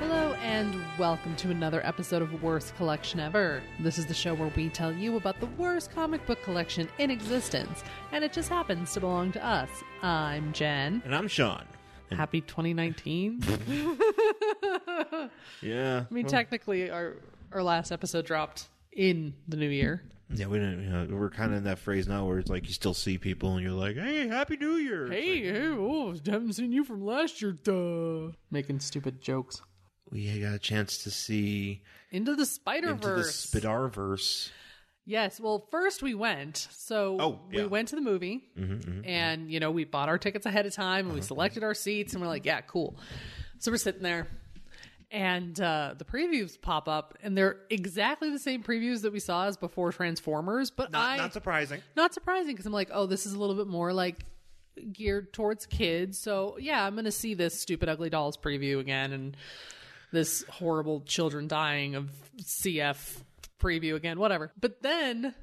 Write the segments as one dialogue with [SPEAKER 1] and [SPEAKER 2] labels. [SPEAKER 1] And welcome to another episode of Worst Collection Ever. This is the show where we tell you about the worst comic book collection in existence, and it just happens to belong to us. I'm Jen.
[SPEAKER 2] And I'm Sean. And-
[SPEAKER 1] Happy 2019.
[SPEAKER 2] Yeah.
[SPEAKER 1] I mean, technically, our our last episode dropped in the new year.
[SPEAKER 2] Yeah, we didn't. You know, we're kind of in that phase now where it's like you still see people and you're like, "Hey, Happy New Year!" It's like,
[SPEAKER 1] hey, oh, haven't seen you from last year, duh. Making stupid jokes.
[SPEAKER 2] we got a chance to see
[SPEAKER 1] Into the Spider
[SPEAKER 2] into the
[SPEAKER 1] Verse.
[SPEAKER 2] Spidarverse.
[SPEAKER 1] Yes. Well, first we went. So
[SPEAKER 2] Oh, yeah. Mm-hmm,
[SPEAKER 1] we went to the movie and, you know, we bought our tickets ahead of time and we
[SPEAKER 2] Uh-huh,
[SPEAKER 1] selected our seats and we're like, yeah, cool. So we're sitting there and uh, the previews pop up and they're exactly the same previews that we saw as before Transformers. But
[SPEAKER 2] Not,
[SPEAKER 1] I,
[SPEAKER 2] not surprising.
[SPEAKER 1] not surprising because I'm like, oh, this is a little bit more like geared towards kids. So yeah, I'm gonna see this stupid ugly dolls preview again and this horrible children dying of CF preview again, whatever. But then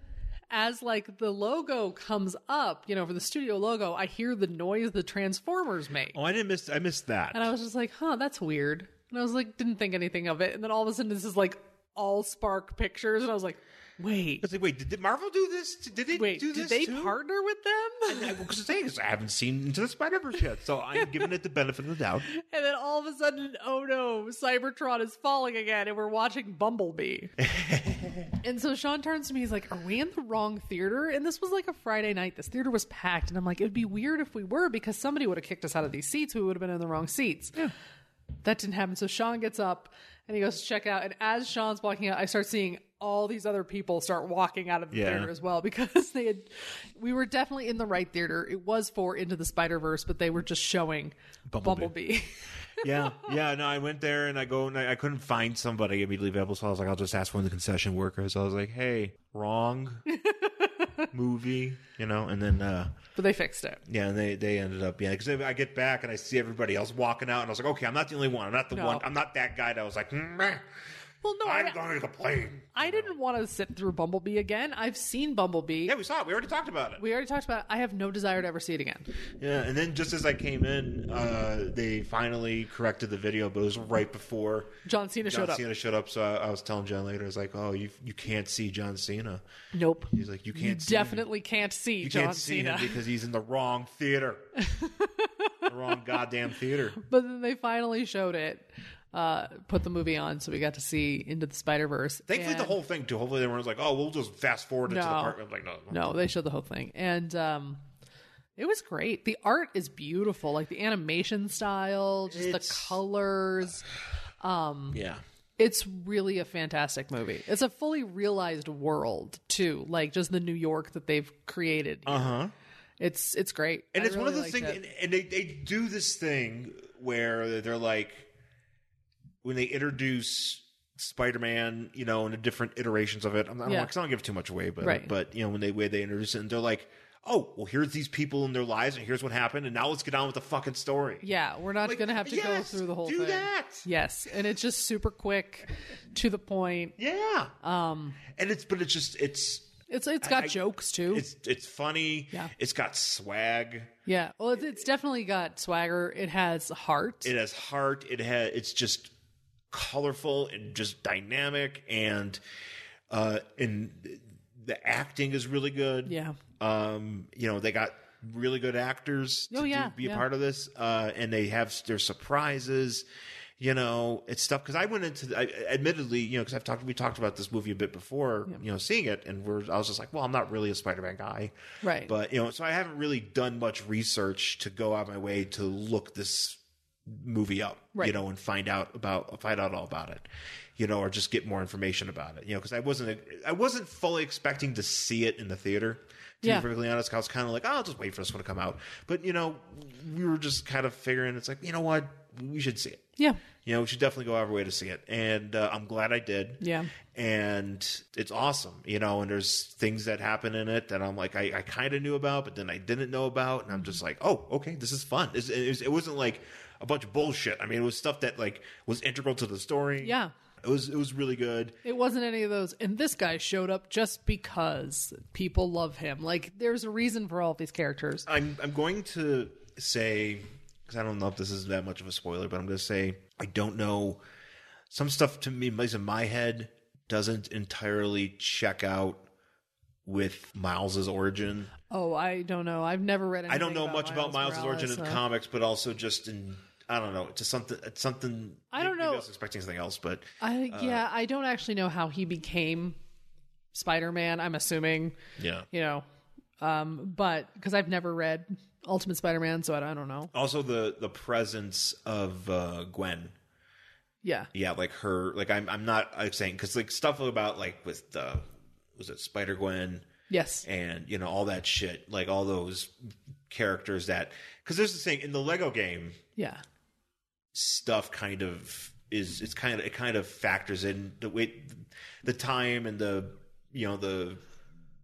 [SPEAKER 1] as like the logo comes up, you know, for the studio logo, I hear the noise the Transformers make.
[SPEAKER 2] Oh, I didn't miss. I missed that.
[SPEAKER 1] And I was just like, huh, that's weird. And I was like, didn't think anything of it. And then all of a sudden this is like all spark pictures and I was like, wait.
[SPEAKER 2] It's like, wait, did, did Marvel do this? Did- Did they
[SPEAKER 1] Wait,
[SPEAKER 2] do
[SPEAKER 1] did
[SPEAKER 2] this
[SPEAKER 1] they
[SPEAKER 2] too?
[SPEAKER 1] partner with them?
[SPEAKER 2] Because the thing is, I haven't seen Into the Spider Verse yet, so I'm giving it the benefit of the doubt.
[SPEAKER 1] And then all of a sudden, oh no, Cybertron is falling again, and we're watching Bumblebee. and so Sean turns to me, he's like, Are we in the wrong theater? And this was like a Friday night. This theater was packed. And I'm like, It'd be weird if we were because somebody would have kicked us out of these seats. We would have been in the wrong seats. That didn't happen. So Sean gets up and he goes to check out. And as Sean's walking out, I start seeing all these other people start walking out of the
[SPEAKER 2] Yeah.
[SPEAKER 1] theater as well because they had we were definitely in the right theater. It was for Into the Spider Verse, but they were just showing
[SPEAKER 2] Bumblebee.
[SPEAKER 1] Bumblebee.
[SPEAKER 2] yeah, yeah. No, I went there and I go and I, I couldn't find somebody immediately available, so I was like, I'll just ask one of the concession workers. I was like, Hey, wrong movie, you know. And then, uh
[SPEAKER 1] But they fixed it.
[SPEAKER 2] yeah, and they they ended up yeah. Because I get back and I see everybody else walking out, and I was like, Okay, I'm not the only one. I'm not the
[SPEAKER 1] No.
[SPEAKER 2] one. I'm not that guy that was like, "Meh,
[SPEAKER 1] Well, no,
[SPEAKER 2] I'm
[SPEAKER 1] I,
[SPEAKER 2] going to complain.
[SPEAKER 1] I didn't want to sit through Bumblebee again. I've seen Bumblebee.
[SPEAKER 2] Yeah, we saw it. We already talked about it.
[SPEAKER 1] We already talked about it. I have no desire to ever see it again.
[SPEAKER 2] Yeah, and then just as I came in, uh, they finally corrected the video, but it was right before
[SPEAKER 1] John Cena
[SPEAKER 2] John
[SPEAKER 1] showed up.
[SPEAKER 2] Cena showed up. So I, I was telling Jen later, I was like, "Oh, you you can't see John Cena."
[SPEAKER 1] Nope.
[SPEAKER 2] He's like, "You can't see
[SPEAKER 1] Definitely can't see
[SPEAKER 2] you
[SPEAKER 1] John
[SPEAKER 2] can't see
[SPEAKER 1] Cena.
[SPEAKER 2] him because he's in the wrong theater, the wrong goddamn theater."
[SPEAKER 1] but then they finally showed it, uh, put the movie on, so we got to see Into the Spider Verse.
[SPEAKER 2] Thankfully, the whole thing too. Hopefully, they weren't like, "Oh, we'll just fast forward into
[SPEAKER 1] No.
[SPEAKER 2] the part." I'm like, "No,
[SPEAKER 1] No, they showed the whole thing. And um it was great. The art is beautiful, like the animation style, just
[SPEAKER 2] It's-
[SPEAKER 1] the colors.
[SPEAKER 2] yeah."
[SPEAKER 1] It's really a fantastic movie. It's a fully realized world too, like just the New York that they've created.
[SPEAKER 2] Uh huh.
[SPEAKER 1] It's it's great,
[SPEAKER 2] And
[SPEAKER 1] I
[SPEAKER 2] it's one of
[SPEAKER 1] really
[SPEAKER 2] those
[SPEAKER 1] liked
[SPEAKER 2] things,
[SPEAKER 1] it.
[SPEAKER 2] and, and they, they do this thing where they're like, when they introduce Spider-Man, you know, in the different iterations of it. I'm- I don't,
[SPEAKER 1] Yeah.
[SPEAKER 2] want, 'cause I don't give too much away, but
[SPEAKER 1] Right.
[SPEAKER 2] but you know, when they when they introduce it, and they're like, oh, well, here's these people and their lives, and here's what happened, and now let's get on with the fucking story.
[SPEAKER 1] Yeah, we're not
[SPEAKER 2] Like,
[SPEAKER 1] going to have to go
[SPEAKER 2] yes,
[SPEAKER 1] through the whole
[SPEAKER 2] do
[SPEAKER 1] thing.
[SPEAKER 2] that.
[SPEAKER 1] Yes, and it's just super quick, to the point.
[SPEAKER 2] Yeah. Um. And it's but it's just it's
[SPEAKER 1] It's it's got
[SPEAKER 2] I-
[SPEAKER 1] jokes too.
[SPEAKER 2] it's it's funny.
[SPEAKER 1] Yeah.
[SPEAKER 2] It's got swag.
[SPEAKER 1] yeah, well, it's, it's definitely got swagger. It has heart.
[SPEAKER 2] it has heart it has it's just colorful and just dynamic and uh and the acting is really good
[SPEAKER 1] yeah,
[SPEAKER 2] um you know they got really good actors to
[SPEAKER 1] Oh,
[SPEAKER 2] do-
[SPEAKER 1] yeah,
[SPEAKER 2] be a
[SPEAKER 1] yeah.
[SPEAKER 2] part of this uh and they have s- their surprises you know it's stuff because i went into the, I, admittedly you know because i've talked we talked about this movie a bit before you know seeing it and we're i was just like well i'm not really a spider-man guy
[SPEAKER 1] Right.
[SPEAKER 2] but you know so i haven't really done much research to go out of my way to look this movie up
[SPEAKER 1] Right.
[SPEAKER 2] you know and find out about find out all about it you know or just get more information about it you know because i wasn't i wasn't fully expecting to see it in the theater to
[SPEAKER 1] Yeah.
[SPEAKER 2] be perfectly honest i was kind of like oh, i'll just wait for this one to come out but you know we were just kind of figuring it's like you know what we should see it
[SPEAKER 1] yeah,
[SPEAKER 2] you know we should definitely go our way to see it and uh, i'm glad i did
[SPEAKER 1] Yeah.
[SPEAKER 2] and it's awesome you know and there's things that happen in it that i'm like i, I kind of knew about but then i didn't know about and i'm just like oh okay this is fun It's- it, was- it wasn't like a bunch of bullshit i mean it was stuff that like was integral to the story
[SPEAKER 1] yeah.
[SPEAKER 2] it was it was really good
[SPEAKER 1] It wasn't any of those. And this guy showed up just because people love him. Like, there's a reason for all of these characters.
[SPEAKER 2] I'm I'm going to say because I don't know if this is that much of a spoiler, but I'm going to say I don't know some stuff to me, at least in my head, doesn't entirely check out with Miles's origin.
[SPEAKER 1] Oh, I don't know. I've never read.
[SPEAKER 2] I
[SPEAKER 1] Anything
[SPEAKER 2] don't know much about Miles's
[SPEAKER 1] Morales,
[SPEAKER 2] origin in
[SPEAKER 1] so-
[SPEAKER 2] comics, but also just in I don't know, just something it's something.
[SPEAKER 1] I don't
[SPEAKER 2] maybe
[SPEAKER 1] know.
[SPEAKER 2] I was expecting something else, but
[SPEAKER 1] I
[SPEAKER 2] uh,
[SPEAKER 1] yeah, I don't actually know how he became Spider-Man. I'm assuming,
[SPEAKER 2] yeah.
[SPEAKER 1] you know, um, but because I've never read Ultimate Spider-Man, so I, I don't know.
[SPEAKER 2] Also, the the presence of uh, Gwen
[SPEAKER 1] Yeah,
[SPEAKER 2] yeah like her like i'm i'm not I'm saying because like stuff about like with the was it spider gwen
[SPEAKER 1] yes,
[SPEAKER 2] and you know all that shit like all those characters that because there's this thing in the lego game
[SPEAKER 1] yeah,
[SPEAKER 2] stuff kind of is it's kind of it kind of factors in the way the time and the you know the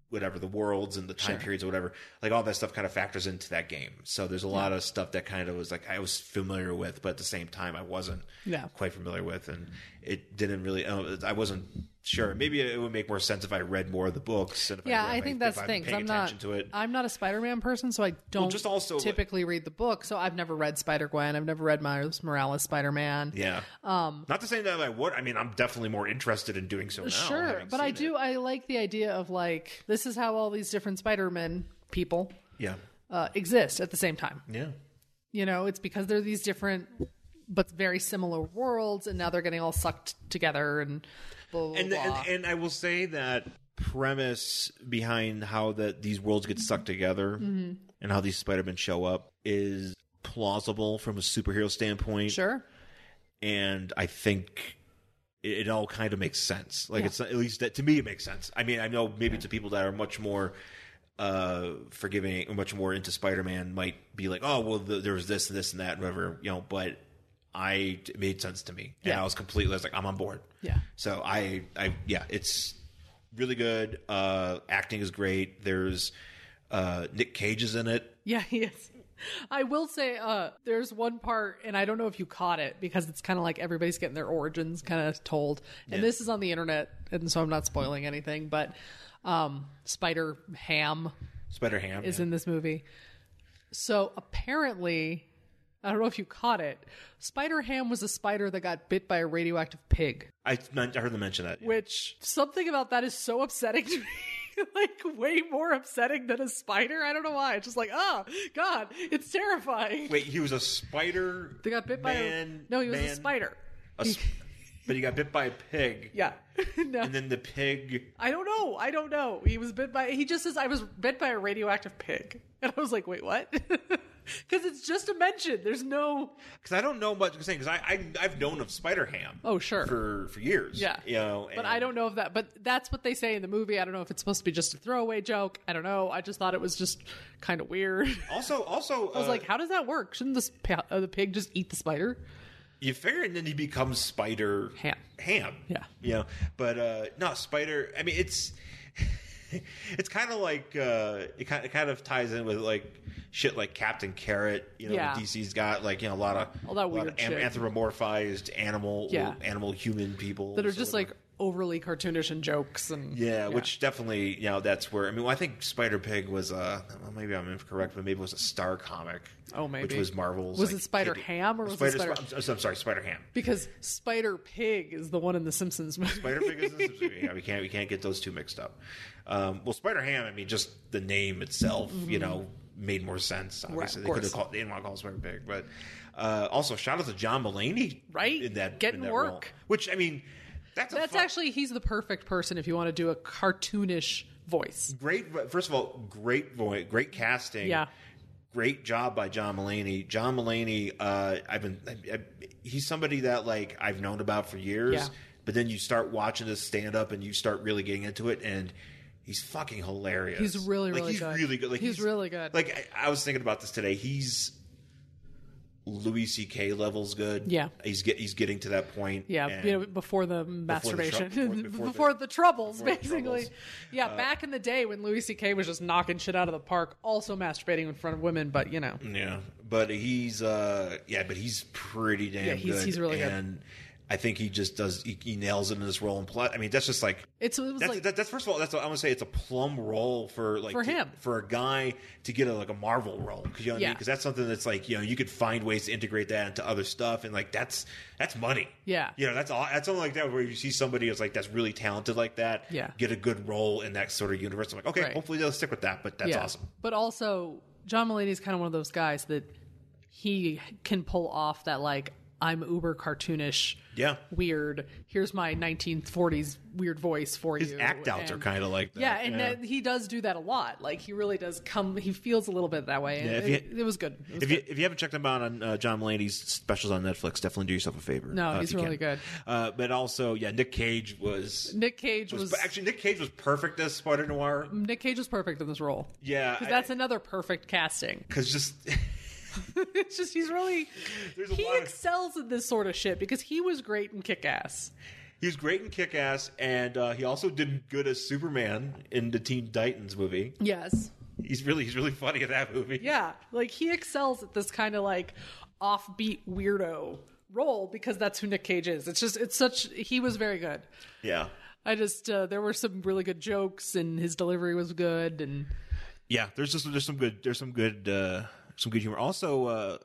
[SPEAKER 2] whatever the worlds and the time periods or whatever like all that stuff kind of factors into that game so there's a lot of stuff that kind of was like i was familiar with but at the same time i wasn't
[SPEAKER 1] Yeah.
[SPEAKER 2] quite familiar with and it didn't really uh, i wasn't sure maybe it would make more sense if i read more of the books and if
[SPEAKER 1] yeah.
[SPEAKER 2] read-
[SPEAKER 1] I
[SPEAKER 2] if
[SPEAKER 1] think that's
[SPEAKER 2] if
[SPEAKER 1] the
[SPEAKER 2] I'm
[SPEAKER 1] thing. 'cause
[SPEAKER 2] paying
[SPEAKER 1] I'm
[SPEAKER 2] attention
[SPEAKER 1] not.
[SPEAKER 2] to it
[SPEAKER 1] I'm not a Spider-Man person, so I don't
[SPEAKER 2] just also, like-
[SPEAKER 1] typically read the book. So I've never read Spider-Gwen. I've never read Miles Morales Spider-Man.
[SPEAKER 2] yeah um not to say that i would i mean i'm definitely more interested in doing so now
[SPEAKER 1] sure,
[SPEAKER 2] having
[SPEAKER 1] but I
[SPEAKER 2] seen it.
[SPEAKER 1] do. I like the idea of like this is how all these different Spider-Man people
[SPEAKER 2] yeah
[SPEAKER 1] uh, exist at the same time.
[SPEAKER 2] yeah
[SPEAKER 1] you know it's because they're these different but very similar worlds and now they're getting all sucked together and blah blah,
[SPEAKER 2] and,
[SPEAKER 1] blah.
[SPEAKER 2] and and I will say that premise behind how that these worlds get stuck together and how these Spider-Men show up is plausible from a superhero standpoint,
[SPEAKER 1] sure
[SPEAKER 2] and I think it, it all kind of makes sense. Like it's at least that to me it makes sense. I mean, I know maybe to people that are much more uh forgiving or much more into spider-man might be like oh well the, there was this and this and that and whatever you know but i it made sense to me and
[SPEAKER 1] Yeah.
[SPEAKER 2] i was completely I was like i'm on board
[SPEAKER 1] yeah
[SPEAKER 2] so I, I yeah, it's really good. Uh, acting is great. There's uh, Nick Cage is in it.
[SPEAKER 1] yeah yes i will say uh there's one part and i don't know if you caught it because it's kind of like everybody's getting their origins kind of told and
[SPEAKER 2] Yeah.
[SPEAKER 1] this is on the internet and so i'm not spoiling anything but um spider ham
[SPEAKER 2] Spider Ham
[SPEAKER 1] is in this movie. So apparently, I don't know if you caught it. Spider Ham was a spider that got bit by a radioactive pig,
[SPEAKER 2] I, I heard them mention that.
[SPEAKER 1] which something about that is so upsetting to me. like way more upsetting than a spider. I don't know why. It's just like, oh god, it's terrifying.
[SPEAKER 2] Wait, he was a spider.
[SPEAKER 1] they got bit by
[SPEAKER 2] man-
[SPEAKER 1] a, No, he was a
[SPEAKER 2] man-
[SPEAKER 1] spider.
[SPEAKER 2] a sp- but he got bit by a pig.
[SPEAKER 1] Yeah. no.
[SPEAKER 2] And then the pig.
[SPEAKER 1] I don't know. I don't know. He was bit by. He just says I was bit by a radioactive pig, and I was like, wait, what? Because it's just a mention. There's no.
[SPEAKER 2] Because I don't know much. Because I, I I've known of Spider Ham.
[SPEAKER 1] Oh, sure.
[SPEAKER 2] For for years.
[SPEAKER 1] Yeah.
[SPEAKER 2] You know.
[SPEAKER 1] But I don't know if that. But that's what they say in the movie. I don't know if it's supposed to be just a throwaway joke. I don't know. I just thought it was just kind of weird.
[SPEAKER 2] Also, also, uh,
[SPEAKER 1] I was like, how does that work? Shouldn't this pa- uh, the pig just eat the spider?
[SPEAKER 2] You figure, and then he becomes Spider
[SPEAKER 1] Ham.
[SPEAKER 2] Ham.
[SPEAKER 1] Yeah.
[SPEAKER 2] You know, but uh, no, Spider. I mean, it's it's kind of like uh, it kind it kind of ties in with like shit like Captain Carrot. You know,
[SPEAKER 1] Yeah.
[SPEAKER 2] DC's got like you know a lot of
[SPEAKER 1] All that
[SPEAKER 2] a lot
[SPEAKER 1] weird
[SPEAKER 2] of an-
[SPEAKER 1] shit.
[SPEAKER 2] anthropomorphized animal
[SPEAKER 1] Yeah.
[SPEAKER 2] animal human people
[SPEAKER 1] That are
[SPEAKER 2] so
[SPEAKER 1] just
[SPEAKER 2] whatever.
[SPEAKER 1] like overly cartoonish and jokes and
[SPEAKER 2] Yeah, which definitely, you know, that's where I mean, well, I think Spider Pig was uh well, maybe I'm incorrect, but maybe it was a Star comic.
[SPEAKER 1] Oh,
[SPEAKER 2] which
[SPEAKER 1] maybe.
[SPEAKER 2] was Marvel's.
[SPEAKER 1] Was it Spider Ham or was it
[SPEAKER 2] Spider?
[SPEAKER 1] Spider-
[SPEAKER 2] I'm sorry, Spider Ham.
[SPEAKER 1] because Spider Pig is the one in the Simpsons movie.
[SPEAKER 2] Spider Pig is a subsidiary. Yeah, we can't we can't get those two mixed up. Um, well, Spider Ham. I mean, just the name itself, you know, made more sense. Obviously,
[SPEAKER 1] Mm-hmm. of
[SPEAKER 2] they could have
[SPEAKER 1] course.
[SPEAKER 2] called. They didn't want to call it Spider Pig, but uh, also shout out to John Mulaney,
[SPEAKER 1] Right?
[SPEAKER 2] In that
[SPEAKER 1] Getting
[SPEAKER 2] in that
[SPEAKER 1] work.
[SPEAKER 2] role. which I mean, that's a
[SPEAKER 1] That's
[SPEAKER 2] fun-
[SPEAKER 1] actually he's the perfect person if you want to do a cartoonish voice.
[SPEAKER 2] great. First of all, great voice, great casting.
[SPEAKER 1] Yeah.
[SPEAKER 2] Great job by John Mulaney. John Mulaney, uh, I've been, I, I, he's somebody that like I've known about for years.
[SPEAKER 1] Yeah.
[SPEAKER 2] But then you start watching his stand up and you start really getting into it, and he's fucking hilarious.
[SPEAKER 1] He's really,
[SPEAKER 2] like,
[SPEAKER 1] really
[SPEAKER 2] he's
[SPEAKER 1] good.
[SPEAKER 2] really good. Like
[SPEAKER 1] He's really good.
[SPEAKER 2] Like I, I was thinking about this today. He's Louis C.K. levels good.
[SPEAKER 1] Yeah.
[SPEAKER 2] he's get he's getting to that point.
[SPEAKER 1] Yeah,
[SPEAKER 2] and-
[SPEAKER 1] you know, before the masturbation,
[SPEAKER 2] trouble-
[SPEAKER 1] before,
[SPEAKER 2] before-
[SPEAKER 1] the,
[SPEAKER 2] before the-
[SPEAKER 1] troubles,
[SPEAKER 2] before the
[SPEAKER 1] basically.
[SPEAKER 2] troubles. Uh,
[SPEAKER 1] Yeah, back in the day when Louis C.K. was just knocking shit out of the park, also masturbating in front of women, but you know,
[SPEAKER 2] Yeah, but he's uh yeah, but he's pretty damn
[SPEAKER 1] Yeah, he's-
[SPEAKER 2] good.
[SPEAKER 1] he's really good.
[SPEAKER 2] and I think he just does he, he nails it in this role and plus I mean that's just like
[SPEAKER 1] It's it was
[SPEAKER 2] that's,
[SPEAKER 1] like
[SPEAKER 2] that, that's first of all that's what I want to say it's a plum role for like
[SPEAKER 1] For
[SPEAKER 2] to-
[SPEAKER 1] him.
[SPEAKER 2] for a guy to get a, like a Marvel role because you know what I mean
[SPEAKER 1] Yeah.
[SPEAKER 2] because that's something that's like you know you could find ways to integrate that into other stuff and like that's that's money
[SPEAKER 1] Yeah.
[SPEAKER 2] you know that's all that's something like that where you see somebody who's like that's really talented like that
[SPEAKER 1] Yeah.
[SPEAKER 2] get a good role in that sort of universe I'm like okay
[SPEAKER 1] Right.
[SPEAKER 2] hopefully they'll stick with that but that's
[SPEAKER 1] yeah.
[SPEAKER 2] awesome
[SPEAKER 1] But also, John Mulaney is kind of one of those guys that he can pull off that like I'm uber cartoonish,
[SPEAKER 2] yeah
[SPEAKER 1] weird. Here's my 1940s weird voice for
[SPEAKER 2] his
[SPEAKER 1] you.
[SPEAKER 2] act
[SPEAKER 1] and-
[SPEAKER 2] outs are kind of like that.
[SPEAKER 1] Yeah, and That, he does do that a lot. Like he really does come. He feels a little bit that way.
[SPEAKER 2] Yeah, if
[SPEAKER 1] and
[SPEAKER 2] you-
[SPEAKER 1] it, it was good. It was
[SPEAKER 2] If you, if you haven't checked him out on uh, John Mulaney's specials on Netflix, definitely do yourself a favor.
[SPEAKER 1] No,
[SPEAKER 2] uh, if
[SPEAKER 1] he's
[SPEAKER 2] you
[SPEAKER 1] really
[SPEAKER 2] can.
[SPEAKER 1] good.
[SPEAKER 2] Uh, but also, yeah, Nick Cage was,
[SPEAKER 1] Nick Cage was, Mm.
[SPEAKER 2] was actually Nick Cage was perfect as Spider Noir.
[SPEAKER 1] Nick Cage was perfect in this role.
[SPEAKER 2] Yeah,
[SPEAKER 1] because that's another perfect casting.
[SPEAKER 2] because just
[SPEAKER 1] it's just he's really
[SPEAKER 2] There's a
[SPEAKER 1] he
[SPEAKER 2] lot of-
[SPEAKER 1] excels at this sort of shit because he was great in Kick Ass.
[SPEAKER 2] he was great in Kick Ass, and uh, he also did good as Superman in the Teen Titans movie.
[SPEAKER 1] Yes,
[SPEAKER 2] He's really he's really funny in that movie.
[SPEAKER 1] yeah, like he excels at this kind of like offbeat weirdo role because that's who Nick Cage is. It's just it's such he was very good.
[SPEAKER 2] yeah,
[SPEAKER 1] I just uh, there were some really good jokes and his delivery was good and
[SPEAKER 2] yeah. There's just there's some good there's some good uh, some good humor. Also, uh,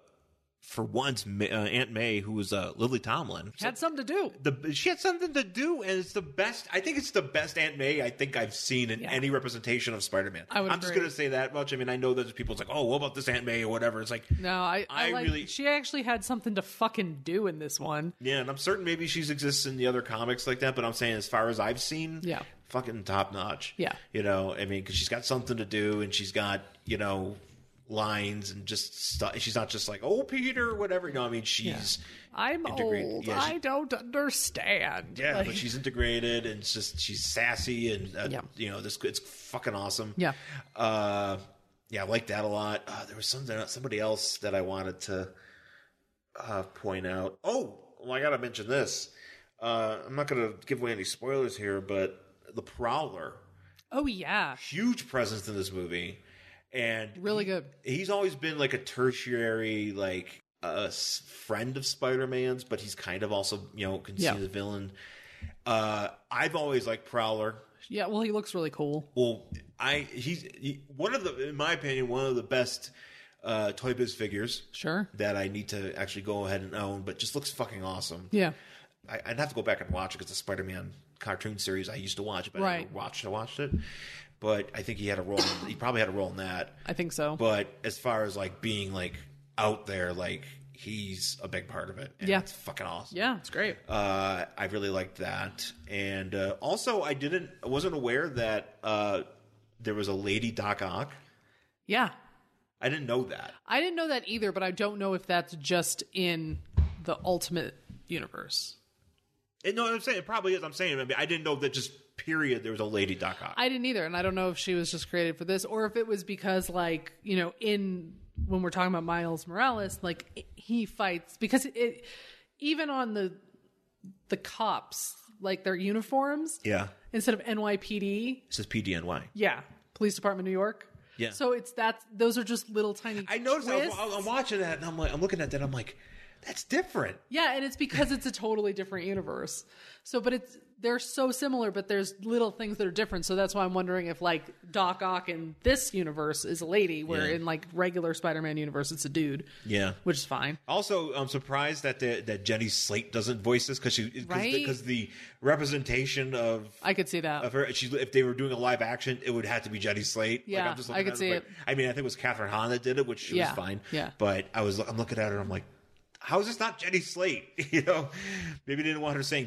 [SPEAKER 2] for once, Ma- uh, Aunt May, who was uh, Lily Tomlin,
[SPEAKER 1] had something to do.
[SPEAKER 2] the she had something to do, and it's the best. I think it's the best Aunt May I think I've seen in
[SPEAKER 1] Yeah.
[SPEAKER 2] any representation of Spider Man.
[SPEAKER 1] I would
[SPEAKER 2] I'm just
[SPEAKER 1] agree.
[SPEAKER 2] gonna say that much. I mean, I know that there's people's like, oh, what about this Aunt May or whatever. It's like,
[SPEAKER 1] No, I I,
[SPEAKER 2] I
[SPEAKER 1] like,
[SPEAKER 2] really-
[SPEAKER 1] she actually had something to fucking do in this one.
[SPEAKER 2] yeah, and I'm certain maybe she's exists in the other comics like that, but I'm saying as far as I've seen,
[SPEAKER 1] Yeah.
[SPEAKER 2] fucking top notch.
[SPEAKER 1] Yeah.
[SPEAKER 2] you know, I mean, because she's got something to do, and she's got you know lines and just stuff. She's not just like, oh, Peter, whatever. You know, I mean, she's.
[SPEAKER 1] I'm
[SPEAKER 2] Integrated.
[SPEAKER 1] old.
[SPEAKER 2] Yeah, she-
[SPEAKER 1] I don't understand.
[SPEAKER 2] Yeah,
[SPEAKER 1] Like-
[SPEAKER 2] but she's integrated and it's just she's sassy and uh,
[SPEAKER 1] Yeah.
[SPEAKER 2] you know this it's fucking awesome.
[SPEAKER 1] Yeah.
[SPEAKER 2] uh, yeah, I like that a lot. Uh, there was something somebody else that I wanted to uh, point out. Oh, well, I gotta mention this. Uh, I'm not gonna give away any spoilers here, but the Prowler,
[SPEAKER 1] oh yeah,
[SPEAKER 2] huge presence in this movie, and
[SPEAKER 1] really good.
[SPEAKER 2] he's always been like a tertiary like a s- friend of spider-man's but he's kind of also you know can see
[SPEAKER 1] Yeah.
[SPEAKER 2] the villain uh i've always liked prowler
[SPEAKER 1] Yeah, well he looks really cool.
[SPEAKER 2] well i he's he, one of the in my opinion one of the best uh toy biz figures
[SPEAKER 1] Sure.
[SPEAKER 2] that i need to actually go ahead and own but just looks fucking awesome
[SPEAKER 1] Yeah.
[SPEAKER 2] I, I'd have to go back and watch it because the Spider-Man cartoon series I used to watch, but I
[SPEAKER 1] Right.
[SPEAKER 2] never watched I watched it. But I think he had a role. he probably had a role in that.
[SPEAKER 1] I think so.
[SPEAKER 2] But as far as like being like out there, like he's a big part of it. And
[SPEAKER 1] Yeah.
[SPEAKER 2] it's fucking awesome.
[SPEAKER 1] yeah, it's great.
[SPEAKER 2] Uh, I really liked that, and uh, also I didn't, I wasn't aware that uh, there was a lady Doc Ock.
[SPEAKER 1] Yeah.
[SPEAKER 2] I didn't know that.
[SPEAKER 1] I didn't know that either, but I don't know if that's just in the ultimate universe.
[SPEAKER 2] And no, I'm saying it probably is. I'm saying I, mean, I didn't know that. Just period. There was a lady Doc Ock.
[SPEAKER 1] I didn't either, and I don't know if she was just created for this or if it was because, like, you know, in when we're talking about Miles Morales, like i- he fights because it even on the the cops, like their uniforms,
[SPEAKER 2] yeah,
[SPEAKER 1] instead of NYPD,
[SPEAKER 2] it says PDNY.
[SPEAKER 1] yeah, Police Department New York.
[SPEAKER 2] Yeah.
[SPEAKER 1] So it's that's those are just little tiny.
[SPEAKER 2] I noticed. I was,
[SPEAKER 1] twists.
[SPEAKER 2] I'm watching that, and I'm like, I'm looking at that. I'm like, that's different.
[SPEAKER 1] Yeah, and it's because it's a totally different universe. So, but it's they're so similar, but there's little things that are different. So that's why I'm wondering if like Doc Ock in this universe is a lady, where
[SPEAKER 2] Yeah.
[SPEAKER 1] in like regular Spider-Man universe it's a dude.
[SPEAKER 2] Yeah.
[SPEAKER 1] which is fine.
[SPEAKER 2] Also, I'm surprised that the, that Jenny Slate doesn't voice this because she because the,
[SPEAKER 1] Right?
[SPEAKER 2] 'cause the representation of
[SPEAKER 1] I could see that.
[SPEAKER 2] of her she, if they were doing a live action, it would have to be Jenny Slate.
[SPEAKER 1] Yeah,
[SPEAKER 2] looking
[SPEAKER 1] I could
[SPEAKER 2] at
[SPEAKER 1] see
[SPEAKER 2] like-
[SPEAKER 1] it.
[SPEAKER 2] I mean, I think it was Catherine Hahn that did it, which she
[SPEAKER 1] Yeah,
[SPEAKER 2] was fine.
[SPEAKER 1] yeah.
[SPEAKER 2] but I was I'm looking at her, I'm like. How is this not Jenny Slate? You know, maybe they didn't want her saying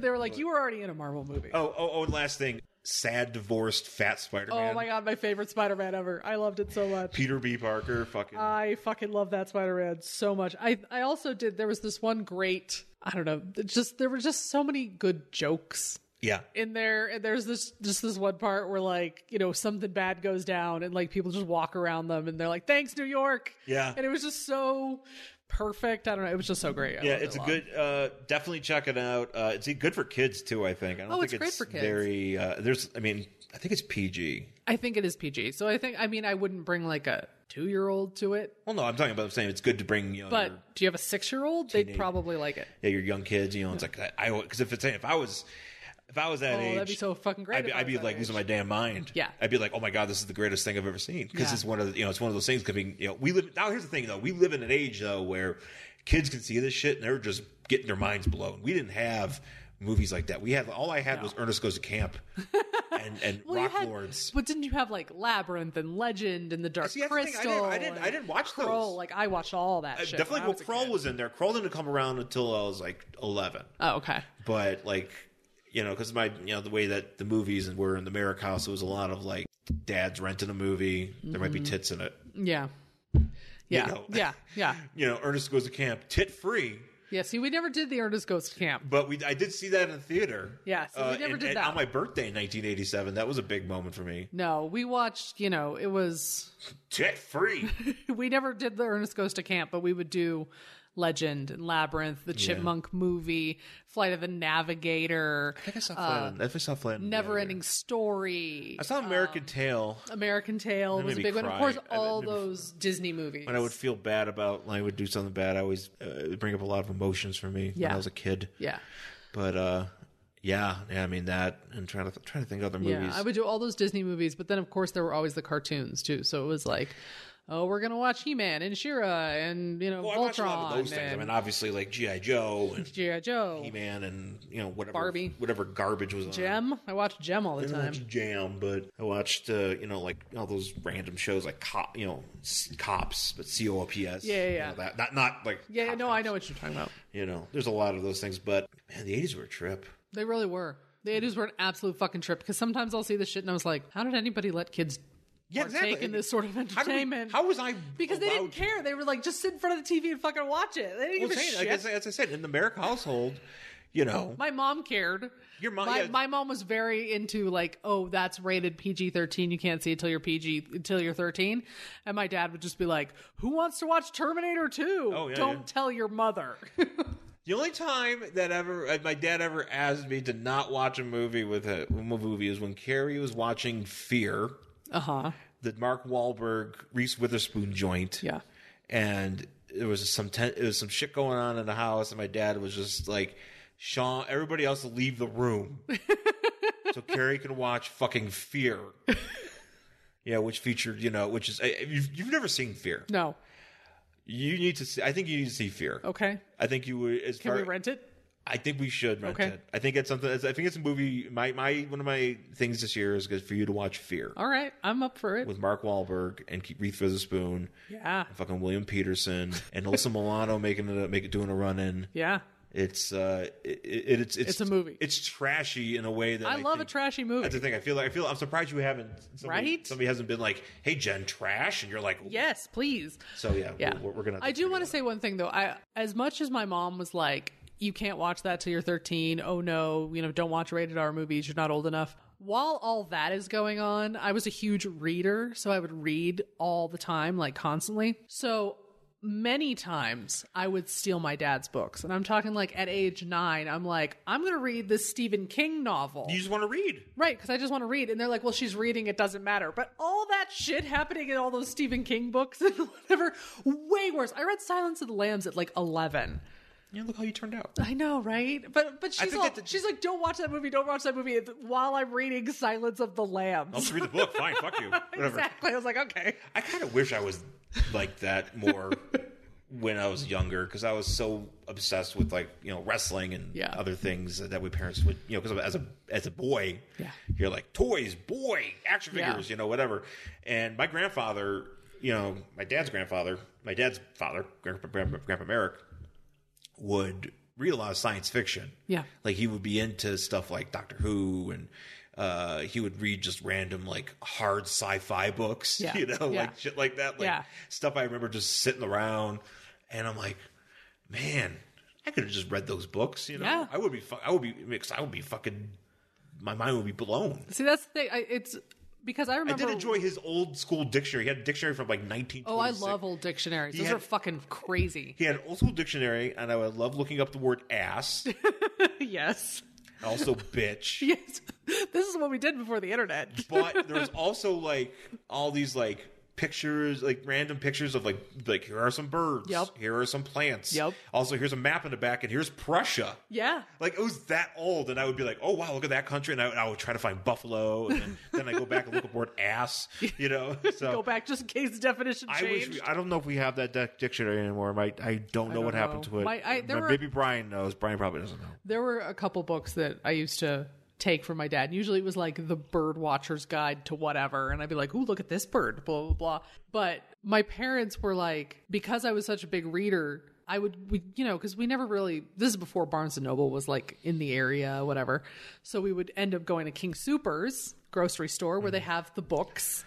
[SPEAKER 1] they were like, "You were already in a Marvel movie."
[SPEAKER 2] Oh, oh, oh! And last thing, sad, divorced, fat Spider-Man.
[SPEAKER 1] Oh my god, my favorite Spider-Man ever. I loved it so much.
[SPEAKER 2] Peter B. Parker, fucking.
[SPEAKER 1] I fucking love that Spider Man so much. I I also did. There was this one great. I don't know. Just there were just so many good jokes
[SPEAKER 2] yeah,
[SPEAKER 1] in there. And there's this just this one part where like you know something bad goes down and like people just walk around them and they're like thanks New York.
[SPEAKER 2] Yeah.
[SPEAKER 1] And it was just so perfect. I don't know. It was just so great. I
[SPEAKER 2] Yeah,
[SPEAKER 1] loved it
[SPEAKER 2] it's a
[SPEAKER 1] lot.
[SPEAKER 2] good. Uh, definitely check it out. Uh, it's good for kids too. I think. I don't
[SPEAKER 1] Oh,
[SPEAKER 2] think
[SPEAKER 1] it's great for kids.
[SPEAKER 2] Very. Uh, there's. I mean, I think it's PG.
[SPEAKER 1] I think it is PG. So I think I mean I wouldn't bring like a two year old to it.
[SPEAKER 2] Well, no, I'm talking about. I'm saying it's good to bring you know,
[SPEAKER 1] But
[SPEAKER 2] your,
[SPEAKER 1] do you have a six year old? They'd probably like it.
[SPEAKER 2] yeah, your young kids. You know, it's like I because if it's if I was if I was that
[SPEAKER 1] Oh,
[SPEAKER 2] age,
[SPEAKER 1] that'd be so fucking great.
[SPEAKER 2] I'd be,
[SPEAKER 1] if I
[SPEAKER 2] I'd be
[SPEAKER 1] was that
[SPEAKER 2] like
[SPEAKER 1] age.
[SPEAKER 2] losing my damn mind.
[SPEAKER 1] Yeah.
[SPEAKER 2] I'd be like, oh my god, this is the greatest thing I've ever seen because
[SPEAKER 1] Yeah.
[SPEAKER 2] it's one of the, you know it's one of those things. Cause we, you know, we live now. Here's the thing though, we live in an age though where kids can see this shit and they're just getting their minds blown. We didn't have movies like that. We had all I had was Ernest Goes to Camp and and
[SPEAKER 1] Well, you
[SPEAKER 2] Rock
[SPEAKER 1] had-
[SPEAKER 2] Lords.
[SPEAKER 1] But didn't you have like Labyrinth and Legend and the Dark
[SPEAKER 2] See, that's the thing,
[SPEAKER 1] Crystal?
[SPEAKER 2] I didn't- I didn't-
[SPEAKER 1] and
[SPEAKER 2] I didn't watch those.
[SPEAKER 1] Kroll? Like I watched all that. shit
[SPEAKER 2] Definitely,
[SPEAKER 1] when I
[SPEAKER 2] well,
[SPEAKER 1] a
[SPEAKER 2] Crawl
[SPEAKER 1] kid.
[SPEAKER 2] was in there. Crawl didn't come around until I was like eleven.
[SPEAKER 1] Oh, okay.
[SPEAKER 2] but like you know because my you know the way that the movies were in the merrick house it was a lot of like dad's renting a movie there might be
[SPEAKER 1] Mm-hmm.
[SPEAKER 2] tits in it
[SPEAKER 1] Yeah. Yeah.
[SPEAKER 2] know.
[SPEAKER 1] Yeah. Yeah.
[SPEAKER 2] you know ernest goes to camp tit free
[SPEAKER 1] Yeah. See, we never did the Ernest Ghost Camp.
[SPEAKER 2] but we i did see that in the theater Uh,
[SPEAKER 1] Yeah, so we never
[SPEAKER 2] and-
[SPEAKER 1] did
[SPEAKER 2] and
[SPEAKER 1] that.
[SPEAKER 2] on my birthday in 1987 that was a big moment for me
[SPEAKER 1] No, we watched. You know, it was.
[SPEAKER 2] tit free
[SPEAKER 1] We never did the Ernest Goes to Camp, but we would do Legend and Labyrinth, the Chipmunk movie, Flight of the Navigator,
[SPEAKER 2] i think i saw flan i think i saw flan
[SPEAKER 1] Uh, Never Oh. Ending Story,
[SPEAKER 2] i saw american tale
[SPEAKER 1] American Tail was a
[SPEAKER 2] made me
[SPEAKER 1] big one. Of
[SPEAKER 2] cry.
[SPEAKER 1] course,
[SPEAKER 2] That
[SPEAKER 1] all
[SPEAKER 2] made me-
[SPEAKER 1] those Disney movies.
[SPEAKER 2] and i would feel bad about when i would do something bad i always uh, it would bring up a lot of emotions for me when
[SPEAKER 1] Yeah.
[SPEAKER 2] i was a kid
[SPEAKER 1] Yeah.
[SPEAKER 2] but uh yeah, yeah, I mean that, and trying to trying to think of other movies.
[SPEAKER 1] Yeah, I would do all those Disney movies, but then of course there were always the cartoons too. So it was like, oh, we're gonna watch He Man and Shira and you know
[SPEAKER 2] Well, Oh, I watched
[SPEAKER 1] Voltron
[SPEAKER 2] a lot of those things. I
[SPEAKER 1] and
[SPEAKER 2] mean, obviously, like GI Joe and
[SPEAKER 1] G.I. Joe,
[SPEAKER 2] He Man, and you know whatever
[SPEAKER 1] Barbie.
[SPEAKER 2] whatever garbage was on.
[SPEAKER 1] Gem. I watched Gem all the
[SPEAKER 2] I didn't
[SPEAKER 1] time.
[SPEAKER 2] watch Jam, but I watched uh, you know like all those random shows like cop, you know s- cops, but C O P S.
[SPEAKER 1] Yeah, yeah,
[SPEAKER 2] you
[SPEAKER 1] yeah.
[SPEAKER 2] know, that not not like
[SPEAKER 1] Yeah, yeah,
[SPEAKER 2] cop
[SPEAKER 1] no, I
[SPEAKER 2] things.
[SPEAKER 1] know what you're talking about.
[SPEAKER 2] You know, there's a lot of those things, but man, the '80s were a trip.
[SPEAKER 1] They really were. The 80s were an absolute fucking trip because sometimes I'll see this shit and I was like, how did anybody let kids
[SPEAKER 2] Yeah,
[SPEAKER 1] partake in this sort of
[SPEAKER 2] How, did we-
[SPEAKER 1] entertainment?
[SPEAKER 2] how was I?
[SPEAKER 1] because they didn't
[SPEAKER 2] allowed to-
[SPEAKER 1] care. They were like, just sit in front of the TV and fucking watch it. They didn't
[SPEAKER 2] Well,
[SPEAKER 1] give a
[SPEAKER 2] saying,
[SPEAKER 1] shit.
[SPEAKER 2] like, as, as I said, in the American household, you know,
[SPEAKER 1] My mom cared.
[SPEAKER 2] Your mom-
[SPEAKER 1] my,
[SPEAKER 2] yeah.
[SPEAKER 1] my mom was very into like, oh, that's rated PG thirteen. You can't see it till you're PG until you're thirteen. And my dad would just be like, "Who wants to watch Terminator 2?
[SPEAKER 2] Oh, yeah,
[SPEAKER 1] Don't
[SPEAKER 2] yeah.
[SPEAKER 1] tell your mother."
[SPEAKER 2] The only time that ever uh, my dad ever asked me to not watch a movie with a, a movie is when Carrie was watching Fear,
[SPEAKER 1] uh huh.
[SPEAKER 2] the Mark Wahlberg Reese Witherspoon joint.
[SPEAKER 1] Yeah.
[SPEAKER 2] and there was some ten, it was some shit going on in the house, and my dad was just like, "Sean, everybody else leave the room, so Carrie can watch fucking Fear." Yeah, which featured, you know, which is uh, you've, you've never seen Fear.
[SPEAKER 1] No.
[SPEAKER 2] You need to see. I think you need to see Fear.
[SPEAKER 1] Okay.
[SPEAKER 2] I think you would. As
[SPEAKER 1] Oh. Can
[SPEAKER 2] far,
[SPEAKER 1] we rent it?
[SPEAKER 2] I think we should rent
[SPEAKER 1] Okay.
[SPEAKER 2] it. I think it's something. I think it's a movie. My my one of my things this year is good for you to watch Fear
[SPEAKER 1] All right, I'm up for it.
[SPEAKER 2] with Mark Wahlberg and Keith Reese Witherspoon,
[SPEAKER 1] Yeah.
[SPEAKER 2] and fucking William Peterson and Alyssa Milano making it make it doing a run in.
[SPEAKER 1] Yeah.
[SPEAKER 2] It's uh, it, it, it's it's
[SPEAKER 1] It's a movie.
[SPEAKER 2] It's trashy in a way that I,
[SPEAKER 1] I, love
[SPEAKER 2] think-
[SPEAKER 1] a trashy movie.
[SPEAKER 2] That's the thing. I feel like I feel. I'm surprised you haven't. Somebody,
[SPEAKER 1] Right?
[SPEAKER 2] Somebody hasn't been like, "Hey, Jen, trash," and you're like,
[SPEAKER 1] yes, please.
[SPEAKER 2] So yeah,
[SPEAKER 1] Yeah.
[SPEAKER 2] We're, we're gonna.
[SPEAKER 1] I do want to say one thing though. I as much as my mom was like, "You can't watch that till you're 13. Oh no, you know, don't watch rated R movies. You're not old enough." While all that is going on, I was a huge reader, so I would read all the time, like constantly. So many times I would steal my dad's books, and I'm talking like at age nine. I'm like, I'm gonna read this Stephen King novel.
[SPEAKER 2] You just want to read.
[SPEAKER 1] Right, because I just want to read. And they're like, well, she's reading, it doesn't matter. But all that shit happening in all those Stephen King books and whatever, way worse. I read Silence of the Lambs at like 11.
[SPEAKER 2] Yeah, look how you turned out.
[SPEAKER 1] I know, right? But but she's
[SPEAKER 2] think
[SPEAKER 1] all,
[SPEAKER 2] that the-
[SPEAKER 1] she's like, don't watch that movie, don't watch that movie while I'm reading Silence of the
[SPEAKER 2] I'll
[SPEAKER 1] Lambs.
[SPEAKER 2] just read the book. Fine, fuck you. Oh, Whatever.
[SPEAKER 1] Exactly. I was like, okay.
[SPEAKER 2] I kind of wish I was like that more when I was younger because I was so obsessed with like you know wrestling and
[SPEAKER 1] Yeah.
[SPEAKER 2] other things that we parents would you know because as a as a boy
[SPEAKER 1] Yeah.
[SPEAKER 2] you're like toys boy action
[SPEAKER 1] Yeah.
[SPEAKER 2] figures you know whatever and my grandfather you know my dad's grandfather my dad's father grandpa grandpa, grandpa Merrick would read a lot of science fiction
[SPEAKER 1] Yeah.
[SPEAKER 2] like he would be into stuff like Doctor Who and uh, he would read just random like hard sci-fi books,
[SPEAKER 1] Yeah.
[SPEAKER 2] you know,
[SPEAKER 1] Yeah.
[SPEAKER 2] like shit like that, like
[SPEAKER 1] Yeah.
[SPEAKER 2] stuff I remember just sitting around, and I'm like, man, I could have just read those books, you know.
[SPEAKER 1] Yeah.
[SPEAKER 2] I would be, fu- I would be, because I would be fucking, my mind would be blown.
[SPEAKER 1] See, that's the thing. I, it's because I
[SPEAKER 2] I
[SPEAKER 1] remember.
[SPEAKER 2] did enjoy his old school dictionary. He had a dictionary from like 19.
[SPEAKER 1] Oh, I love old dictionaries. Those
[SPEAKER 2] had-
[SPEAKER 1] are fucking crazy.
[SPEAKER 2] He had an old school dictionary, and I would love looking up the word ass,
[SPEAKER 1] yes.
[SPEAKER 2] also bitch.
[SPEAKER 1] Yes. This is what we did before the internet.
[SPEAKER 2] but there's also like all these like pictures like random pictures of like like here are some birds
[SPEAKER 1] Yep.
[SPEAKER 2] here are some plants
[SPEAKER 1] Yep.
[SPEAKER 2] also here's a map in the back and here's prussia
[SPEAKER 1] yeah.
[SPEAKER 2] like it was that old and i would be like oh wow look at that country and i, I would try to find buffalo and then, then i go back and look at word ass you know so
[SPEAKER 1] Go back just in case the definition
[SPEAKER 2] I
[SPEAKER 1] changed.
[SPEAKER 2] wish we, I don't know if we have that dic- dictionary anymore. My, I don't know
[SPEAKER 1] don't
[SPEAKER 2] what happened
[SPEAKER 1] know.
[SPEAKER 2] to it.
[SPEAKER 1] My- I- there
[SPEAKER 2] But
[SPEAKER 1] were-
[SPEAKER 2] maybe Brian knows. Brian probably doesn't know.
[SPEAKER 1] There were a couple books that I used to take from my dad. And usually it was like the bird watcher's guide to whatever. And I'd be like, ooh, look at this bird, blah, blah, blah. But my parents were like, because I was such a big reader, I would, we, you know, because we never really, this is before Barnes and Noble was like in the area, whatever. So we would end up going to King Super's grocery store where they
[SPEAKER 2] Mm-hmm.
[SPEAKER 1] have the books.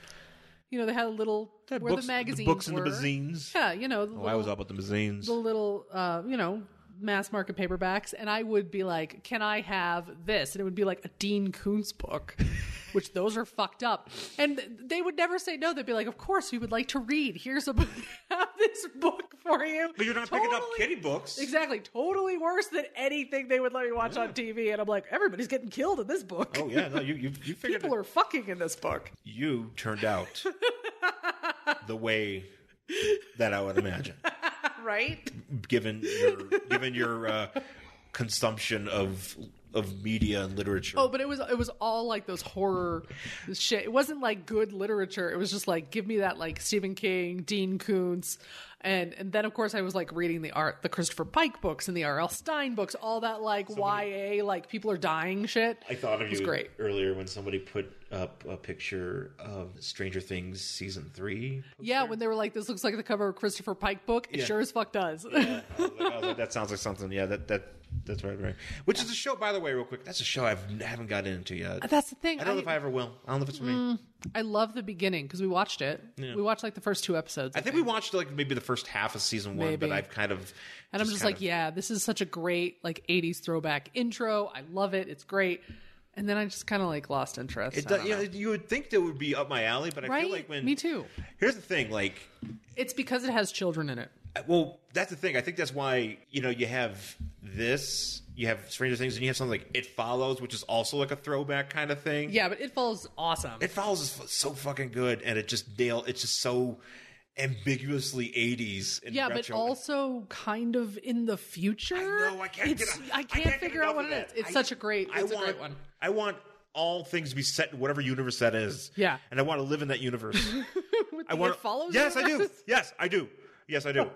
[SPEAKER 1] You know, they had a little, where
[SPEAKER 2] books,
[SPEAKER 1] the magazines
[SPEAKER 2] books and
[SPEAKER 1] were.
[SPEAKER 2] the magazines.
[SPEAKER 1] Yeah, you know, the
[SPEAKER 2] Oh, I was
[SPEAKER 1] little-
[SPEAKER 2] up with the magazines.
[SPEAKER 1] the little uh, you know mass market paperbacks and i would be like can i have this and it would be like a dean koontz book which those are fucked up and th- they would never say no they'd be like of course we would like to read here's a have this book for you
[SPEAKER 2] But you're not picking up
[SPEAKER 1] Totally-
[SPEAKER 2] kitty books.
[SPEAKER 1] exactly totally worse than anything they would let me watch on tv and i'm like everybody's getting killed in this book
[SPEAKER 2] Oh yeah, no, you you, you figured
[SPEAKER 1] people
[SPEAKER 2] it.
[SPEAKER 1] are fucking in this book
[SPEAKER 2] you turned out the way that I would imagine,
[SPEAKER 1] right
[SPEAKER 2] given your given your uh, consumption of of media and literature.
[SPEAKER 1] Oh, but it was it was all like those horror shit. It wasn't like good literature. It was just like give me that like Stephen King, Dean Koontz, and and then of course I was like reading the art the Christopher Pike books and the R.L. Stein books, all that like YA like people are dying shit.
[SPEAKER 2] I thought of
[SPEAKER 1] It was
[SPEAKER 2] you
[SPEAKER 1] great.
[SPEAKER 2] earlier when somebody put up a picture of Stranger Things season three.
[SPEAKER 1] Yeah, when they were like, "This looks like the cover of a Christopher Pike book," it
[SPEAKER 2] Yeah.
[SPEAKER 1] sure as fuck does.
[SPEAKER 2] I was like, I was like, that sounds like something. Yeah, that that that's right, right. Which is a show, by the way, real quick. That's a show I've I haven't gotten into yet.
[SPEAKER 1] That's the thing.
[SPEAKER 2] I don't know if I ever will. I don't know if it's for me.
[SPEAKER 1] I love the beginning because we watched it. We watched like the first two episodes,
[SPEAKER 2] I think we watched like maybe the first half of season one, but
[SPEAKER 1] Maybe.
[SPEAKER 2] I've kind of
[SPEAKER 1] And I'm just
[SPEAKER 2] kind
[SPEAKER 1] like,
[SPEAKER 2] of-
[SPEAKER 1] yeah, this is such a great like 80s throwback intro. I love it. It's great. And then I just kind of like lost interest.
[SPEAKER 2] It
[SPEAKER 1] I
[SPEAKER 2] does,
[SPEAKER 1] don't
[SPEAKER 2] you,
[SPEAKER 1] know.
[SPEAKER 2] know, you would think that would be up my alley, but I
[SPEAKER 1] right?
[SPEAKER 2] feel like when
[SPEAKER 1] Me too.
[SPEAKER 2] Here's the thing, like, uh,
[SPEAKER 1] It's because it has children in it.
[SPEAKER 2] well, that's the thing. I think that's why you know you have this, you have Stranger Things, and you have something like It Follows, which is also like a throwback kind of thing.
[SPEAKER 1] Yeah, but it falls awesome.
[SPEAKER 2] It Follows is f- so fucking good, and it just nail. It's just so ambiguously 80s. And
[SPEAKER 1] yeah, but
[SPEAKER 2] retro.
[SPEAKER 1] also kind of in the future.
[SPEAKER 2] I know, I can't
[SPEAKER 1] It's-
[SPEAKER 2] get-
[SPEAKER 1] I can't,
[SPEAKER 2] get
[SPEAKER 1] figure out
[SPEAKER 2] enough
[SPEAKER 1] what
[SPEAKER 2] of
[SPEAKER 1] it is.
[SPEAKER 2] that.
[SPEAKER 1] It's
[SPEAKER 2] I-
[SPEAKER 1] such a great.
[SPEAKER 2] I
[SPEAKER 1] It's
[SPEAKER 2] want,
[SPEAKER 1] a great one.
[SPEAKER 2] I want all things to be set in whatever universe that is.
[SPEAKER 1] Yeah.
[SPEAKER 2] and I want to live in that universe. I
[SPEAKER 1] The
[SPEAKER 2] want
[SPEAKER 1] It follows.
[SPEAKER 2] Yes, I do.
[SPEAKER 1] universe?
[SPEAKER 2] Yes, I do. Yes, I do.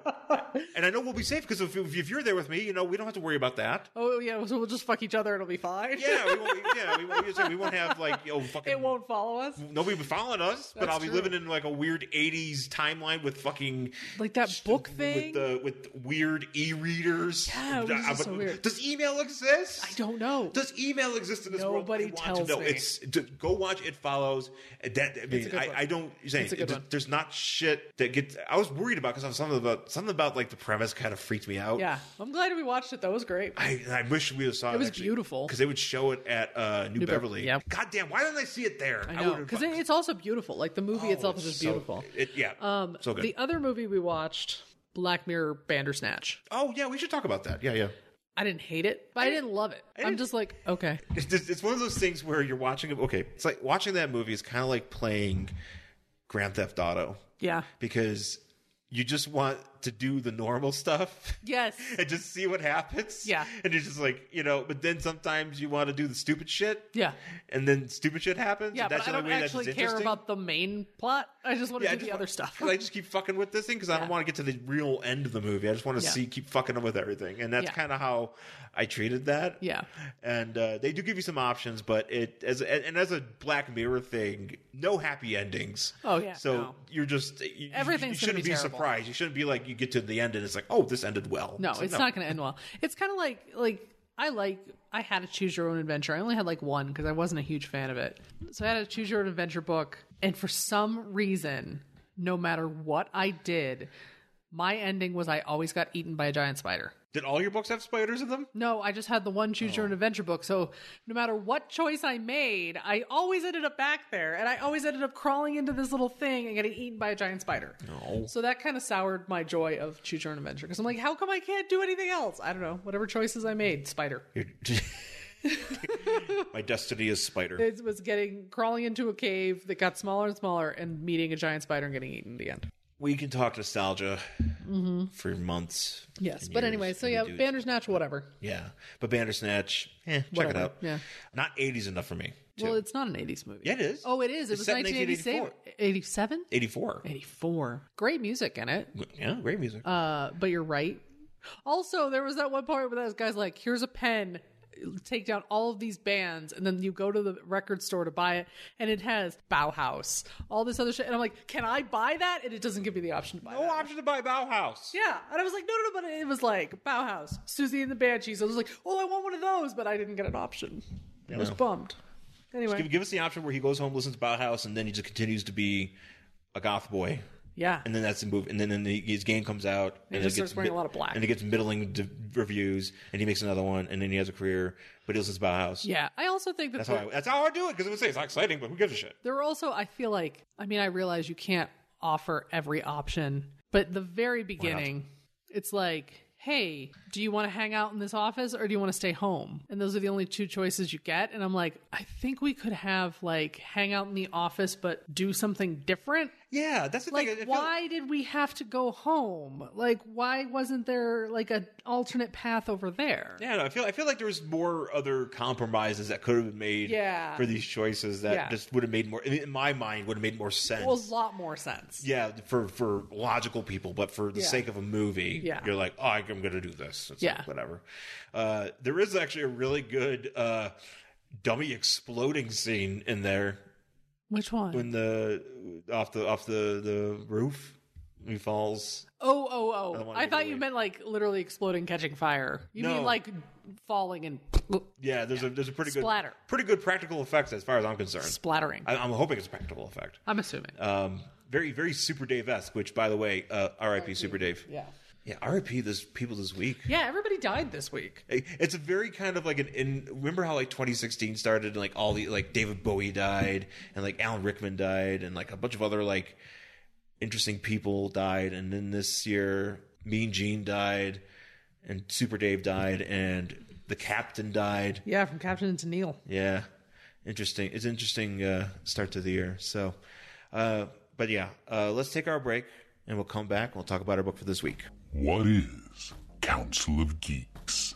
[SPEAKER 2] and I know we'll be safe because if, if you're there with me, you know we don't have to worry about that.
[SPEAKER 1] Oh yeah, so we'll just fuck each other. It'll be fine.
[SPEAKER 2] Yeah, we won't. Yeah, we won't, we won't have like you know, fucking.
[SPEAKER 1] it won't follow us.
[SPEAKER 2] Nobody will be following us, but
[SPEAKER 1] That's
[SPEAKER 2] I'll be
[SPEAKER 1] true.
[SPEAKER 2] living in like a weird '80s timeline with fucking
[SPEAKER 1] Like that book
[SPEAKER 2] with
[SPEAKER 1] thing.
[SPEAKER 2] the with weird e-readers.
[SPEAKER 1] Yeah, it was
[SPEAKER 2] Uh,
[SPEAKER 1] just
[SPEAKER 2] but
[SPEAKER 1] so weird.
[SPEAKER 2] Does email exist?
[SPEAKER 1] I don't know.
[SPEAKER 2] Does email exist in this world?
[SPEAKER 1] Nobody
[SPEAKER 2] I want
[SPEAKER 1] tells
[SPEAKER 2] to know.
[SPEAKER 1] me.
[SPEAKER 2] It's d- go watch It Follows. Uh, That I mean,
[SPEAKER 1] good
[SPEAKER 2] I,
[SPEAKER 1] one.
[SPEAKER 2] I don't say
[SPEAKER 1] It's a good one.
[SPEAKER 2] there's not shit that gets. I was worried about because something about something about like the premise kind of freaked me out.
[SPEAKER 1] Yeah, I'm glad we watched it. That was great.
[SPEAKER 2] I, I wish we saw it.
[SPEAKER 1] was beautiful.
[SPEAKER 2] because they would show it at uh, New,
[SPEAKER 1] New Be-
[SPEAKER 2] Beverly.
[SPEAKER 1] yeah.
[SPEAKER 2] Goddamn, why didn't I see it there?
[SPEAKER 1] I know
[SPEAKER 2] would've-
[SPEAKER 1] because it's also beautiful. Like the movie
[SPEAKER 2] Oh,
[SPEAKER 1] itself is
[SPEAKER 2] it's
[SPEAKER 1] just
[SPEAKER 2] so-
[SPEAKER 1] beautiful.
[SPEAKER 2] It, yeah,
[SPEAKER 1] Um,
[SPEAKER 2] so good.
[SPEAKER 1] The other movie we watched, Black Mirror Bandersnatch.
[SPEAKER 2] oh yeah, we should talk about that. Yeah, yeah.
[SPEAKER 1] I didn't hate it, but I, didn't love it. I'm
[SPEAKER 2] didn't-
[SPEAKER 1] just like, okay,
[SPEAKER 2] It's, just, it's one of those things where you're watching it. Okay, it's like watching that movie is kind of like playing Grand Theft Auto.
[SPEAKER 1] yeah,
[SPEAKER 2] because you just want to do the normal stuff
[SPEAKER 1] yes,
[SPEAKER 2] and just see what happens.
[SPEAKER 1] Yeah.
[SPEAKER 2] And you're just like, you know, but then sometimes you want to do the stupid shit.
[SPEAKER 1] yeah,
[SPEAKER 2] And then stupid shit happens.
[SPEAKER 1] yeah.
[SPEAKER 2] and that's
[SPEAKER 1] But I
[SPEAKER 2] the only
[SPEAKER 1] don't
[SPEAKER 2] way that
[SPEAKER 1] actually
[SPEAKER 2] it's
[SPEAKER 1] care
[SPEAKER 2] interesting.
[SPEAKER 1] about the main plot. I just want to
[SPEAKER 2] I
[SPEAKER 1] do
[SPEAKER 2] just
[SPEAKER 1] the
[SPEAKER 2] want-
[SPEAKER 1] other stuff.
[SPEAKER 2] 'cause I just keep fucking with this thing because I don't
[SPEAKER 1] Yeah.
[SPEAKER 2] want to get to the real end of the movie. I just want to
[SPEAKER 1] Yeah.
[SPEAKER 2] see keep fucking with everything, and that's
[SPEAKER 1] Yeah.
[SPEAKER 2] kind of how I treated that.
[SPEAKER 1] Yeah.
[SPEAKER 2] and uh, they do give you some options, but it as and and as a Black Mirror thing, no happy endings.
[SPEAKER 1] Oh, yeah,
[SPEAKER 2] so
[SPEAKER 1] no.
[SPEAKER 2] you're just you,
[SPEAKER 1] Everything's
[SPEAKER 2] You
[SPEAKER 1] gonna
[SPEAKER 2] shouldn't
[SPEAKER 1] be
[SPEAKER 2] be,
[SPEAKER 1] terrible.
[SPEAKER 2] surprised. You shouldn't be like you get to the end and it's like, oh, this ended well.
[SPEAKER 1] No,
[SPEAKER 2] like,
[SPEAKER 1] it's not going to end well. It's kind of like like I like I had to choose your own adventure. I only had like one because I wasn't a huge fan of it. So I had a choose your own adventure book, and for some reason, no matter what I did, my ending was I always got eaten by a giant spider.
[SPEAKER 2] Did all your books have spiders in them?
[SPEAKER 1] No, I just had the one choose your own adventure book. So no matter what choice I made, I always ended up back there, and I always ended up crawling into this little thing and getting eaten by a giant spider.
[SPEAKER 2] No.
[SPEAKER 1] So that kind of soured my joy of choose your own adventure because I'm like, how come I can't do anything else? I don't know. Whatever choices I made, spider.
[SPEAKER 2] You're- My destiny is spider.
[SPEAKER 1] It was getting crawling into a cave that got smaller and smaller and meeting a giant spider and getting eaten at the end.
[SPEAKER 2] We can talk nostalgia for months.
[SPEAKER 1] Mm-hmm. Yes.
[SPEAKER 2] and
[SPEAKER 1] But
[SPEAKER 2] years,
[SPEAKER 1] anyway, so
[SPEAKER 2] and we
[SPEAKER 1] yeah,
[SPEAKER 2] do-
[SPEAKER 1] Bandersnatch, whatever.
[SPEAKER 2] yeah. But Bandersnatch, eh, check
[SPEAKER 1] Whatever.
[SPEAKER 2] it out.
[SPEAKER 1] Yeah.
[SPEAKER 2] Not eighties enough for me. Too.
[SPEAKER 1] Well, it's not an 80s movie.
[SPEAKER 2] yeah, it is.
[SPEAKER 1] Oh, it is. It
[SPEAKER 2] It's
[SPEAKER 1] was
[SPEAKER 2] set in
[SPEAKER 1] 1987. 87?
[SPEAKER 2] 84.
[SPEAKER 1] 84. Great music in it.
[SPEAKER 2] Yeah, great music.
[SPEAKER 1] Uh, but you're right. Also, there was that one part where that guy's like, here's a pen, take down all of these bands, and then you go to the record store to buy it, and it has Bauhaus, all this other shit. And I'm like, can I buy that? And it doesn't give me the option to buy
[SPEAKER 2] no
[SPEAKER 1] that.
[SPEAKER 2] option to buy Bauhaus.
[SPEAKER 1] Yeah. And I was like, no, no, no, but it was like Bauhaus, Susie and the Banshees. I was like, oh, I want one of those, but I didn't get an option. I was
[SPEAKER 2] No.
[SPEAKER 1] bummed. Anyway,
[SPEAKER 2] Give, give us the option where he goes home, listens to Bauhaus, and then he just continues to be a goth boy.
[SPEAKER 1] yeah.
[SPEAKER 2] And then that's the move. And then, then the, his game comes out,
[SPEAKER 1] he
[SPEAKER 2] and, it
[SPEAKER 1] just starts wearing a lot of black.
[SPEAKER 2] And he gets middling d- reviews, and he makes another one, and then he has a career, but he listens to Bauhaus.
[SPEAKER 1] yeah. I also think that
[SPEAKER 2] That's how I, that's how I do it because it would say it's not exciting, but who gives a shit?
[SPEAKER 1] There were also, I feel like, I mean, I realize you can't offer every option, but the very beginning, it's like, hey, do you want to hang out in this office or do you want to stay home? And those are the only two choices you get. And I'm like, I think we could have like hang out in the office, but do something different.
[SPEAKER 2] Yeah, that's the
[SPEAKER 1] Like,
[SPEAKER 2] thing. I- I feel-
[SPEAKER 1] why did we have to go home? Like, why wasn't there like an alternate path over there?
[SPEAKER 2] Yeah, no, I feel I feel like there was more other compromises that could have been made
[SPEAKER 1] Yeah.
[SPEAKER 2] for these choices that
[SPEAKER 1] Yeah.
[SPEAKER 2] just would have made more in my mind would have made more sense.
[SPEAKER 1] Well, a lot more sense.
[SPEAKER 2] yeah, for for logical people, but for the
[SPEAKER 1] Yeah.
[SPEAKER 2] sake of a movie,
[SPEAKER 1] Yeah.
[SPEAKER 2] you're like, oh, I'm gonna do this. It's
[SPEAKER 1] Yeah.
[SPEAKER 2] like, whatever. Uh, there is actually a really good uh, dummy exploding scene in there
[SPEAKER 1] Which one?
[SPEAKER 2] when the off the off the the roof he falls.
[SPEAKER 1] Oh, oh, oh.
[SPEAKER 2] wanna
[SPEAKER 1] I
[SPEAKER 2] give it
[SPEAKER 1] thought you
[SPEAKER 2] away.
[SPEAKER 1] meant like literally exploding, catching fire. You
[SPEAKER 2] No.
[SPEAKER 1] mean like falling and
[SPEAKER 2] Yeah, there's a there's a pretty
[SPEAKER 1] Splatter.
[SPEAKER 2] good pretty good practical effects as far as I'm concerned.
[SPEAKER 1] splattering. I,
[SPEAKER 2] I, I'm hoping it's a practical effect.
[SPEAKER 1] am assuming.
[SPEAKER 2] Um, very, very Super Dave esque. Which, by the way, uh, R.I.P. Super Dave.
[SPEAKER 1] yeah.
[SPEAKER 2] Yeah, R.I.P. This people this week.
[SPEAKER 1] Yeah, everybody died this week.
[SPEAKER 2] It's a very kind of like an. In, remember how like 2016 started and like all the like David Bowie died and like Alan Rickman died and like a bunch of other like interesting people died and then this year Mean Gene died and Super Dave died and the Captain died.
[SPEAKER 1] Yeah, from Captain to Neil.
[SPEAKER 2] Yeah, interesting. It's interesting uh, start to the year. So, uh, but yeah, uh, let's take our break and we'll come back. and We'll talk about our book for this week.
[SPEAKER 3] What is Council of Geeks?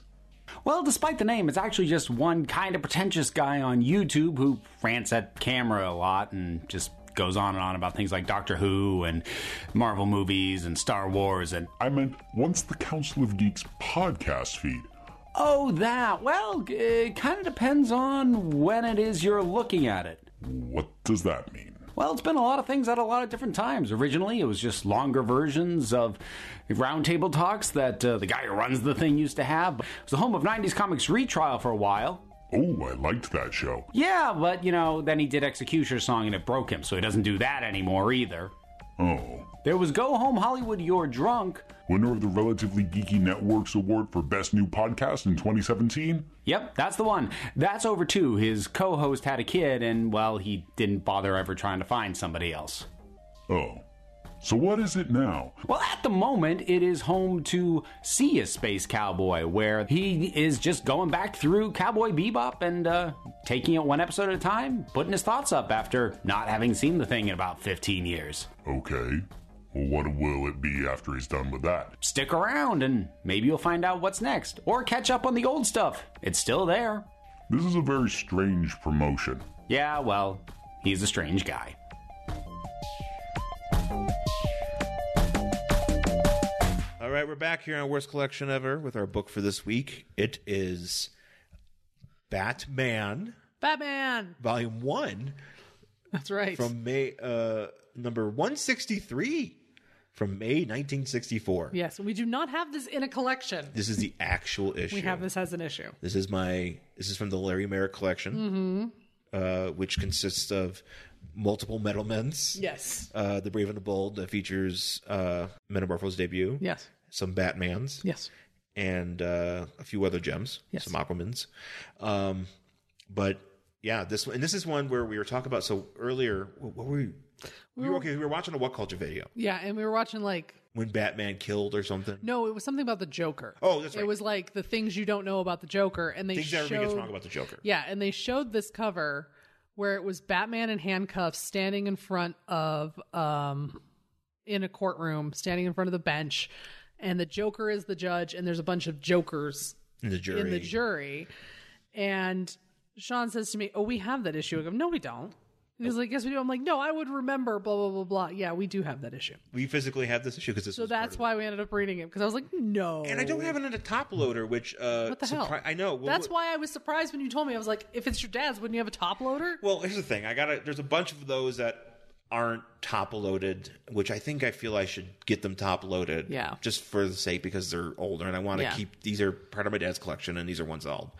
[SPEAKER 4] Well, despite the name, it's actually just one kind of pretentious guy on YouTube who rants at camera a lot and just goes on and on about things like Doctor Who and Marvel movies and Star Wars and
[SPEAKER 3] I meant once the Council of Geeks podcast feed.
[SPEAKER 4] oh that. Well, it kind of depends on when it is you're looking at it.
[SPEAKER 3] What does that mean?
[SPEAKER 4] Well, it's been a lot of things at a lot of different times. Originally, it was just longer versions of roundtable talks that uh, the guy who runs the thing used to have. It was the home of 90s comics retrial for a while.
[SPEAKER 3] Oh, I liked that show.
[SPEAKER 4] Yeah, but you know, then he did Executioner's song and it broke him, so he doesn't do that anymore either.
[SPEAKER 3] Oh.
[SPEAKER 4] There was Go Home Hollywood You're Drunk.
[SPEAKER 3] Winner of the Relatively Geeky Network's award for Best New Podcast in 2017?
[SPEAKER 4] Yep, that's the one. That's over too. His co host had a kid, and well, he didn't bother ever trying to find somebody else.
[SPEAKER 3] Oh. So what is it now?
[SPEAKER 4] Well, at the moment, it is home to See a Space Cowboy, where he is just going back through Cowboy Bebop and uh, taking it one episode at a time, putting his thoughts up after not having seen the thing in about 15 years.
[SPEAKER 3] Okay. Well, what will it be after he's done with that?
[SPEAKER 4] Stick around and maybe you'll find out what's next or catch up on the old stuff. It's still there.
[SPEAKER 3] This is a very strange promotion.
[SPEAKER 4] Yeah, well, he's a strange guy.
[SPEAKER 2] All right, we're back here on Worst Collection Ever with our book for this week. It is Batman,
[SPEAKER 1] Batman.
[SPEAKER 2] Volume One
[SPEAKER 1] That's right.
[SPEAKER 2] from May uh, number one sixty three from May nineteen sixty four.
[SPEAKER 1] yes, we do not have this in a collection.
[SPEAKER 2] This is the actual issue.
[SPEAKER 1] We have this as an issue.
[SPEAKER 2] This is my this is from the Larry Merrick collection,
[SPEAKER 1] Mm-hmm.
[SPEAKER 2] uh, which consists of multiple Metal Men's.
[SPEAKER 1] Yes.
[SPEAKER 2] Uh, the Brave and the Bold that features uh, Metamorpho's debut,
[SPEAKER 1] Yes.
[SPEAKER 2] some Batman's,
[SPEAKER 1] Yes.
[SPEAKER 2] and uh, a few other gems,
[SPEAKER 1] Yes.
[SPEAKER 2] some Aquaman's. Um, but yeah, this and this is one where we were talking about. So earlier, what, what were we? We were okay. We were watching a what culture video.
[SPEAKER 1] Yeah, and we were watching like
[SPEAKER 2] when Batman killed or something.
[SPEAKER 1] No, it was something about the Joker.
[SPEAKER 2] Oh, that's right.
[SPEAKER 1] It was like the things you don't know about the Joker, and they
[SPEAKER 2] Things
[SPEAKER 1] showed,
[SPEAKER 2] everybody gets wrong about the Joker.
[SPEAKER 1] Yeah, and they showed this cover where it was Batman in handcuffs standing in front of um in a courtroom, standing in front of the bench, and the Joker is the judge, and there's a bunch of Jokers
[SPEAKER 2] In the jury.
[SPEAKER 1] in the jury. And Sean says to me, Oh, we have that issue. I go, No, we don't. And he's like, Yes, we do. I'm like, No, I would remember, blah, blah, blah, blah. Yeah, we do have that issue.
[SPEAKER 2] we physically have this issue because this
[SPEAKER 1] So
[SPEAKER 2] was part
[SPEAKER 1] that's
[SPEAKER 2] of it.
[SPEAKER 1] why we ended up reading it because I was like, No.
[SPEAKER 2] And I don't have it in a top loader, which uh,
[SPEAKER 1] What the hell?
[SPEAKER 2] surpri- I know. Well,
[SPEAKER 1] That's
[SPEAKER 2] what-
[SPEAKER 1] why I was surprised when you told me. I was like, if it's your dad's, wouldn't you have a top loader?
[SPEAKER 2] Well, here's the thing. I got there's a bunch of those that aren't top loaded, which I think I feel I should get them top loaded.
[SPEAKER 1] Yeah.
[SPEAKER 2] Just for the sake because they're older and I want to
[SPEAKER 1] Yeah.
[SPEAKER 2] keep these are part of my dad's collection and these are ones I'll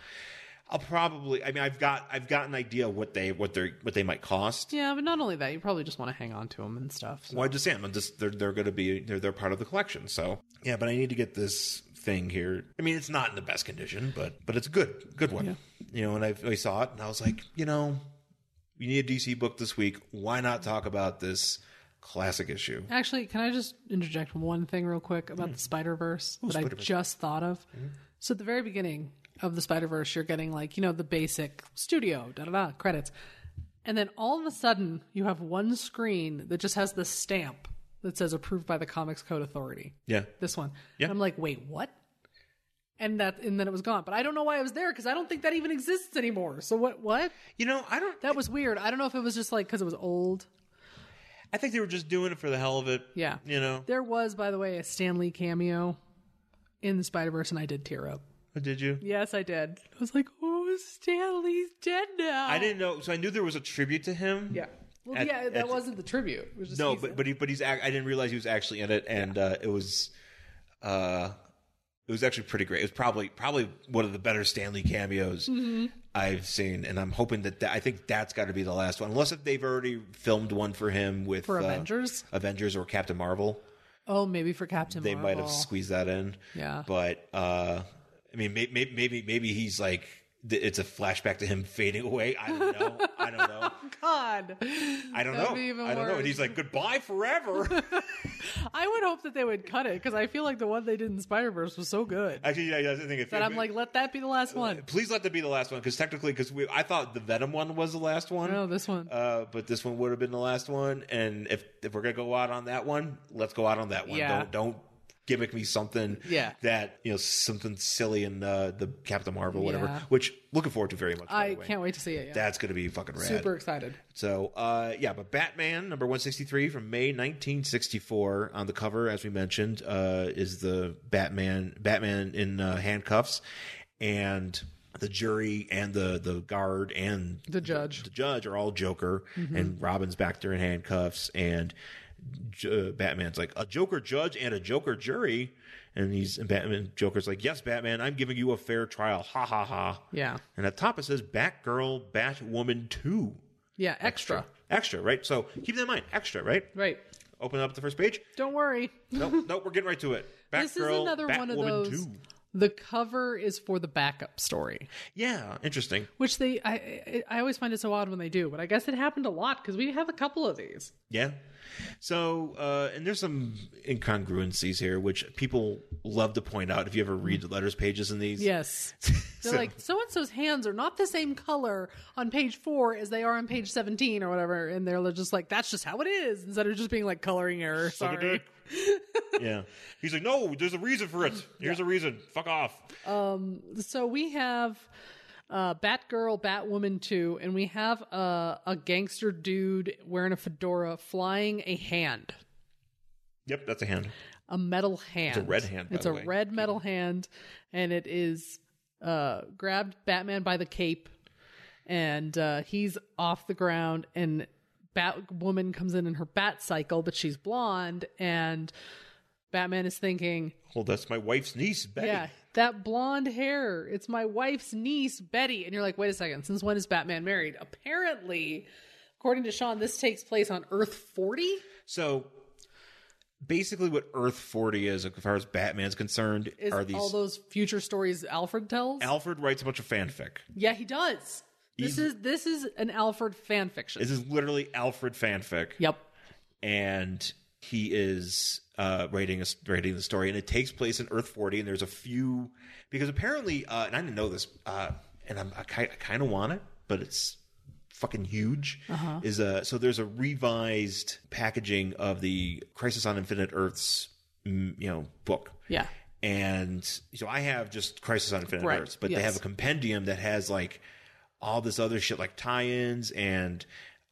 [SPEAKER 2] I'll probably I mean I've got I've got an idea what they what they are what they might cost.
[SPEAKER 1] yeah, but not only that, you probably just want to hang on to them and stuff. so-
[SPEAKER 2] Well, I just am. I'm just they're they're going to be they're they're part of the collection. So yeah, but I need to get this thing here. I mean, it's not in the best condition, but but it's a good good one. You know, and I, I saw it and I was like, you know, we need a DC book this week. Why not talk about this classic issue?
[SPEAKER 1] Actually, can I just interject one thing real quick about the Spider Verse that I just thought of? So at the very beginning of the Spider Verse, you're getting like you know the basic studio da da da credits, and then all of a sudden you have one screen that just has the stamp that says approved by the Comics Code Authority.
[SPEAKER 2] Yeah,
[SPEAKER 1] This one.
[SPEAKER 2] Yeah.
[SPEAKER 1] And I'm like, wait, what? And that and then it was gone. But I don't know why I was there because I don't think that even exists anymore. So what? What?
[SPEAKER 2] you know, I don't.
[SPEAKER 1] That was weird. I don't know if it was just like because it was old.
[SPEAKER 2] I think they were just doing it for the hell of it.
[SPEAKER 1] Yeah.
[SPEAKER 2] You know,
[SPEAKER 1] There was, by the way, a Stanley cameo in the Spider Verse, and I did tear up.
[SPEAKER 2] did you?
[SPEAKER 1] Yes, I did. I was like, "Oh, Stanley's dead now."
[SPEAKER 2] I didn't know, so I knew there was a tribute to him.
[SPEAKER 1] Yeah. Well,
[SPEAKER 2] At-
[SPEAKER 1] yeah, that
[SPEAKER 2] at-
[SPEAKER 1] wasn't the tribute. It was just
[SPEAKER 2] No,
[SPEAKER 1] he's-
[SPEAKER 2] but but he, but he's. ac- I didn't realize he was actually in it, and uh, it was, uh, it was actually pretty great. It was probably probably one of the better Stanley cameos
[SPEAKER 1] Mm-hmm.
[SPEAKER 2] I've seen, and I'm hoping that, that I think that's got to be the last one, unless if they've already filmed one for him with
[SPEAKER 1] for
[SPEAKER 2] uh,
[SPEAKER 1] Avengers.
[SPEAKER 2] Avengers or Captain Marvel.
[SPEAKER 1] Oh, maybe for Captain.
[SPEAKER 2] They might have
[SPEAKER 1] Marvel.
[SPEAKER 2] squeezed that in.
[SPEAKER 1] Yeah.
[SPEAKER 2] but uh, I mean, maybe maybe maybe, maybe he's like. th- It's a flashback to him fading away. I don't know. I don't know.
[SPEAKER 1] God,
[SPEAKER 2] I don't
[SPEAKER 1] That'd
[SPEAKER 2] know.
[SPEAKER 1] be even
[SPEAKER 2] I don't know. And
[SPEAKER 1] worse.
[SPEAKER 2] he's like, "Goodbye forever."
[SPEAKER 1] I would hope that they would cut it because I feel like the one they did in Spider Verse was so good
[SPEAKER 2] Actually, yeah, yeah, I think if
[SPEAKER 1] that I'm like, let that be the last one.
[SPEAKER 2] please let that be the last one because technically, because I thought the Venom one was the last one.
[SPEAKER 1] No, Oh, this one.
[SPEAKER 2] Uh, but this one would have been the last one, and if if we're gonna go out on that one, let's go out on that one.
[SPEAKER 1] Yeah.
[SPEAKER 2] Don't don't gimmick me something.
[SPEAKER 1] Yeah.
[SPEAKER 2] That you know something silly in uh, the Captain Marvel, whatever.
[SPEAKER 1] Yeah.
[SPEAKER 2] Which looking forward to very much. by
[SPEAKER 1] I
[SPEAKER 2] the way.
[SPEAKER 1] can't wait to see it. Yeah.
[SPEAKER 2] That's gonna be fucking rad.
[SPEAKER 1] Super excited.
[SPEAKER 2] So, uh, yeah, but Batman number 163 from May 1964 on the cover, as we mentioned, uh, is the Batman Batman in uh, handcuffs, and the jury and the the guard and
[SPEAKER 1] The judge. Mm-hmm.
[SPEAKER 2] the judge are all Joker, and Robin's back there in handcuffs, and J- uh, Batman's like a Joker judge and a Joker jury, and he's and Batman Joker's like, yes, Batman, I'm giving you a fair trial, ha ha ha.
[SPEAKER 1] Yeah.
[SPEAKER 2] And at the top it says Batgirl, Batwoman two
[SPEAKER 1] Yeah. Extra.
[SPEAKER 2] extra, right? So keep that in mind. Extra, right?
[SPEAKER 1] Right.
[SPEAKER 2] Open up the first page.
[SPEAKER 1] Don't worry.
[SPEAKER 2] Nope, nope, we're getting right to it. Batgirl,
[SPEAKER 1] This is another one of
[SPEAKER 2] Batwoman
[SPEAKER 1] those.
[SPEAKER 2] 2.
[SPEAKER 1] The cover is for the backup story,
[SPEAKER 2] Yeah, interesting.
[SPEAKER 1] which they I I I always find it so odd when they do, but I guess it happened a lot because we have a couple of these.
[SPEAKER 2] Yeah. So, uh, and there's some incongruencies here, which people love to point out if you ever read the letters pages in these.
[SPEAKER 1] Yes, they're
[SPEAKER 2] So-
[SPEAKER 1] like so and so's hands are not the same color on page four as they are on page seventeen or whatever, and they're just like that's just how it is instead of just being like coloring error.
[SPEAKER 2] Suck a
[SPEAKER 1] Sorry.
[SPEAKER 2] dick. yeah. He's like, no, there's a reason for it. Here's a reason. Fuck off.
[SPEAKER 1] So we have uh, Batgirl, Batwoman two, and we have uh, a gangster dude wearing a fedora flying a hand.
[SPEAKER 2] Yep, that's a hand.
[SPEAKER 1] a metal hand.
[SPEAKER 2] a red hand, by
[SPEAKER 1] it's
[SPEAKER 2] the
[SPEAKER 1] a
[SPEAKER 2] way.
[SPEAKER 1] red metal hand, and it is uh, grabbed Batman by the cape, and uh, he's off the ground. And Batwoman comes in in her bat cycle, but she's blonde, and Batman is thinking,
[SPEAKER 2] Well, that's my wife's niece, Betty.
[SPEAKER 1] "Yeah, that blonde hair. It's my wife's niece, Betty." And you're like, "Wait a second. Since when is Batman married?" Apparently. According to Sean, this takes place on Earth 40?
[SPEAKER 2] So basically, what Earth 40 is, as far as Batman's concerned,
[SPEAKER 1] Is
[SPEAKER 2] are these.
[SPEAKER 1] all those future stories Alfred tells?
[SPEAKER 2] Alfred writes a bunch of fanfic.
[SPEAKER 1] Yeah, he does. This is this is an Alfred fan fiction.
[SPEAKER 2] This is literally Alfred fanfic,
[SPEAKER 1] yep.
[SPEAKER 2] and he is uh, writing a, writing the story, and it takes place in Earth forty. And there's a few because apparently, uh, and I didn't know this, uh, and I'm, I, ki- I kind of want it, but it's fucking huge. Is a so there's a revised packaging of the Crisis on Infinite Earths, mm, you know, book.
[SPEAKER 1] Yeah.
[SPEAKER 2] And so I have just Crisis on Infinite
[SPEAKER 1] Right,
[SPEAKER 2] Earths, but
[SPEAKER 1] yes.
[SPEAKER 2] they have a compendium that has like all this other shit, like tie-ins and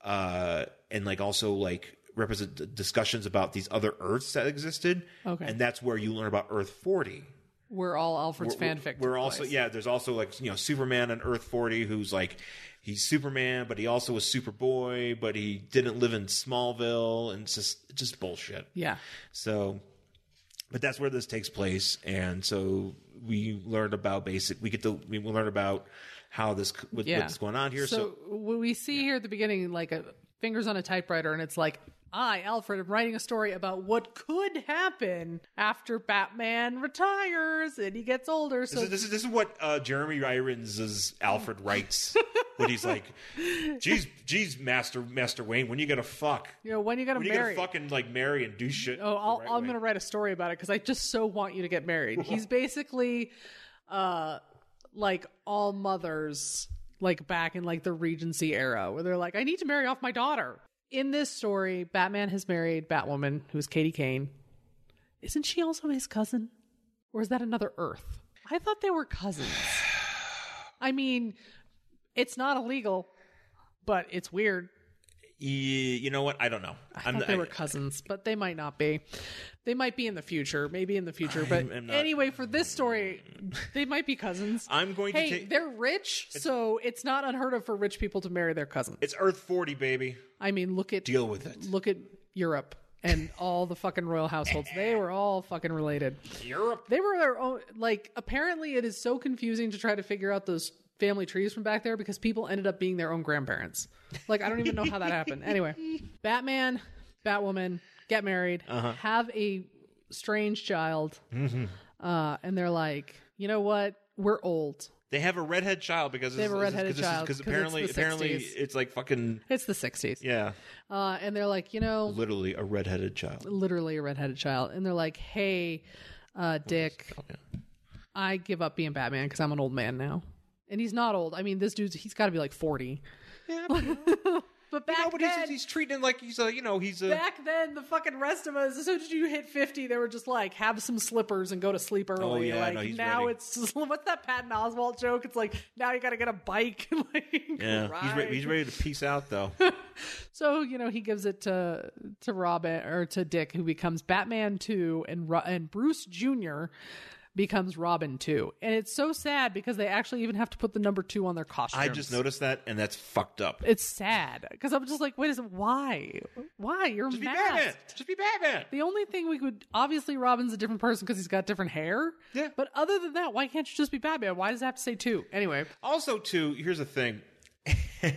[SPEAKER 2] uh and like also like represent d- discussions about these other Earths that existed.
[SPEAKER 1] Okay.
[SPEAKER 2] and that's where you learn about Earth forty.
[SPEAKER 1] We're all Alfred's
[SPEAKER 2] We're-
[SPEAKER 1] fanfic.
[SPEAKER 2] We're
[SPEAKER 1] took
[SPEAKER 2] also
[SPEAKER 1] place.
[SPEAKER 2] yeah. There's also like you know Superman on Earth forty, who's like he's Superman, but he also was Superboy, but he didn't live in Smallville, and it's just just bullshit.
[SPEAKER 1] yeah.
[SPEAKER 2] So, but that's where this takes place, and so we learned about basic. We get to we will learn about how this c- what,
[SPEAKER 1] Yeah.
[SPEAKER 2] what's going on here. So,
[SPEAKER 1] So, what we see here at the beginning, like a fingers on a typewriter, and it's like, I, Alfred, am writing a story about what could happen after Batman retires and he gets older. So
[SPEAKER 2] this, is, this is this is what uh, Jeremy Irons' Alfred writes when he's like, "Geez, geez, Master Master Wayne, when you gonna fuck?
[SPEAKER 1] you know, when you gonna
[SPEAKER 2] When you
[SPEAKER 1] marry?
[SPEAKER 2] gonna fucking like marry and do shit?"
[SPEAKER 1] oh,
[SPEAKER 2] the
[SPEAKER 1] I'll,
[SPEAKER 2] right
[SPEAKER 1] I'm
[SPEAKER 2] way?"
[SPEAKER 1] gonna write a story about it because I just so want you to get married. He's basically, uh, like all mothers, like back in like the Regency era, where they're like, I need to marry off my daughter. In this story, Batman has married Batwoman, who's Katie Kane. Isn't she also his cousin, or is that another Earth? I thought they were cousins. I mean, it's not illegal, but it's weird.
[SPEAKER 2] Ye- E, you know what? I don't know.
[SPEAKER 1] I thought
[SPEAKER 2] not-
[SPEAKER 1] they were cousins, but they might not be. They might be in the future, maybe in the future. But
[SPEAKER 2] I'm not-
[SPEAKER 1] anyway, for this story, they might be cousins.
[SPEAKER 2] I'm going to
[SPEAKER 1] hey,
[SPEAKER 2] take-
[SPEAKER 1] they're rich, so it's not unheard of for rich people to marry their cousin.
[SPEAKER 2] it's Earth forty, baby.
[SPEAKER 1] I mean, look at
[SPEAKER 2] Deal with it.
[SPEAKER 1] look at Europe and all the fucking royal households. They were all fucking related.
[SPEAKER 2] Europe.
[SPEAKER 1] They were their own. Like apparently, it is so confusing to try to figure out those family trees from back there because people ended up being their own grandparents. Like I don't even know how that happened. Anyway, Batman, Batwoman get married,
[SPEAKER 2] Uh-huh.
[SPEAKER 1] have a strange child,
[SPEAKER 2] Mm-hmm.
[SPEAKER 1] uh, and they're like, you know what? We're old.
[SPEAKER 2] They have a redhead child because they
[SPEAKER 1] have a redheaded child,
[SPEAKER 2] because
[SPEAKER 1] 'cause it's
[SPEAKER 2] apparently
[SPEAKER 1] the
[SPEAKER 2] apparently
[SPEAKER 1] 60s.
[SPEAKER 2] it's like fucking
[SPEAKER 1] It's the '60s,
[SPEAKER 2] yeah.
[SPEAKER 1] uh, and they're like, you know,
[SPEAKER 2] literally a redheaded child.
[SPEAKER 1] literally a redheaded child, and they're like, hey, uh, Dick, I give up being Batman because I'm an old man now. And he's not old. I mean, this dude's he's got to be like 40. but back
[SPEAKER 2] No, but
[SPEAKER 1] then,
[SPEAKER 2] he's, he's treating him like he's a, you know, he's a.
[SPEAKER 1] back then, the fucking rest of us, as soon as you hit 50, they were just like, have some slippers and go to sleep early.
[SPEAKER 2] Oh, yeah,
[SPEAKER 1] like
[SPEAKER 2] no, he's
[SPEAKER 1] now
[SPEAKER 2] ready.
[SPEAKER 1] it's just, what's that Patton Oswald joke? It's like now you got to get a bike. And like,
[SPEAKER 2] yeah, he's,
[SPEAKER 1] ride.
[SPEAKER 2] re- he's ready to peace out though.
[SPEAKER 1] So you know he gives it to to Robin or to Dick, who becomes Batman two, and Ro- and Bruce Junior becomes Robin two, and it's so sad because they actually even have to put the number two on their costume.
[SPEAKER 2] I just noticed that, and that's fucked up.
[SPEAKER 1] it's sad because I'm just like, wait a second, why, why you're
[SPEAKER 2] Just be Batman.
[SPEAKER 1] masked?
[SPEAKER 2] Just be Batman.
[SPEAKER 1] The only thing we could obviously Robin's a different person because he's got different hair.
[SPEAKER 2] Yeah.
[SPEAKER 1] But other than that, why can't you just be Batman? Why does it have to say two? Anyway,
[SPEAKER 2] Also, too, here's the thing.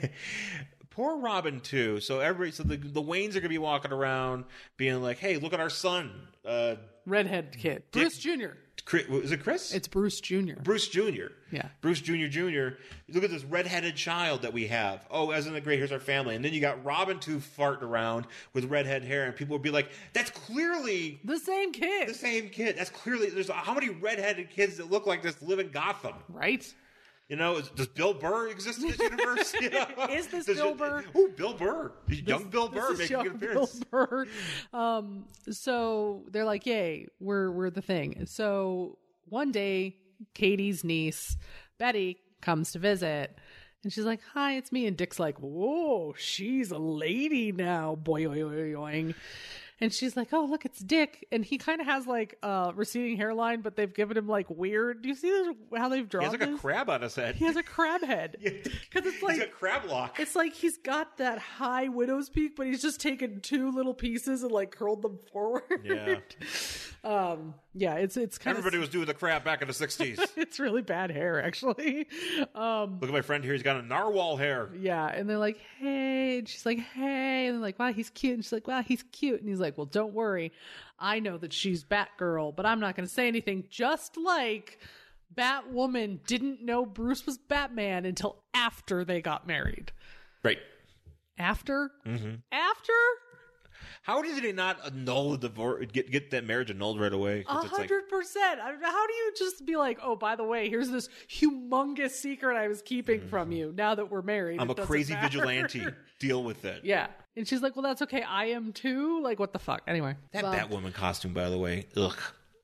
[SPEAKER 2] Poor Robin too. So every so the the Waynes are gonna be walking around being like, "Hey, look at our son." Uh,
[SPEAKER 1] redhead kid, Bruce Junior.
[SPEAKER 2] Chris, is it Chris?
[SPEAKER 1] It's Bruce Junior.
[SPEAKER 2] Bruce Jr.
[SPEAKER 1] Yeah.
[SPEAKER 2] Bruce Jr. Jr. Look at this redheaded child that we have. Oh, isn't it great? Here's our family. And then you got Robin Two farting around with redhead hair, and people would be like, that's clearly
[SPEAKER 1] The same kid,
[SPEAKER 2] the same kid. That's clearly, there's how many redheaded kids that look like this live in Gotham?
[SPEAKER 1] right?
[SPEAKER 2] You know, is, does Bill Burr exist in this universe? You know?
[SPEAKER 1] Is this
[SPEAKER 2] Does
[SPEAKER 1] Bill
[SPEAKER 2] it-
[SPEAKER 1] Burr?
[SPEAKER 2] Ooh, Bill Burr. young Bill
[SPEAKER 1] This
[SPEAKER 2] Burr
[SPEAKER 1] is
[SPEAKER 2] making an
[SPEAKER 1] young Bill
[SPEAKER 2] appearance.
[SPEAKER 1] Burr. Um, so they're like, "Yay, we're we're the thing." So one day, Katie's niece Betty comes to visit, and she's like, "Hi, it's me." And Dick's like, "Whoa, she's a lady now, boy, boy, boy, boy." And she's like, "Oh, look, it's Dick," and he kind of has like uh, receding hairline, but they've given him like weird. Do you see this, how they've drawn?
[SPEAKER 2] He has like a
[SPEAKER 1] this?
[SPEAKER 2] crab on his head.
[SPEAKER 1] He has a crab head because it's
[SPEAKER 2] He's
[SPEAKER 1] like
[SPEAKER 2] got crab lock.
[SPEAKER 1] it's like he's got that high widow's peak, but he's just taken two little pieces and like curled them forward.
[SPEAKER 2] Yeah.
[SPEAKER 1] Um. Yeah. It's it's kind
[SPEAKER 2] Everybody
[SPEAKER 1] of
[SPEAKER 2] was doing the crab back in the 60s.
[SPEAKER 1] it's really bad hair actually. Um.
[SPEAKER 2] Look at my friend here. He's got a narwhal hair.
[SPEAKER 1] Yeah. And they're like, hey. And she's like, hey. And they're like, wow, he's cute. And she's like, wow, he's cute. And he's like, well, don't worry. I know that she's Batgirl, but I'm not going to say anything. Just like. Batwoman didn't know Bruce was Batman until after they got married.
[SPEAKER 2] Right.
[SPEAKER 1] After? After?
[SPEAKER 2] How did they not annul the divorce? Get get that marriage annulled right away?
[SPEAKER 1] A
[SPEAKER 2] 'Cause it's like-
[SPEAKER 1] hundred percent. I mean, How do you just be like, oh, by the way, here's this humongous secret I was keeping from you. Now that we're married,
[SPEAKER 2] Mm-hmm. I'm
[SPEAKER 1] it
[SPEAKER 2] a
[SPEAKER 1] doesn't
[SPEAKER 2] crazy
[SPEAKER 1] matter."
[SPEAKER 2] vigilante. Deal with it.
[SPEAKER 1] Yeah, and she's like, well, that's okay. I am too. Like, what the fuck? Anyway,
[SPEAKER 2] That
[SPEAKER 1] Well,
[SPEAKER 2] Batwoman costume, by the way. Ugh.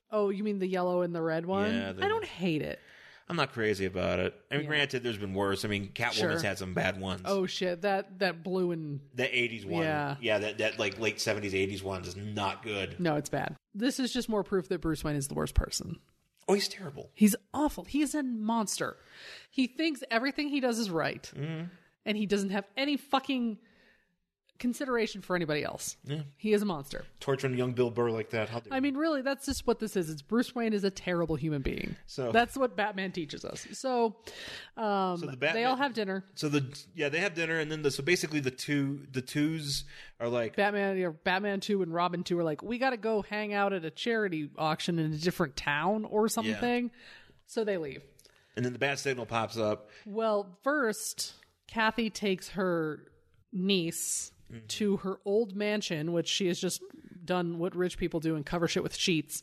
[SPEAKER 1] Oh, you mean the yellow and the red one?
[SPEAKER 2] Yeah, the-
[SPEAKER 1] I don't hate it.
[SPEAKER 2] I'm not crazy about it. I mean, granted, there's been worse. I mean, Catwoman's
[SPEAKER 1] Sure.
[SPEAKER 2] had some bad ones.
[SPEAKER 1] Oh shit, that that blue and
[SPEAKER 2] That 80s one.
[SPEAKER 1] Yeah.
[SPEAKER 2] that, that like late 70s, 80s one is not good.
[SPEAKER 1] no, it's bad. This is just more proof that Bruce Wayne is the worst person.
[SPEAKER 2] Oh, he's terrible.
[SPEAKER 1] He's awful. He's a monster. He thinks everything he does is right.
[SPEAKER 2] Mm-hmm.
[SPEAKER 1] And he doesn't have any fucking consideration for anybody else. He is a monster.
[SPEAKER 2] Torturing young Bill Burr like that. How dare
[SPEAKER 1] I mean, really, that's just what this is. It's Bruce Wayne is a terrible human being.
[SPEAKER 2] So-
[SPEAKER 1] that's what Batman teaches us. So, um,
[SPEAKER 2] the
[SPEAKER 1] they all
[SPEAKER 2] Batman-
[SPEAKER 1] have dinner.
[SPEAKER 2] so the yeah they have dinner and then the so basically the two the twos are like
[SPEAKER 1] Batman, you know, Batman Two and Robin Two are like, we got to go hang out at a charity auction in a different town or something. So they leave.
[SPEAKER 2] and then the bat signal pops up
[SPEAKER 1] Well, first, Kathy takes her niece to her old mansion, which she has just done what rich people do and cover shit with sheets.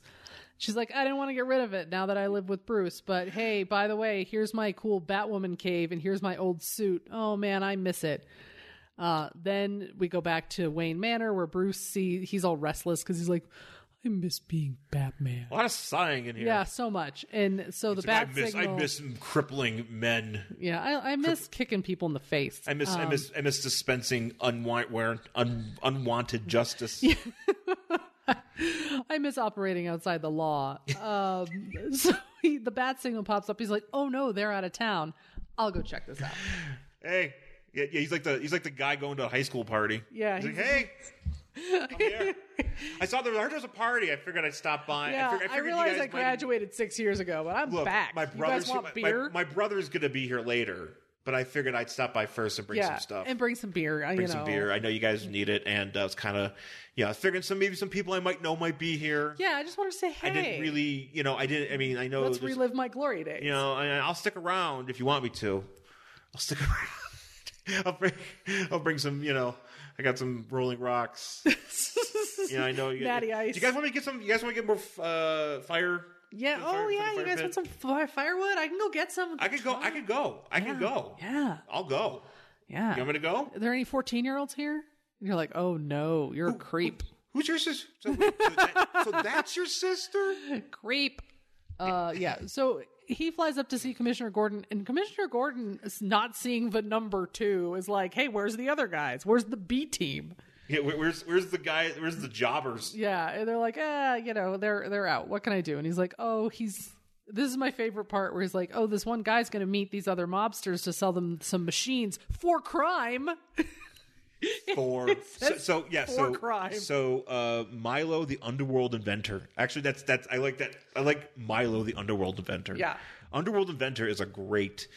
[SPEAKER 1] She's like, I didn't want to get rid of it now that I live with Bruce, but hey, by the way, here's my cool Batwoman cave and here's my old suit. Oh man, I miss it. Uh, then we go back to Wayne Manor where Bruce see he's all restless because he's like, I miss being Batman.
[SPEAKER 2] a lot of sighing in here
[SPEAKER 1] Yeah, so much. And so the
[SPEAKER 2] It's Oh,
[SPEAKER 1] bat
[SPEAKER 2] like, I miss
[SPEAKER 1] signal.
[SPEAKER 2] I miss crippling men
[SPEAKER 1] yeah, I, I miss kicking people in the face.
[SPEAKER 2] I miss I miss I miss dispensing unwanted un, unwanted justice
[SPEAKER 1] I miss operating outside the law. Um, so he, the bat signal pops up. He's like, "Oh no, they're out of town. I'll go check this out."
[SPEAKER 2] hey yeah, yeah he's like the he's like the guy going to a high school party
[SPEAKER 1] Yeah,
[SPEAKER 2] he's,
[SPEAKER 1] he's-
[SPEAKER 2] like hey I'm here. I saw there, I heard there was a party. I figured I'd stop by.
[SPEAKER 1] Yeah,
[SPEAKER 2] fig-
[SPEAKER 1] I,
[SPEAKER 2] figured you
[SPEAKER 1] realize
[SPEAKER 2] guys
[SPEAKER 1] I
[SPEAKER 2] might-
[SPEAKER 1] graduated six years ago, but I'm
[SPEAKER 2] Look,
[SPEAKER 1] back.
[SPEAKER 2] My brother's
[SPEAKER 1] you guys want
[SPEAKER 2] my, my-
[SPEAKER 1] beer?
[SPEAKER 2] My, brother's gonna be here later, but I figured I'd stop by first and bring
[SPEAKER 1] yeah,
[SPEAKER 2] some stuff.
[SPEAKER 1] and bring some beer. I-
[SPEAKER 2] bring
[SPEAKER 1] you know.
[SPEAKER 2] some beer. I know you guys need it, and uh, I was kind of yeah, I was figuring some maybe some people I might know might be here.
[SPEAKER 1] Yeah, I just wanted to say, hey,
[SPEAKER 2] I didn't really, you know, I didn't. I mean, I know.
[SPEAKER 1] let's
[SPEAKER 2] there's-
[SPEAKER 1] relive my glory days.
[SPEAKER 2] You know, I, I'll stick around if you want me to. I'll stick around. I'll bring, I'll bring some. You know, I got some Rolling Rocks. You know, I know. You,
[SPEAKER 1] Natty Ice.
[SPEAKER 2] Do you guys want me to get some? You guys want to get more f- uh, fire?
[SPEAKER 1] yeah.
[SPEAKER 2] for the fire-
[SPEAKER 1] Oh
[SPEAKER 2] for the
[SPEAKER 1] yeah, you
[SPEAKER 2] fire
[SPEAKER 1] guys
[SPEAKER 2] pit?
[SPEAKER 1] want some fi- firewood? I can go get some.
[SPEAKER 2] I could go. I could go. I could go.
[SPEAKER 1] Yeah,
[SPEAKER 2] I'll go.
[SPEAKER 1] yeah.
[SPEAKER 2] You want me to go?
[SPEAKER 1] Are there any fourteen-year-olds here? And you're like, oh no, you're a creep,
[SPEAKER 2] Who's your sister? So, wait, so, that- so that's your sister?
[SPEAKER 1] creep. Uh, yeah. So he flies up to see Commissioner Gordon, and Commissioner Gordon is not seeing the number two. Is like, hey, where's the other guys? Where's the B team?
[SPEAKER 2] Yeah, where- where's where's the guy? Where's the jobbers?
[SPEAKER 1] Yeah, and they're like, ah, you know, they're they're out. What can I do? And he's like, oh, he's. This is my favorite part where he's like, oh, this one guy's going to meet these other mobsters to sell them some machines for crime.
[SPEAKER 2] For so, so yeah,
[SPEAKER 1] for
[SPEAKER 2] so
[SPEAKER 1] crime.
[SPEAKER 2] so uh, Milo the underworld inventor. Actually, that's that's I like that. I like Milo the underworld inventor.
[SPEAKER 1] Yeah.
[SPEAKER 2] underworld inventor is a great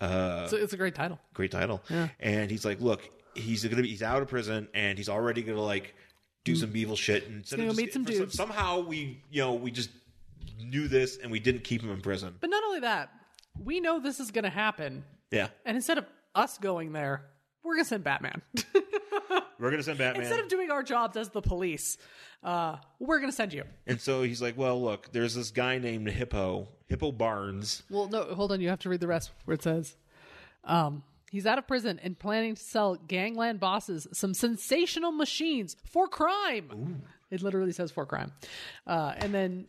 [SPEAKER 2] uh,
[SPEAKER 1] so it's a great title.
[SPEAKER 2] great title. And he's like, look, he's gonna be he's out of prison and he's already gonna like do some evil shit and instead of
[SPEAKER 1] He's gonna
[SPEAKER 2] just-
[SPEAKER 1] meet some
[SPEAKER 2] for some-
[SPEAKER 1] dudes.
[SPEAKER 2] somehow we you know we just knew this and we didn't keep him in prison.
[SPEAKER 1] But not only that, we know this is going to happen.
[SPEAKER 2] Yeah,
[SPEAKER 1] And instead of us going there, we're going to send Batman.
[SPEAKER 2] we're gonna send Batman.
[SPEAKER 1] Instead of doing our jobs as the police, uh, we're going to send you.
[SPEAKER 2] and so he's like, well, look, there's this guy named Hippo Hippo Barnes.
[SPEAKER 1] Well, no, hold on. You have to read the rest where it says um, he's out of prison and planning to sell gangland bosses some sensational machines for crime. It literally says for crime. Uh, and then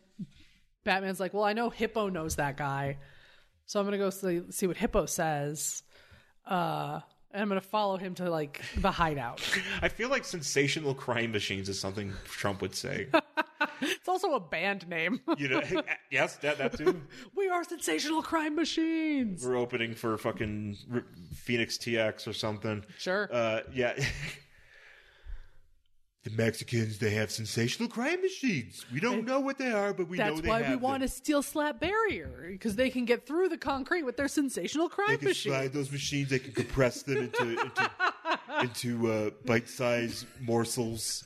[SPEAKER 1] Batman's like, well, I know Hippo knows that guy. So I'm going to go see, see what Hippo says. Uh, and I'm going to follow him to like the hideout.
[SPEAKER 2] I feel like sensational crime machines is something Trump would say.
[SPEAKER 1] it's also a band name.
[SPEAKER 2] You know, yes, that that too.
[SPEAKER 1] we are sensational crime machines.
[SPEAKER 2] We're opening for fucking R- Phoenix TX or something.
[SPEAKER 1] Sure.
[SPEAKER 2] Uh, yeah. the Mexicans, they have sensational crime machines. We don't know what they are, but we
[SPEAKER 1] That's
[SPEAKER 2] know they
[SPEAKER 1] why
[SPEAKER 2] have
[SPEAKER 1] we want a
[SPEAKER 2] them.
[SPEAKER 1] steel slab barrier because they can get through the concrete with their sensational crime
[SPEAKER 2] They can
[SPEAKER 1] machine.
[SPEAKER 2] slide those machines. They can compress them into into, into uh, bite-sized morsels.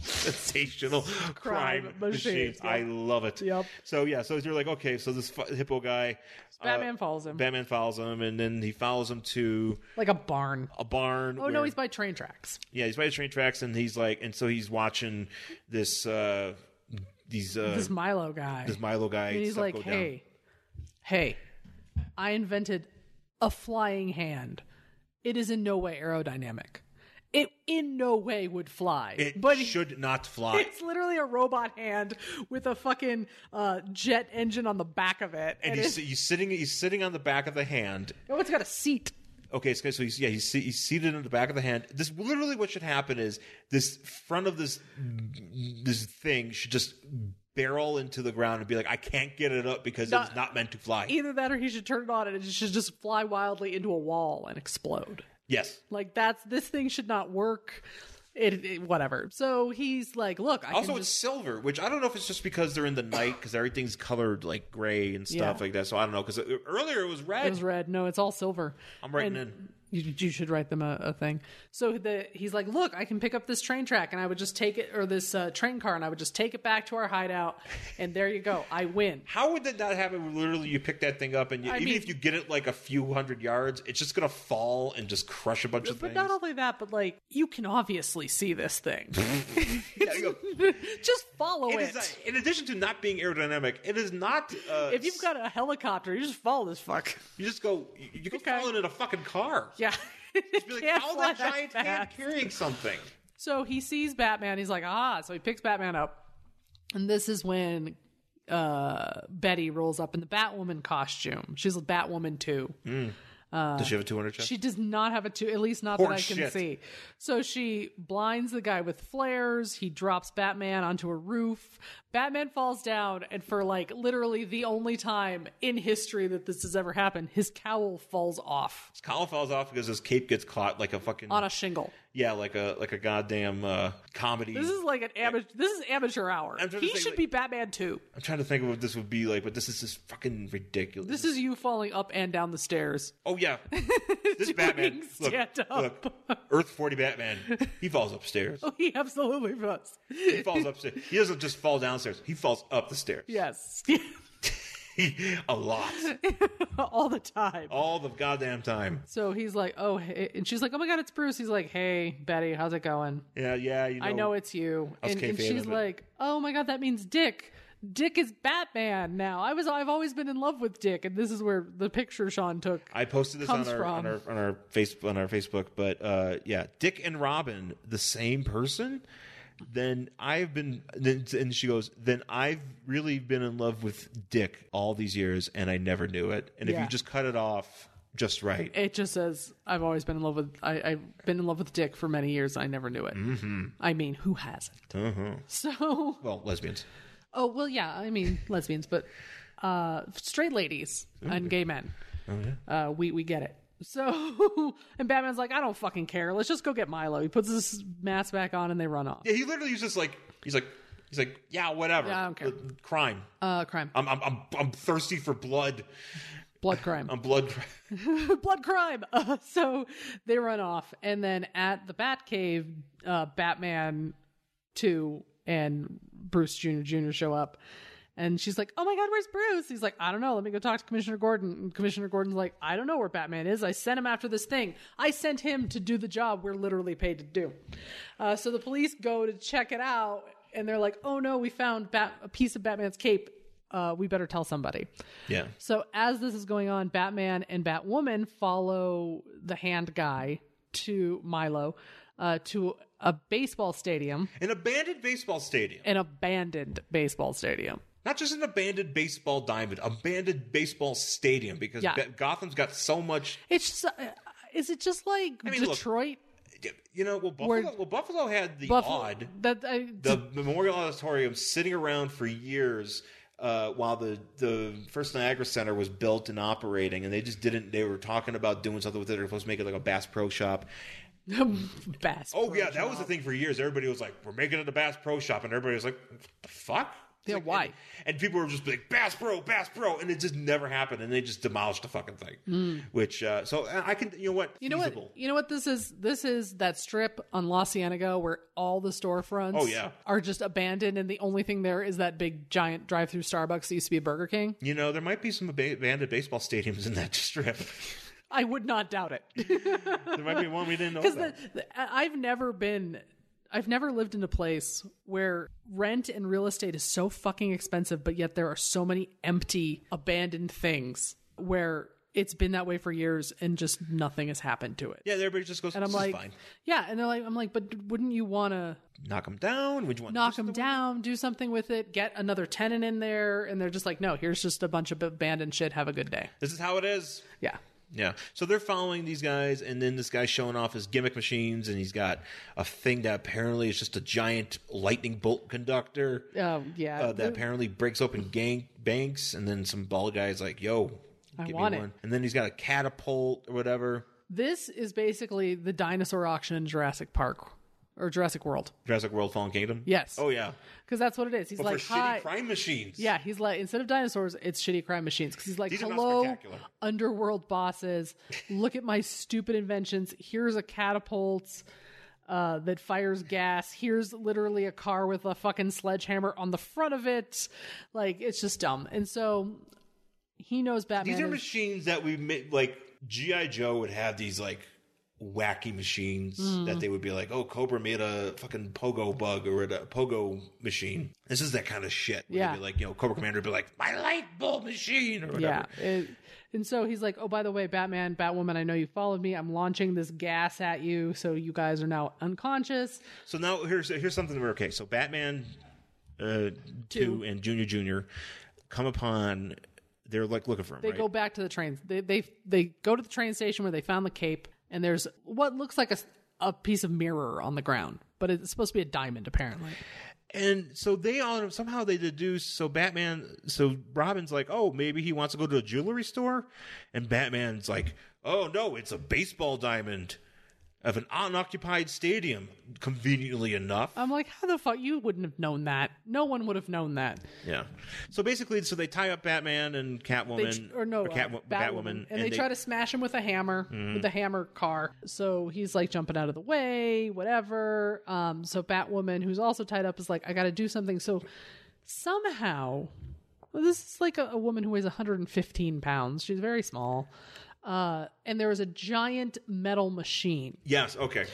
[SPEAKER 2] sensational crime,
[SPEAKER 1] Crime
[SPEAKER 2] machine.
[SPEAKER 1] machines,
[SPEAKER 2] I
[SPEAKER 1] yep.
[SPEAKER 2] love it.
[SPEAKER 1] Yep.
[SPEAKER 2] So yeah, so you're like, okay, so this fu- hippo guy,
[SPEAKER 1] Batman
[SPEAKER 2] uh,
[SPEAKER 1] follows him
[SPEAKER 2] Batman follows him, and then he follows him to
[SPEAKER 1] like a barn.
[SPEAKER 2] a barn.
[SPEAKER 1] Oh no,
[SPEAKER 2] where-
[SPEAKER 1] he's by train tracks.
[SPEAKER 2] yeah, he's by the train tracks, and he's like, and so he's watching this, uh these, uh,
[SPEAKER 1] This
[SPEAKER 2] this,
[SPEAKER 1] Milo guy.
[SPEAKER 2] Milo guy.
[SPEAKER 1] and he's
[SPEAKER 2] stuff
[SPEAKER 1] like,
[SPEAKER 2] go down.
[SPEAKER 1] "Hey, hey, I invented a flying hand. It is in no way aerodynamic. It in no way would fly.
[SPEAKER 2] it
[SPEAKER 1] but he-
[SPEAKER 2] should not fly."
[SPEAKER 1] it's literally a robot hand with a fucking uh, jet engine on the back of it.
[SPEAKER 2] And
[SPEAKER 1] And
[SPEAKER 2] he's,
[SPEAKER 1] it's,
[SPEAKER 2] he's sitting, he's sitting on the back of the hand,
[SPEAKER 1] oh, it's got a seat.
[SPEAKER 2] Okay, so so he's yeah he's, se- he's seated in the back of the hand. This literally what should happen is this front of this this thing should just barrel into the ground and be like, I can't get it up because
[SPEAKER 1] No.
[SPEAKER 2] it's not meant to fly.
[SPEAKER 1] Either that, or he should turn it on, and it should just fly wildly into a wall and explode.
[SPEAKER 2] yes,
[SPEAKER 1] Like that's this thing should not work. It, it- whatever. So he's like, look, I
[SPEAKER 2] Also,
[SPEAKER 1] can
[SPEAKER 2] it's
[SPEAKER 1] just,
[SPEAKER 2] silver, which I don't know if it's just because they're in the night because everything's colored like gray and stuff
[SPEAKER 1] Yeah.
[SPEAKER 2] like that. So I don't know because earlier it was red.
[SPEAKER 1] it was red. No, it's all silver.
[SPEAKER 2] I'm writing
[SPEAKER 1] And
[SPEAKER 2] in.
[SPEAKER 1] You, you should write them a, a thing. So the, he's like, look, I can pick up this train track, and I would just take it, or this uh, train car, and I would just take it back to our hideout, and there you go, I win.
[SPEAKER 2] How would that not happen? when Literally, you pick that thing up, and you,
[SPEAKER 1] I
[SPEAKER 2] even
[SPEAKER 1] mean-
[SPEAKER 2] if you get it like a few hundred yards, it's just gonna fall and just crush a bunch of
[SPEAKER 1] But
[SPEAKER 2] things.
[SPEAKER 1] not only that, but like you can obviously see this thing.
[SPEAKER 2] Yeah, you go,
[SPEAKER 1] Just follow it.
[SPEAKER 2] It is not- in addition to not being aerodynamic, it is not. Uh,
[SPEAKER 1] if you've got a helicopter, you just follow this fuck.
[SPEAKER 2] you just go, you, you go
[SPEAKER 1] Okay.
[SPEAKER 2] falling in a fucking car.
[SPEAKER 1] Yeah.
[SPEAKER 2] Just be like,
[SPEAKER 1] Can't
[SPEAKER 2] how
[SPEAKER 1] fly
[SPEAKER 2] the giant
[SPEAKER 1] that
[SPEAKER 2] hand
[SPEAKER 1] fast.
[SPEAKER 2] carrying something?
[SPEAKER 1] So he sees Batman. He's like, ah. So he picks Batman up, and this is when uh, Betty rolls up in the Batwoman costume. She's a Batwoman too.
[SPEAKER 2] Hmm? Does she have a two hundred chest?
[SPEAKER 1] She does not have a two, at least not that I
[SPEAKER 2] Horse
[SPEAKER 1] can
[SPEAKER 2] shit.
[SPEAKER 1] see. So she blinds the guy with flares. He drops Batman onto a roof. Batman falls down, and for like literally the only time in history that this has ever happened, his cowl falls off
[SPEAKER 2] His collar falls off because his cape gets caught like a fucking
[SPEAKER 1] on a shingle.
[SPEAKER 2] yeah, like a like a goddamn uh, comedy.
[SPEAKER 1] This is like an amateur. This is amateur hour.
[SPEAKER 2] I'm trying to
[SPEAKER 1] He
[SPEAKER 2] think,
[SPEAKER 1] should
[SPEAKER 2] like-
[SPEAKER 1] be Batman too.
[SPEAKER 2] I'm trying to think of what this would be like, but this is just fucking ridiculous.
[SPEAKER 1] This is you falling up and down the stairs.
[SPEAKER 2] oh yeah, this Batman. Look,
[SPEAKER 1] stand up.
[SPEAKER 2] look, Earth forty Batman. He falls upstairs.
[SPEAKER 1] He absolutely does.
[SPEAKER 2] He falls upstairs. He doesn't just fall downstairs. He falls up the stairs.
[SPEAKER 1] Yes,
[SPEAKER 2] a lot,
[SPEAKER 1] all the time.
[SPEAKER 2] all the goddamn time.
[SPEAKER 1] So he's like, "Oh," hey. and she's like, "Oh my god, it's Bruce." He's like, "Hey, Betty, how's it going?"
[SPEAKER 2] Yeah, yeah. You know,
[SPEAKER 1] I know it's you.
[SPEAKER 2] was
[SPEAKER 1] And, and
[SPEAKER 2] kayfabe
[SPEAKER 1] she's
[SPEAKER 2] of it.
[SPEAKER 1] like, "Oh my god, that means Dick. Dick is Batman now. I was I've always been in love with Dick, and this is where the picture Sean took.
[SPEAKER 2] I posted this on
[SPEAKER 1] comes
[SPEAKER 2] our, on
[SPEAKER 1] from.
[SPEAKER 2] our on our Facebook on our Facebook, but uh, yeah, Dick and Robin, the same person. Then I've been, then, and she goes. Then I've really been in love with Dick all these years, and I never knew it. And if
[SPEAKER 1] Yeah.
[SPEAKER 2] you just cut it off just right,
[SPEAKER 1] it just says, "I've always been in love with I, I've been in love with Dick for many years. I never knew it. I mean, who hasn't? So
[SPEAKER 2] well, lesbians.
[SPEAKER 1] Oh well, yeah. I mean, lesbians, but uh, straight ladies and gay men. uh, we we get it. So, and Batman's like, I don't fucking care. Let's just go get Milo. He puts his mask back on, and they run off.
[SPEAKER 2] Yeah, he literally was just like, he's like, he's like, yeah, whatever.
[SPEAKER 1] Yeah, I don't care.
[SPEAKER 2] Uh, Crime.
[SPEAKER 1] Uh, crime,
[SPEAKER 2] I'm, I'm I'm I'm thirsty for blood.
[SPEAKER 1] blood crime,
[SPEAKER 2] I'm blood.
[SPEAKER 1] blood crime. Uh, so they run off, and then at the Batcave, uh, Batman two and Bruce Jr. Jr. show up. And she's like, "Oh my God, where's Bruce?" He's like, "I don't know. Let me go talk to Commissioner Gordon." And Commissioner Gordon's like, "I don't know where Batman is. I sent him after this thing. I sent him to do the job we're literally paid to do." Uh, so the police go to check it out, and they're like, "Oh no, we found Bat- a piece of Batman's cape. Uh, we better tell somebody."
[SPEAKER 2] Yeah.
[SPEAKER 1] So as this is going on, Batman and Batwoman follow the hand guy to Milo uh, to a baseball stadium,
[SPEAKER 2] An abandoned baseball stadium.
[SPEAKER 1] an abandoned baseball stadium.
[SPEAKER 2] not just an abandoned baseball diamond, abandoned baseball stadium because
[SPEAKER 1] Yeah.
[SPEAKER 2] Ba- Gotham's got so much.
[SPEAKER 1] It's just, uh, is it just like
[SPEAKER 2] mean, look,
[SPEAKER 1] Detroit?
[SPEAKER 2] You know, well Buffalo, well, Buffalo had the
[SPEAKER 1] Buffalo-
[SPEAKER 2] odd
[SPEAKER 1] That I,
[SPEAKER 2] the Memorial Auditorium sitting around for years. Uh, while the, the first Niagara Center was built and operating, and they just didn't, they were talking about doing something with it. They were supposed to make it like a Bass Pro Shop.
[SPEAKER 1] Bass.
[SPEAKER 2] Oh yeah, that was the thing for years. Everybody was like, "We're making it a Bass Pro Shop," and everybody was like, "The fuck."
[SPEAKER 1] Yeah,
[SPEAKER 2] Like,
[SPEAKER 1] why?
[SPEAKER 2] And, and people were just like Bass Pro, Bass Pro, and it just never happened, and they just demolished the fucking thing. Which uh, so I I can, you know what?
[SPEAKER 1] Hmm. You know
[SPEAKER 2] Feasible.
[SPEAKER 1] what? You know what this is? This is that strip on La Cienega where all the storefronts
[SPEAKER 2] Oh, yeah.
[SPEAKER 1] are just abandoned and the only thing there is that big giant drive-through Starbucks that used to be a Burger King.
[SPEAKER 2] You know, there might be some ab- abandoned baseball stadiums in that strip.
[SPEAKER 1] I would not doubt it.
[SPEAKER 2] there might be one we didn't know.
[SPEAKER 1] Cuz
[SPEAKER 2] about.
[SPEAKER 1] I've never been I've never lived in a place where rent and real estate is so fucking expensive but yet there are so many empty abandoned things where it's been that way for years and just nothing has happened to it.
[SPEAKER 2] yeah, everybody just goes.
[SPEAKER 1] And I'm
[SPEAKER 2] this
[SPEAKER 1] like,
[SPEAKER 2] is fine.
[SPEAKER 1] yeah, and they're like, I'm like, but wouldn't you want to
[SPEAKER 2] knock them down. Would you want
[SPEAKER 1] knock
[SPEAKER 2] this in
[SPEAKER 1] them
[SPEAKER 2] the-
[SPEAKER 1] down, do something with it, get another tenant in there, and they're just like, no, here's just a bunch of abandoned shit. Have a good day.
[SPEAKER 2] This is how it is.
[SPEAKER 1] Yeah.
[SPEAKER 2] Yeah. So they're following these guys, and then this guy's showing off his gimmick machines, and he's got a thing that apparently is just a giant lightning bolt conductor
[SPEAKER 1] Um, yeah.
[SPEAKER 2] uh, that apparently breaks open gang- banks, and then some bald guy's like, yo,
[SPEAKER 1] I
[SPEAKER 2] give
[SPEAKER 1] want
[SPEAKER 2] me
[SPEAKER 1] it.
[SPEAKER 2] one. And then he's got a catapult or whatever.
[SPEAKER 1] this is basically the dinosaur auction in Jurassic Park or Jurassic World
[SPEAKER 2] Jurassic World Fallen Kingdom?
[SPEAKER 1] Yes.
[SPEAKER 2] Oh, yeah.
[SPEAKER 1] because that's what it is. He's
[SPEAKER 2] But
[SPEAKER 1] like,
[SPEAKER 2] for
[SPEAKER 1] hi.
[SPEAKER 2] shitty crime machines.
[SPEAKER 1] Yeah, he's like instead of dinosaurs, it's shitty crime machines because he's like,
[SPEAKER 2] These are not
[SPEAKER 1] "Hello,
[SPEAKER 2] spectacular."
[SPEAKER 1] underworld bosses, look at my stupid inventions. Here's a catapult uh, that fires gas. Here's literally a car with a fucking sledgehammer on the front of it. Like it's just dumb." And so he knows Batman.
[SPEAKER 2] These are
[SPEAKER 1] is-
[SPEAKER 2] machines that we made, like GI Joe would have these like wacky machines
[SPEAKER 1] Hmm.
[SPEAKER 2] that they would be like, "Oh, Cobra made a fucking pogo bug or a pogo machine." This is that kind of shit. where they'd
[SPEAKER 1] Yeah.
[SPEAKER 2] be like you know, Cobra Commander would be like, "My light bulb machine" or whatever.
[SPEAKER 1] yeah. it- and so he's like, "Oh, by the way, Batman, Batwoman, I know you followed me. I'm launching this gas at you, so you guys are now unconscious."
[SPEAKER 2] So now here's here's something that we're okay. So Batman uh, two and Junior Junior come upon. They're like looking for him.
[SPEAKER 1] They
[SPEAKER 2] right?
[SPEAKER 1] go back to the train. They they they go to the train station where they found the cape, and there's what looks like a s- a piece of mirror on the ground, but it's supposed to be a diamond apparently.
[SPEAKER 2] And so they all somehow they deduce. So Batman, so Robin's like, oh, maybe he wants to go to a jewelry store, and Batman's like, oh no, it's a baseball diamond of an unoccupied stadium. Conveniently enough,
[SPEAKER 1] I'm like, how the fuck you wouldn't have known that? No one would have known that.
[SPEAKER 2] yeah. So basically, so they tie up Batman and
[SPEAKER 1] They
[SPEAKER 2] Catwoman,
[SPEAKER 1] tr- or no, uh,
[SPEAKER 2] Catwo-
[SPEAKER 1] Batwoman, and, they, try to smash him with a hammer, with the hammer car. So he's like jumping out of the way, whatever. Um, so Batwoman, who's also tied up, is like, I got to do something. So somehow, well, this is like a, a woman who weighs 115 pounds. She's very small, uh, and there is a giant metal machine
[SPEAKER 2] Yes, okay.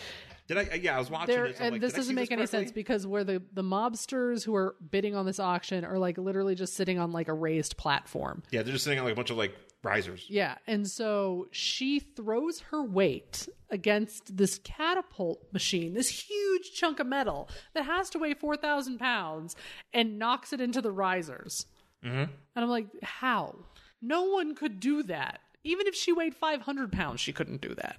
[SPEAKER 2] Did I? Yeah, I was watching
[SPEAKER 1] there,
[SPEAKER 2] this. I'm
[SPEAKER 1] and
[SPEAKER 2] like,
[SPEAKER 1] this
[SPEAKER 2] did I see
[SPEAKER 1] doesn't make any
[SPEAKER 2] correctly?
[SPEAKER 1] sense because where the the mobsters who are bidding on this auction are like literally just sitting on like a raised platform.
[SPEAKER 2] Yeah, they're just sitting on like a bunch of like risers.
[SPEAKER 1] Yeah. And so she throws her weight against this catapult machine, this huge chunk of metal that has to weigh 4,000 pounds, and knocks it into the risers.
[SPEAKER 2] Mm-hmm.
[SPEAKER 1] And I'm like, how? No one could do that. Even if she weighed 500 pounds, she couldn't do that.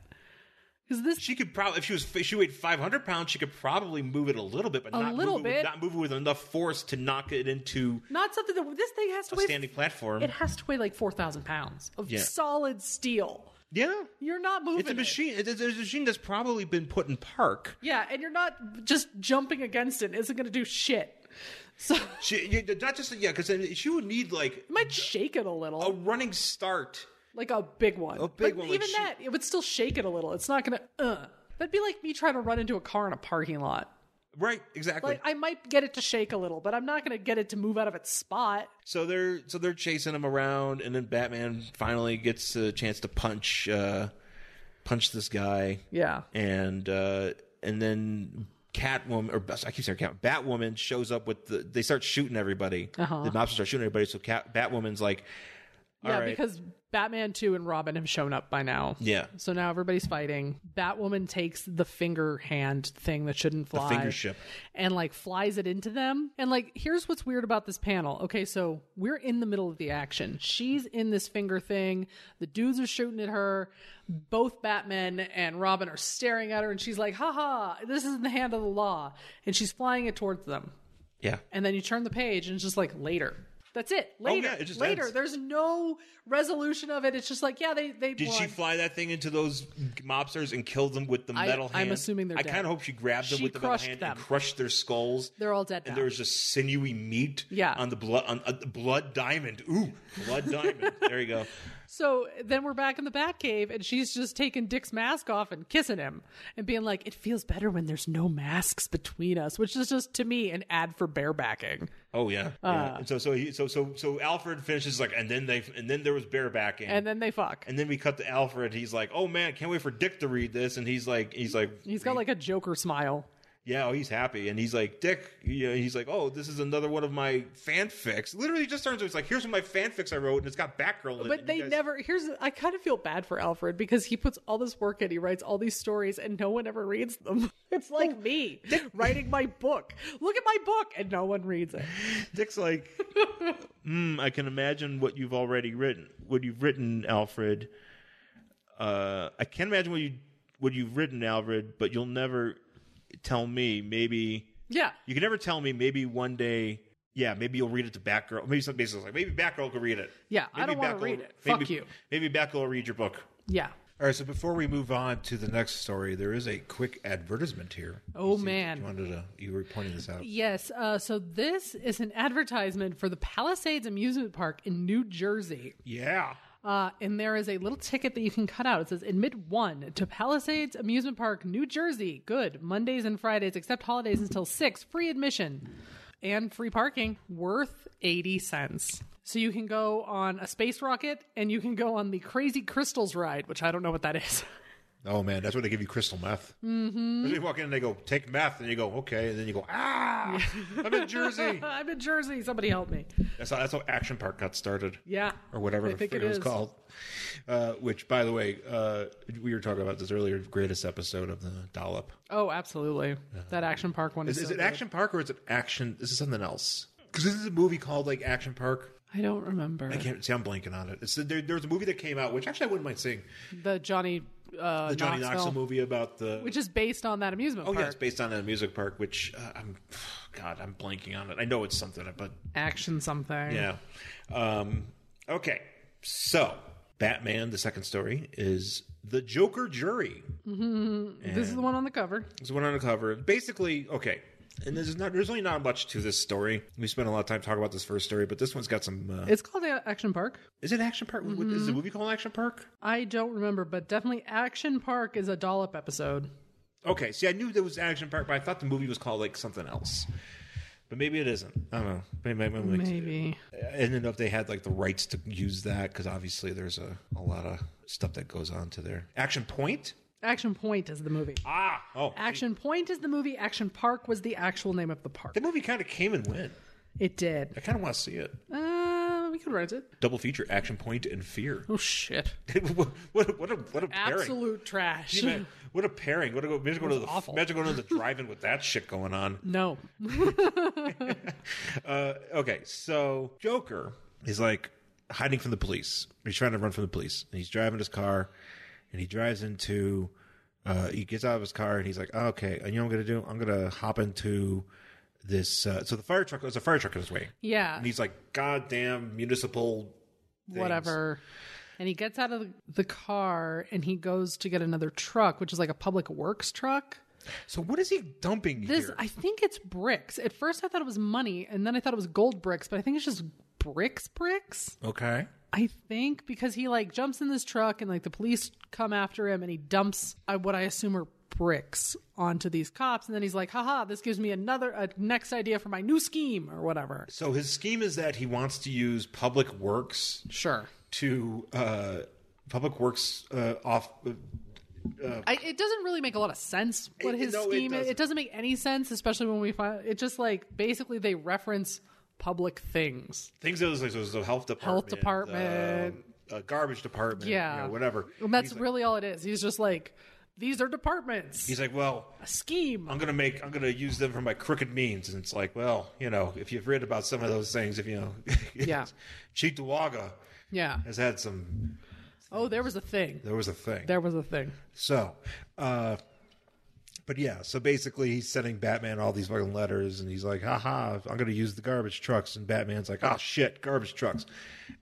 [SPEAKER 1] Because this
[SPEAKER 2] She could probably, if she was, if she weighed 500 pounds, she could probably move it a little bit, but not
[SPEAKER 1] little
[SPEAKER 2] move it with-
[SPEAKER 1] bit.
[SPEAKER 2] not move it with enough force to knock it into
[SPEAKER 1] not something that this thing has to
[SPEAKER 2] a
[SPEAKER 1] weigh.
[SPEAKER 2] standing platform.
[SPEAKER 1] It has to weigh like 4,000 pounds of
[SPEAKER 2] Yeah.
[SPEAKER 1] solid steel.
[SPEAKER 2] yeah,
[SPEAKER 1] You're not moving.
[SPEAKER 2] it's a
[SPEAKER 1] it.
[SPEAKER 2] machine. It's, it's a machine that's probably been put in park.
[SPEAKER 1] Yeah, and you're not just jumping against it. Isn't going to do shit. So it
[SPEAKER 2] She, you, not just yeah, because she would need like
[SPEAKER 1] might shake it a little,
[SPEAKER 2] a running start.
[SPEAKER 1] like a big one.
[SPEAKER 2] Oh. a big
[SPEAKER 1] but
[SPEAKER 2] one, like
[SPEAKER 1] Even
[SPEAKER 2] she-
[SPEAKER 1] that, it would still shake it a little. It's not going to. Uh. That'd be like me trying to run into a car in a parking lot.
[SPEAKER 2] Right, exactly.
[SPEAKER 1] Like I might get it to shake a little, but I'm not going to get it to move out of its spot.
[SPEAKER 2] so they're so they're chasing him around, and then Batman finally gets a chance to punch uh, punch this guy.
[SPEAKER 1] Yeah.
[SPEAKER 2] and uh, and then Catwoman or I keep saying Cat Batwoman shows up with the they start shooting everybody. The mobsters start shooting everybody. So Cat Batwoman's like, all
[SPEAKER 1] Uh-huh. yeah,
[SPEAKER 2] right,
[SPEAKER 1] because Batman 2 and Robin have shown up by now.
[SPEAKER 2] yeah,
[SPEAKER 1] So now everybody's fighting. Batwoman takes the finger hand thing that shouldn't fly.
[SPEAKER 2] finger ship.
[SPEAKER 1] And like flies it into them. And like, here's what's weird about this panel. Okay, so we're in the middle of the action. She's in this finger thing. The dudes are shooting at her. Both Batman and Robin are staring at her. And she's like, haha, this is in the hand of the law. And she's flying it towards them.
[SPEAKER 2] yeah.
[SPEAKER 1] And then you turn the page and it's just like later. That's it. Later,
[SPEAKER 5] Oh, yeah, it just
[SPEAKER 1] later.
[SPEAKER 5] ends.
[SPEAKER 1] There's no resolution of it. It's just like, yeah, they they.
[SPEAKER 5] Did she
[SPEAKER 1] won.
[SPEAKER 5] fly that thing into those mobsters and killed them with the
[SPEAKER 1] I-
[SPEAKER 5] metal
[SPEAKER 1] I'm
[SPEAKER 5] hand?
[SPEAKER 1] assuming they're
[SPEAKER 5] I
[SPEAKER 1] dead.
[SPEAKER 5] kind of hope she grabbed them
[SPEAKER 1] She
[SPEAKER 5] with the metal
[SPEAKER 1] crushed
[SPEAKER 5] hand
[SPEAKER 1] them.
[SPEAKER 5] and crushed their skulls.
[SPEAKER 1] They're all dead now.
[SPEAKER 5] And there was just sinewy meat
[SPEAKER 1] Yeah.
[SPEAKER 5] on the blood on uh, the blood diamond. Ooh, blood diamond. There you go.
[SPEAKER 1] So then we're back in the Batcave, and she's just taking Dick's mask off and kissing him and being like, it feels better when there's no masks between us, which is just, to me, an ad for barebacking.
[SPEAKER 5] Oh yeah.
[SPEAKER 1] Uh.
[SPEAKER 5] yeah. And so so he, so so so Alfred finishes like and then they and then there was barebacking.
[SPEAKER 1] And then they fuck.
[SPEAKER 5] and then we cut to Alfred. He's like, "Oh man, can't wait for Dick to read this." And he's like, "He's like,
[SPEAKER 1] He's got like a Joker smile.
[SPEAKER 5] yeah, oh, he's happy." And he's like, "Dick," you know, he's like, "Oh, this is another one of my fanfics." Literally, just turns. out It's like, "Here's my fanfics I wrote, and it's got Batgirl in it."
[SPEAKER 1] But
[SPEAKER 5] and
[SPEAKER 1] they
[SPEAKER 5] you guys-
[SPEAKER 1] never. Here's. I kind of feel bad for Alfred because he puts all this work in. He writes all these stories, and no one ever reads them. It's like me writing my book. Look at my book, and no one reads it.
[SPEAKER 5] Dick's like, mm, "I can imagine what you've already written. What you've written, Alfred. Uh, I can imagine what you what you've written, Alfred. But you'll never tell me. Maybe."
[SPEAKER 1] Yeah.
[SPEAKER 5] You can never tell me. Maybe one day, yeah, maybe you'll read it to Batgirl. Maybe some basis like maybe Batgirl can read it.
[SPEAKER 1] Yeah, I
[SPEAKER 5] Maybe
[SPEAKER 1] don't wanna
[SPEAKER 5] Batgirl-
[SPEAKER 1] read it.
[SPEAKER 5] Maybe,
[SPEAKER 1] Fuck you.
[SPEAKER 5] Maybe Batgirl will read your book.
[SPEAKER 1] Yeah.
[SPEAKER 2] All right, so before we move on to the next story, there is a quick advertisement here.
[SPEAKER 1] Oh
[SPEAKER 2] You-
[SPEAKER 1] man.
[SPEAKER 2] You wanted to, you were pointing this out.
[SPEAKER 1] Yes. Uh, so this is an advertisement for the Palisades Amusement Park in New Jersey.
[SPEAKER 5] Yeah.
[SPEAKER 1] Uh, and there is a little ticket that you can cut out. It says admit one to Palisades Amusement Park, New Jersey. Good. Mondays and Fridays, except holidays until six. Free admission and free parking worth 80 cents. So you can go on a space rocket and you can go on the crazy crystals ride, which I don't know what that is.
[SPEAKER 2] Oh man, that's where they give you crystal meth. Mm-hmm. You walk in and they go, "Take meth," and you go, "Okay," and then you go, "Ah, I'm in Jersey."
[SPEAKER 1] I'm in Jersey. Somebody help me.
[SPEAKER 2] That's how, that's how Action Park got started.
[SPEAKER 1] Yeah.
[SPEAKER 2] or whatever
[SPEAKER 1] I
[SPEAKER 2] the
[SPEAKER 1] think
[SPEAKER 2] frick
[SPEAKER 1] it
[SPEAKER 2] it was
[SPEAKER 1] is.
[SPEAKER 2] called. Uh, which, by the way, uh, we were talking about this earlier. Greatest episode of the Dollop.
[SPEAKER 1] Oh, absolutely. That action park one
[SPEAKER 2] Is,
[SPEAKER 1] is,
[SPEAKER 2] is
[SPEAKER 1] so
[SPEAKER 2] it
[SPEAKER 1] good.
[SPEAKER 2] Action Park or is it Action? This is something else. Because this is a movie called like Action Park.
[SPEAKER 1] I don't remember.
[SPEAKER 2] I can't see. I'm blanking on it. It's there, there was a movie that came out, which actually I wouldn't mind seeing.
[SPEAKER 1] The Johnny uh,
[SPEAKER 2] The Johnny Knoxville,
[SPEAKER 1] Knoxville
[SPEAKER 2] movie about the.
[SPEAKER 1] which is based on that amusement
[SPEAKER 2] oh
[SPEAKER 1] park.
[SPEAKER 2] yeah, it's based on a music park. Which uh, I'm, God, I'm blanking on it. I know it's something, but
[SPEAKER 1] Action something.
[SPEAKER 2] Yeah. Um, okay. So, Batman, the second story, is the Joker jury.
[SPEAKER 1] This is the one on the cover.
[SPEAKER 2] It's one on the cover. Basically, okay. And there's not there's really not much to this story. We spent a lot of time talking about this first story, but this one's got some. Uh,
[SPEAKER 1] It's called A- Action Park.
[SPEAKER 2] is it Action Park? What- Is the movie called Action Park?
[SPEAKER 1] I don't remember, but definitely Action Park is a dollop episode.
[SPEAKER 2] Okay. See, I knew there was Action Park, but I thought the movie was called like something else. But maybe it isn't. I don't know. Maybe, maybe, maybe,
[SPEAKER 1] Maybe.
[SPEAKER 2] And then if they had like the rights to use that, because obviously there's a, a lot of stuff that goes on to there. Action Point.
[SPEAKER 1] Action Point is the movie.
[SPEAKER 2] Ah, oh,
[SPEAKER 1] Action Point is the movie. Action Park was the actual name of the park.
[SPEAKER 2] That movie kind of came and went.
[SPEAKER 1] It did.
[SPEAKER 2] I kind of want to see it.
[SPEAKER 1] Uh, we could rent it.
[SPEAKER 2] Double feature, Action Point and Fear.
[SPEAKER 1] Oh, shit.
[SPEAKER 2] what, what, a- what a what a pairing!
[SPEAKER 1] Absolute trash.
[SPEAKER 2] Man, What a pairing! What a go! Imagine going to the
[SPEAKER 1] awful.
[SPEAKER 2] imagine going to the drive-in with that shit going on.
[SPEAKER 1] No.
[SPEAKER 2] Uh, okay, so Joker is like hiding from the police. He's trying to run from the police, and he's driving his car, and he drives into. Uh, he gets out of his car and he's like, "Oh, "Okay, you know what I'm gonna do? I'm gonna hop into this." Uh, so the fire truck there's a fire truck in his way,
[SPEAKER 1] Yeah.
[SPEAKER 2] and he's like, "Goddamn municipal
[SPEAKER 1] whatever. And he gets out of the- the car and he goes to get another truck, which is like a public works truck.
[SPEAKER 2] So what is he dumping
[SPEAKER 1] This,
[SPEAKER 2] here?
[SPEAKER 1] I think it's bricks. At first, I thought it was money, and then I thought it was gold bricks, but I think it's just bricks, bricks.
[SPEAKER 2] okay.
[SPEAKER 1] I think because he like jumps in this truck and like the police come after him and he dumps uh, what I assume are bricks onto these cops, and then he's like, haha, this gives me another, a next idea for my new scheme or whatever.
[SPEAKER 2] So his scheme is that he wants to use public works
[SPEAKER 1] Sure.
[SPEAKER 2] to uh, public works uh, off.
[SPEAKER 1] I, it doesn't really make a lot of sense what
[SPEAKER 2] It-
[SPEAKER 1] his
[SPEAKER 2] no, it
[SPEAKER 1] scheme is.
[SPEAKER 2] doesn't.
[SPEAKER 1] It doesn't make any sense, especially when we find it just like basically they reference public things.
[SPEAKER 2] Things that was like so it was the health department,
[SPEAKER 1] department.
[SPEAKER 2] um, uh, garbage department, you
[SPEAKER 1] Yeah.
[SPEAKER 2] know, whatever.
[SPEAKER 1] And that's really all it is. He's just like, these are departments.
[SPEAKER 2] He's like, well,
[SPEAKER 1] a scheme.
[SPEAKER 2] I'm gonna make, I'm gonna use them for my crooked means, and it's like, well, you know, if you've read about some of those things, if you know,
[SPEAKER 1] Yeah.
[SPEAKER 2] Cheektowaga
[SPEAKER 1] Yeah.
[SPEAKER 2] has had some.
[SPEAKER 1] Oh, there was a thing.
[SPEAKER 2] There was a thing.
[SPEAKER 1] There was a thing.
[SPEAKER 2] So, uh, But yeah, so basically he's sending Batman all these fucking letters and he's like, haha, I'm gonna use the garbage trucks. And Batman's like, oh shit, garbage trucks.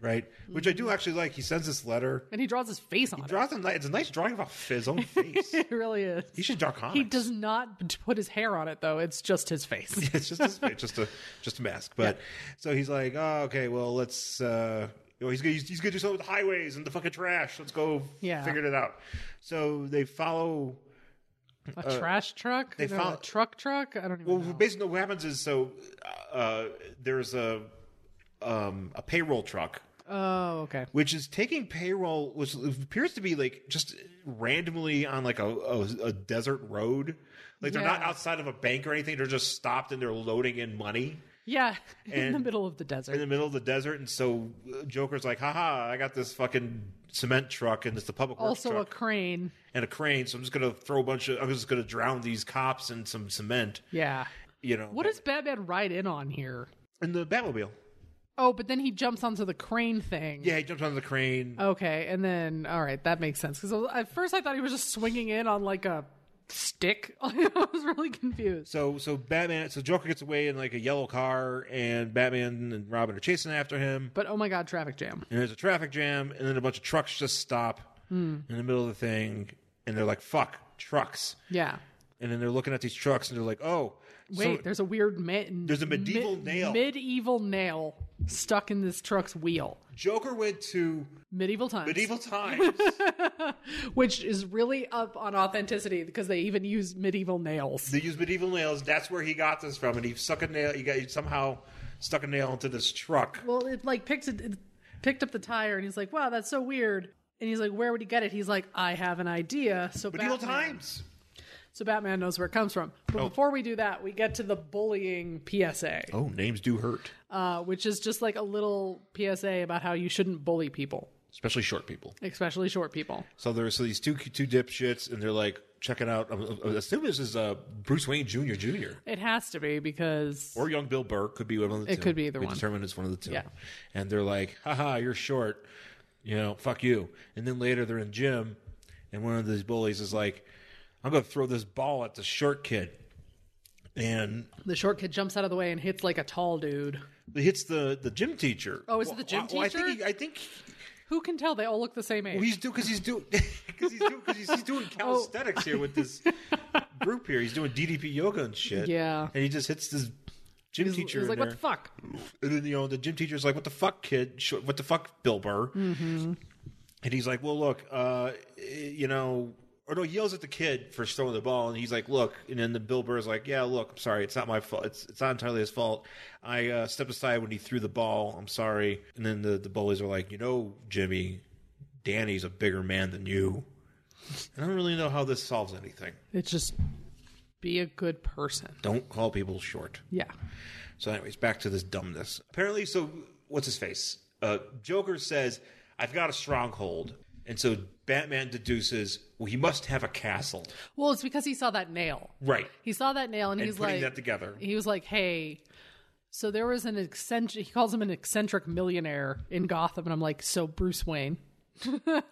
[SPEAKER 2] Right? Which I do actually like. He sends this letter.
[SPEAKER 1] And he draws his face on
[SPEAKER 2] Draws a, ni- it's a nice drawing of a- his own face.
[SPEAKER 1] it. It really is.
[SPEAKER 2] he should draw comics.
[SPEAKER 1] He does not put his hair on it though. It's just his face.
[SPEAKER 2] it's just his, it's just a just a mask. But so he's like, oh, okay, well, let's. Uh, you know, he's gonna he's gonna do something with the highways and the fucking trash. Let's go
[SPEAKER 1] Yeah.
[SPEAKER 2] figure it out. So they follow.
[SPEAKER 1] A trash truck?
[SPEAKER 2] Uh, they
[SPEAKER 1] no, a
[SPEAKER 2] found-
[SPEAKER 1] truck truck? I don't even
[SPEAKER 2] Well,
[SPEAKER 1] know.
[SPEAKER 2] basically, what happens is so uh, there's a um, a payroll truck
[SPEAKER 1] Oh, okay.
[SPEAKER 2] which is taking payroll, which appears to be like just randomly on like a, a, a desert road. Like they're not
[SPEAKER 1] Yeah.
[SPEAKER 2] outside of a bank or anything. They're just stopped and they're loading in money.
[SPEAKER 1] Yeah, in the
[SPEAKER 2] And-
[SPEAKER 1] middle of the desert.
[SPEAKER 2] in the middle of the desert, and so uh, Joker's like, "Haha, I got this fucking cement truck, and it's the public works
[SPEAKER 1] also a
[SPEAKER 2] truck
[SPEAKER 1] crane.
[SPEAKER 2] and a crane, so I'm just gonna throw a bunch of, I'm just gonna drown these cops in some cement,
[SPEAKER 1] Yeah.
[SPEAKER 2] you know."
[SPEAKER 1] What does Batman ride in on here?
[SPEAKER 2] in the Batmobile?
[SPEAKER 1] Oh, but then he jumps onto the crane thing.
[SPEAKER 2] Yeah, he jumps onto the crane.
[SPEAKER 1] Okay, and then all right, that makes sense because at first I thought he was just swinging in on like a stick. I was really confused.
[SPEAKER 2] So so Batman, so Joker gets away in like a yellow car, and Batman and Robin are chasing after him,
[SPEAKER 1] But oh my god, traffic jam.
[SPEAKER 2] and there's a traffic jam, and then a bunch of trucks just stop
[SPEAKER 1] Hmm.
[SPEAKER 2] in the middle of the thing, and they're like, "Fuck, trucks!"
[SPEAKER 1] Yeah.
[SPEAKER 2] And then they're looking at these trucks, and they're like, "Oh." so-
[SPEAKER 1] Wait, there's a weird ma-
[SPEAKER 2] There's a medieval nail.
[SPEAKER 1] Medieval nail stuck in this truck's wheel.
[SPEAKER 2] Joker went to
[SPEAKER 1] Medieval times.
[SPEAKER 2] medieval times.
[SPEAKER 1] which is really up on authenticity because they even use medieval nails.
[SPEAKER 2] they use medieval nails. That's where he got this from, and he stuck a nail. He got he somehow stuck a nail into this truck.
[SPEAKER 1] Well, it like picked it, it picked up the tire, and he's like, "Wow, that's so weird." And he's like, "Where would he get it?" He's like, "I have an idea." So
[SPEAKER 2] Medieval
[SPEAKER 1] Batman,
[SPEAKER 2] times.
[SPEAKER 1] So Batman knows where it comes from. But before we do that, we get to the bullying PSA,
[SPEAKER 2] Oh, names do hurt,
[SPEAKER 1] uh, which is just like a little PSA about how you shouldn't bully people,
[SPEAKER 2] especially short people.
[SPEAKER 1] especially short people.
[SPEAKER 2] So there's so these two two dipshits, and they're like, check it out. I'm, I'm assuming this is uh, Bruce Wayne Jr. Jr.
[SPEAKER 1] It has to be because
[SPEAKER 2] or young Bill Burr could be one of the two.
[SPEAKER 1] It could be either
[SPEAKER 2] we
[SPEAKER 1] one.
[SPEAKER 2] determined it's one of the two.
[SPEAKER 1] Yeah.
[SPEAKER 2] And they're like, haha, you're short. You know, fuck you. And then later they're in gym, and one of these bullies is like, I'm going to throw this ball at the short kid. And
[SPEAKER 1] the short kid jumps out of the way and hits like a tall dude.
[SPEAKER 2] he hits the, the gym teacher.
[SPEAKER 1] Oh, is it the gym
[SPEAKER 2] Well, I- well, I think,
[SPEAKER 1] teacher?
[SPEAKER 2] he, I think
[SPEAKER 1] Who can tell? They all look the same age.
[SPEAKER 2] well, he's doing, because he's doing, because he's doing, because he's, he's doing
[SPEAKER 1] Oh.
[SPEAKER 2] calisthenics here with this group here. He's doing DDP yoga and shit.
[SPEAKER 1] Yeah.
[SPEAKER 2] And he just hits this gym
[SPEAKER 1] He's-
[SPEAKER 2] teacher.
[SPEAKER 1] he's
[SPEAKER 2] in
[SPEAKER 1] like,
[SPEAKER 2] there.
[SPEAKER 1] "What the fuck?"
[SPEAKER 2] And then you know the gym teacher's like, "What the fuck, kid? Sh- What the fuck, Bill Burr?" And he's like, "Well, look, uh, eh, you know." Or no, he yells at the kid for throwing the ball, and he's like, "Look!" And then the Bill Burr's like, "Yeah, look, I'm sorry. It's not my fault. It's it's not entirely his fault. I uh, stepped aside when he threw the ball. I'm sorry." And then the the bullies are like, "You know, Jimmy, Danny's a bigger man than you." And I don't really know how this solves anything.
[SPEAKER 1] It's just be a good person.
[SPEAKER 2] Don't call people short.
[SPEAKER 1] Yeah.
[SPEAKER 2] So, anyways, back to this dumbness. Apparently, so what's his face? Uh, Joker says, "I've got a stronghold," and so Batman deduces, "Well, he must have a castle,
[SPEAKER 1] Well, it's because he saw that nail.
[SPEAKER 2] right?"
[SPEAKER 1] He saw that nail and,
[SPEAKER 2] And
[SPEAKER 1] he's
[SPEAKER 2] putting
[SPEAKER 1] like
[SPEAKER 2] that together.
[SPEAKER 1] He was like, "Hey, so there was an eccentric he calls him an eccentric millionaire in Gotham and I'm like, "So Bruce Wayne."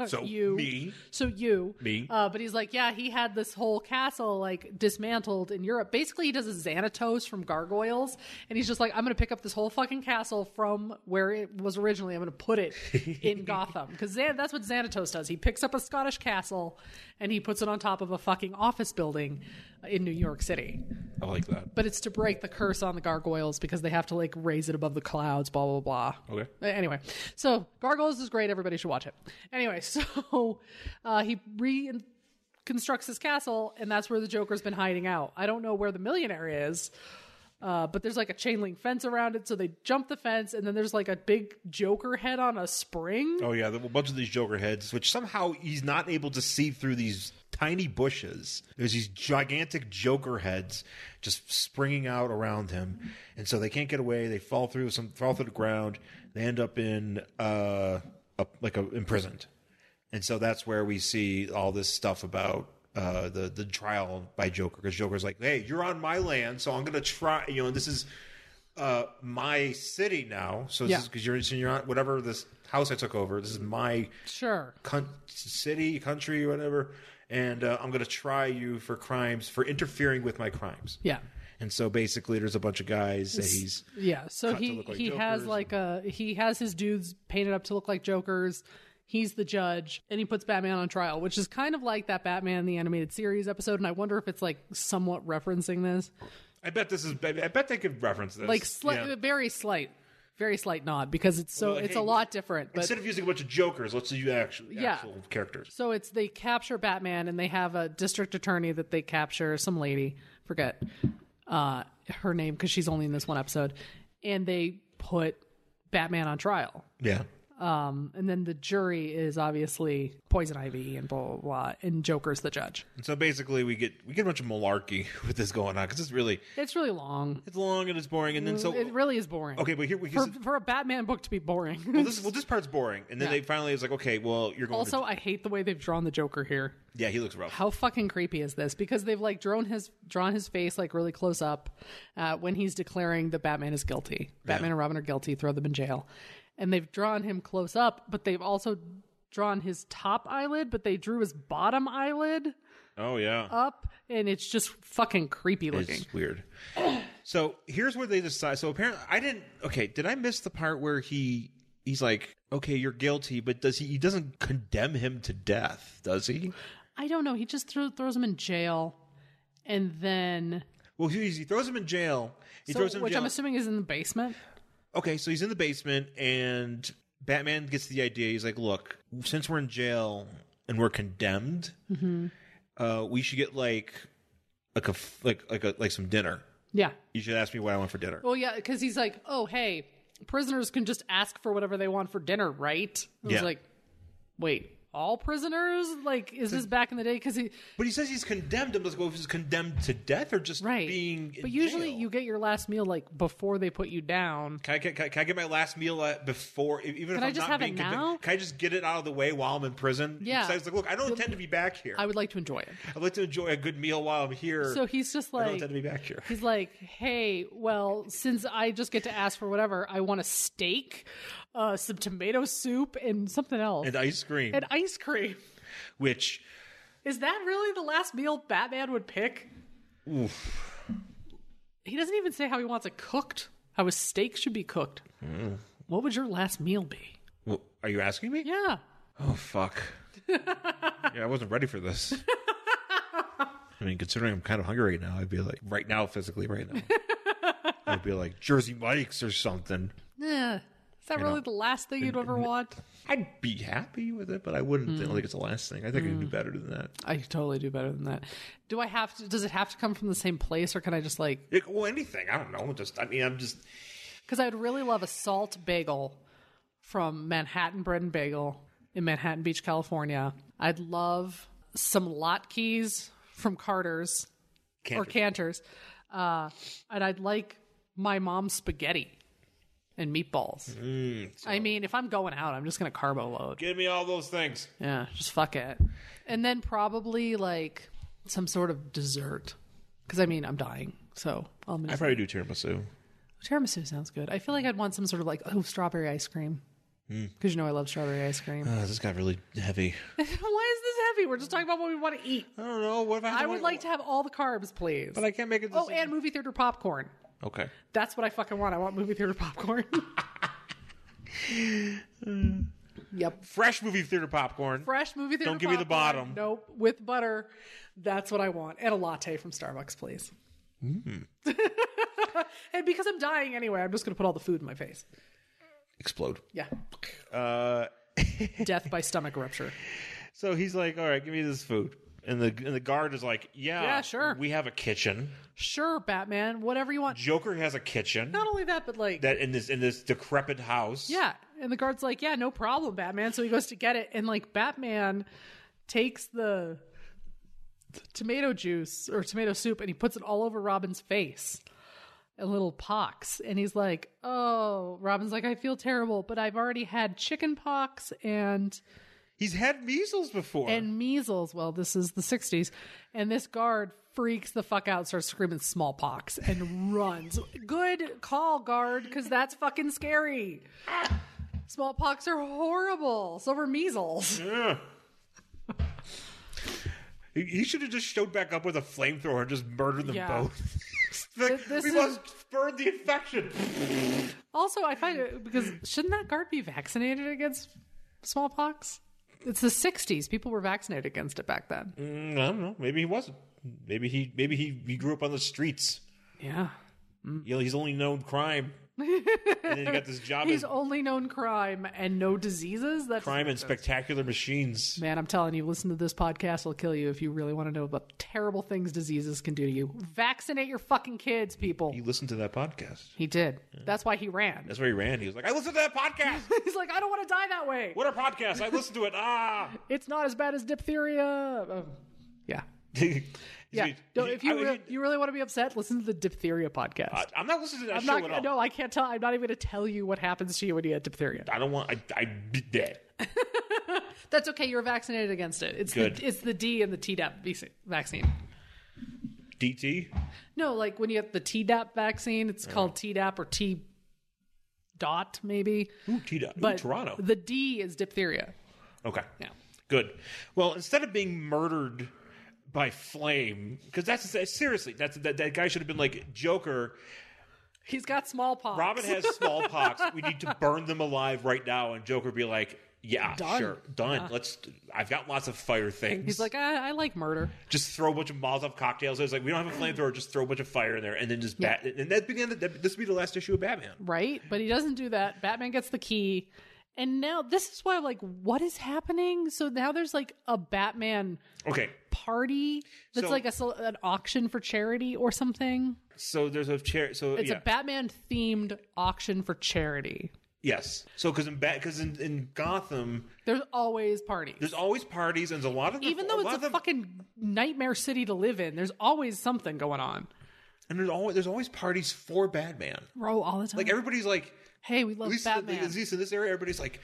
[SPEAKER 2] So
[SPEAKER 1] You.
[SPEAKER 2] me,
[SPEAKER 1] So you
[SPEAKER 2] Me?
[SPEAKER 1] Uh, but he's like, "Yeah, he had this whole castle like dismantled in Europe. Basically, he does a Xanatos from Gargoyles and he's just like, "I'm going to pick up this whole fucking castle from where it was originally. I'm going to put it in Gotham." Cuz that's what Xanatos does. He picks up a Scottish castle and he puts it on top of a fucking office building in New York City
[SPEAKER 2] I like that.
[SPEAKER 1] but it's to break the curse on the gargoyles because they have to like raise it above the clouds blah blah blah
[SPEAKER 2] Okay.
[SPEAKER 1] Uh, anyway so gargoyles is great everybody should watch it anyway so uh, he reconstructs his castle and that's where the joker's been hiding out i don't know where the millionaire is uh, but there's like a chain link fence around it, so they jump the fence, and then there's like a big Joker head on a spring.
[SPEAKER 2] Oh yeah, there were a bunch of these Joker heads, which somehow he's not able to see through these tiny bushes. There's these gigantic Joker heads just springing out around him, and so they can't get away. They fall through some fall through the ground. They end up in uh a, like a, imprisoned, and so that's where we see all this stuff about. Uh, the the trial by Joker because Joker's like, hey, you're on my land, so I'm gonna try. You know, this is uh, my city now. So
[SPEAKER 1] Yeah.
[SPEAKER 2] this is because you're, so you're on whatever this house I took over. This is my
[SPEAKER 1] Sure.
[SPEAKER 2] con- city, country, whatever. and uh, I'm going to try you for crimes for interfering with my crimes.
[SPEAKER 1] Yeah.
[SPEAKER 2] And so basically, there's a bunch of guys that he's
[SPEAKER 1] Yeah. So
[SPEAKER 2] cut to
[SPEAKER 1] he
[SPEAKER 2] look like
[SPEAKER 1] he has
[SPEAKER 2] Jokers
[SPEAKER 1] like a he has his dudes painted up to look like Jokers. He's the judge, and he puts Batman on trial, which is kind of like that Batman the animated series episode. And I wonder if it's like somewhat referencing this,
[SPEAKER 2] I bet this is. I I bet they could reference this.
[SPEAKER 1] like sli-
[SPEAKER 2] Yeah.
[SPEAKER 1] very slight, very slight nod because it's so
[SPEAKER 2] Well,
[SPEAKER 1] it's
[SPEAKER 2] hey,
[SPEAKER 1] a lot different. But
[SPEAKER 2] instead of using a bunch of jokers, let's use actual,
[SPEAKER 1] Yeah.
[SPEAKER 2] actual characters.
[SPEAKER 1] So it's they capture Batman and they have a district attorney that they capture, some lady, forget uh, her name because she's only in this one episode, and they put Batman on trial.
[SPEAKER 2] Yeah.
[SPEAKER 1] Um, and then the jury is obviously Poison Ivy and blah blah blah, and Joker's the judge.
[SPEAKER 2] And so basically, we get we get a bunch of malarkey with this going on because it's really
[SPEAKER 1] It's really long.
[SPEAKER 2] it's long and it's boring. And then so
[SPEAKER 1] Mm, it really is boring.
[SPEAKER 2] okay, but here we
[SPEAKER 1] for, for a Batman book to be boring.
[SPEAKER 2] well this well this part's boring. And then
[SPEAKER 1] Yeah.
[SPEAKER 2] they finally is like, okay, well you're going.
[SPEAKER 1] also,
[SPEAKER 2] to,
[SPEAKER 1] I hate the way they've drawn the Joker here.
[SPEAKER 2] yeah, he looks rough.
[SPEAKER 1] how fucking creepy is this? Because they've like drawn his drawn his face like really close up uh, when he's declaring that Batman is guilty. Batman and Robin are guilty. Throw them in jail. And they've drawn him close up, but they've also drawn his top eyelid, but they drew his bottom eyelid
[SPEAKER 2] oh yeah.
[SPEAKER 1] up, and it's just fucking creepy looking.
[SPEAKER 2] It's weird. So here's where they decide. So apparently, I didn't. Okay, did I miss the part where he he's like, okay, you're guilty, but does he? He doesn't condemn him to death, does he?
[SPEAKER 1] I don't know. He just throw, throws him in jail, and then
[SPEAKER 2] Well, he, he throws him in jail. He
[SPEAKER 1] so-
[SPEAKER 2] throws him in
[SPEAKER 1] which
[SPEAKER 2] jail.
[SPEAKER 1] I'm assuming is in the basement.
[SPEAKER 2] okay, so he's in the basement, and Batman gets the idea. He's like, look, since we're in jail and we're condemned,
[SPEAKER 1] Mm-hmm.
[SPEAKER 2] uh, we should get like like a f- like like a, like some dinner.
[SPEAKER 1] Yeah.
[SPEAKER 2] You should ask me what I want for dinner.
[SPEAKER 1] Well, yeah, because he's like, oh, hey, prisoners can just ask for whatever they want for dinner, right? I was
[SPEAKER 2] Yeah.
[SPEAKER 1] like, wait, all prisoners? Like, is this back in the day? Because he,
[SPEAKER 2] But he says he's condemned. I'm just going, he's condemned to death or just
[SPEAKER 1] right.
[SPEAKER 2] being. in
[SPEAKER 1] but usually
[SPEAKER 2] jail?
[SPEAKER 1] you get your last meal, like, before they put you down.
[SPEAKER 2] Can I, get- can, I- can I get my last meal at, before, e- even if
[SPEAKER 1] I
[SPEAKER 2] I'm
[SPEAKER 1] just
[SPEAKER 2] not
[SPEAKER 1] have it
[SPEAKER 2] being condemned?
[SPEAKER 1] now?
[SPEAKER 2] Can I just get it out of the way while I'm in prison?
[SPEAKER 1] Yeah.
[SPEAKER 2] Because I was like, look, I don't intend to be back here.
[SPEAKER 1] I would like to enjoy it.
[SPEAKER 2] I'd like to enjoy a good meal while I'm here.
[SPEAKER 1] So he's just
[SPEAKER 2] I don't
[SPEAKER 1] like,
[SPEAKER 2] intend to be back here.
[SPEAKER 1] he's like, hey, well, since I just get to ask for whatever, I want a steak, uh, some tomato soup, and something else.
[SPEAKER 2] And ice cream,
[SPEAKER 1] and ice cream.
[SPEAKER 2] which
[SPEAKER 1] Is that really the last meal Batman would pick? He doesn't even say how he wants it cooked, how his steak should be cooked. What would your last meal be?
[SPEAKER 2] well, are you asking me?
[SPEAKER 1] Yeah.
[SPEAKER 2] Oh fuck. yeah, I wasn't ready for this. I mean, considering I'm kind of hungry right now, I'd be like, right now, physically, right now, I'd be like Jersey Mike's or something.
[SPEAKER 1] Eh, Is that really
[SPEAKER 2] know.
[SPEAKER 1] the last thing you'd ever want?
[SPEAKER 2] I'd be happy with it, but I wouldn't
[SPEAKER 1] Hmm.
[SPEAKER 2] think like it's the last thing. I think I can do better than that.
[SPEAKER 1] I could totally do better than that. Do I have to? Does it have to come from the same place, or can I just like?
[SPEAKER 2] Like, well, anything. I don't know. Just I mean, I'm just
[SPEAKER 1] Because I'd really love a salt bagel from Manhattan Bread and Bagel in Manhattan Beach, California. I'd love some latkes from Carter's. or
[SPEAKER 2] can't.
[SPEAKER 1] Cantors. Uh, and I'd like my mom's spaghetti and meatballs. I mean, if I'm going out, I'm just going to carbo load.
[SPEAKER 2] Give me all those things.
[SPEAKER 1] Yeah, just fuck it. And then probably like some sort of dessert. Because I mean, I'm dying. So I'll
[SPEAKER 2] I probably do tiramisu.
[SPEAKER 1] tiramisu sounds good. I feel like I'd want some sort of like, oh, strawberry ice cream.
[SPEAKER 2] Hmm.
[SPEAKER 1] Because you know I love strawberry ice cream.
[SPEAKER 2] Oh, this got really heavy.
[SPEAKER 1] Why is this heavy? We're just talking about what we want to eat.
[SPEAKER 2] I don't know. What if I? have
[SPEAKER 1] I would like to have all the carbs, please.
[SPEAKER 2] but I can't make it.
[SPEAKER 1] oh, and movie theater popcorn.
[SPEAKER 2] okay.
[SPEAKER 1] That's what I fucking want. I want movie theater popcorn. yep.
[SPEAKER 2] Fresh movie theater popcorn.
[SPEAKER 1] Fresh movie theater
[SPEAKER 2] Don't give me the
[SPEAKER 1] popcorn.
[SPEAKER 2] bottom.
[SPEAKER 1] Nope. With butter. That's what I want. And a latte from Starbucks, please.
[SPEAKER 2] Hmm.
[SPEAKER 1] and because I'm dying anyway, I'm just going to put all the food in my face.
[SPEAKER 2] Explode.
[SPEAKER 1] Yeah.
[SPEAKER 2] Uh,
[SPEAKER 1] Death by stomach rupture.
[SPEAKER 2] so he's like, "All right, give me this food." And the and the guard is like, "Yeah,
[SPEAKER 1] Yeah, sure.
[SPEAKER 2] We have a kitchen.
[SPEAKER 1] Sure, Batman. Whatever you want.
[SPEAKER 2] Joker has a kitchen
[SPEAKER 1] Not only that, but like.
[SPEAKER 2] that in this in this decrepit house.
[SPEAKER 1] Yeah. And the guard's like, yeah, no problem, Batman. So he goes to get it. And like, Batman takes the tomato juice or tomato soup and he puts it all over Robin's face, a little pox. And he's like, oh, Robin's like, I feel terrible, but I've already had chicken pox and.
[SPEAKER 2] he's had measles before.
[SPEAKER 1] And measles. Well, this is the 60s. And this guard freaks the fuck out, starts screaming smallpox and runs. Good call, guard, because that's fucking scary. Smallpox are horrible. So are measles.
[SPEAKER 2] He should have just showed back up with a flamethrower and just murdered them
[SPEAKER 1] Yeah.
[SPEAKER 2] both. Like,
[SPEAKER 1] Th- this
[SPEAKER 2] we
[SPEAKER 1] is-
[SPEAKER 2] must burn the infection.
[SPEAKER 1] Also, I find it because shouldn't that guard be vaccinated against smallpox? It's the 60s. People were vaccinated against it back then.
[SPEAKER 2] Mm, I don't know. Maybe he wasn't. Maybe he maybe he, he grew up on the streets.
[SPEAKER 1] Yeah.
[SPEAKER 2] You know, he's only known crime. and then he got this job
[SPEAKER 1] He's
[SPEAKER 2] as
[SPEAKER 1] only known crime and no diseases. That's
[SPEAKER 2] crime and spectacular machines.
[SPEAKER 1] Man, I'm telling you, listen to this podcast. It'll kill you if you really want to know about terrible things diseases can do to you. Vaccinate your fucking kids, people.
[SPEAKER 2] He listened to that podcast.
[SPEAKER 1] He did. That's why he ran.
[SPEAKER 2] That's where he ran. He was like, I listened to that podcast.
[SPEAKER 1] He's like, I don't want to die that way.
[SPEAKER 2] what a podcast. I listened to it. Ah.
[SPEAKER 1] It's not as bad as diphtheria. Um, yeah. Yeah.
[SPEAKER 2] He's-
[SPEAKER 1] No,
[SPEAKER 2] he-
[SPEAKER 1] if you,
[SPEAKER 2] I-
[SPEAKER 1] re-
[SPEAKER 2] he-
[SPEAKER 1] you really want to be upset, listen to the diphtheria podcast.
[SPEAKER 2] I- I'm not listening to that
[SPEAKER 1] I'm
[SPEAKER 2] show
[SPEAKER 1] not.
[SPEAKER 2] at all.
[SPEAKER 1] No, I can't tell. I'm not even going to tell you what happens to you when you get diphtheria.
[SPEAKER 2] I don't want. I, I did that.
[SPEAKER 1] That's okay. You're vaccinated against it. It's
[SPEAKER 2] Good.
[SPEAKER 1] the it's the D and the Tdap vac- vaccine.
[SPEAKER 2] DT.
[SPEAKER 1] No, like when you get the Tdap vaccine, it's called Tdap or T dot maybe.
[SPEAKER 2] Ooh, T dot. Ooh,
[SPEAKER 1] But
[SPEAKER 2] Toronto.
[SPEAKER 1] the D is diphtheria.
[SPEAKER 2] Okay.
[SPEAKER 1] Yeah.
[SPEAKER 2] Good. Well, instead of being murdered by flame, because that's that- seriously that's that, that guy should have been like Joker.
[SPEAKER 1] He's got smallpox.
[SPEAKER 2] Robin has smallpox. we need to burn them alive right now, and Joker be like. Yeah,
[SPEAKER 1] Done.
[SPEAKER 2] sure, done. Let's. I've got lots of fire things.
[SPEAKER 1] He's like, I, I like murder.
[SPEAKER 2] just throw a bunch of Molotov cocktails. It's like we don't have a flamethrower. Just throw a bunch of fire in there, and then just bat. And that'd be the end. Of, that, this would be the last issue of Batman.
[SPEAKER 1] right? But he doesn't do that. Batman gets the key. And now this is why I'm like, what is happening? So now there's like a Batman
[SPEAKER 2] Okay,
[SPEAKER 1] party that's
[SPEAKER 2] So-
[SPEAKER 1] like a, sol- an auction for charity or something.
[SPEAKER 2] so there's a chair. So
[SPEAKER 1] It's
[SPEAKER 2] yeah.
[SPEAKER 1] a Batman themed auction for charity.
[SPEAKER 2] Yes. So because in because in, in Gotham,
[SPEAKER 1] There's always parties.
[SPEAKER 2] there's always parties, and there's a lot of
[SPEAKER 1] Even though
[SPEAKER 2] lot
[SPEAKER 1] it's
[SPEAKER 2] of
[SPEAKER 1] a
[SPEAKER 2] them-
[SPEAKER 1] fucking nightmare city to live in, there's always something going on.
[SPEAKER 2] and there's always there's always parties for Batman.
[SPEAKER 1] Bro, all the time.
[SPEAKER 2] Like everybody's like,
[SPEAKER 1] hey, we love
[SPEAKER 2] at least,
[SPEAKER 1] Uh-huh. Batman.
[SPEAKER 2] at least in this area, everybody's like,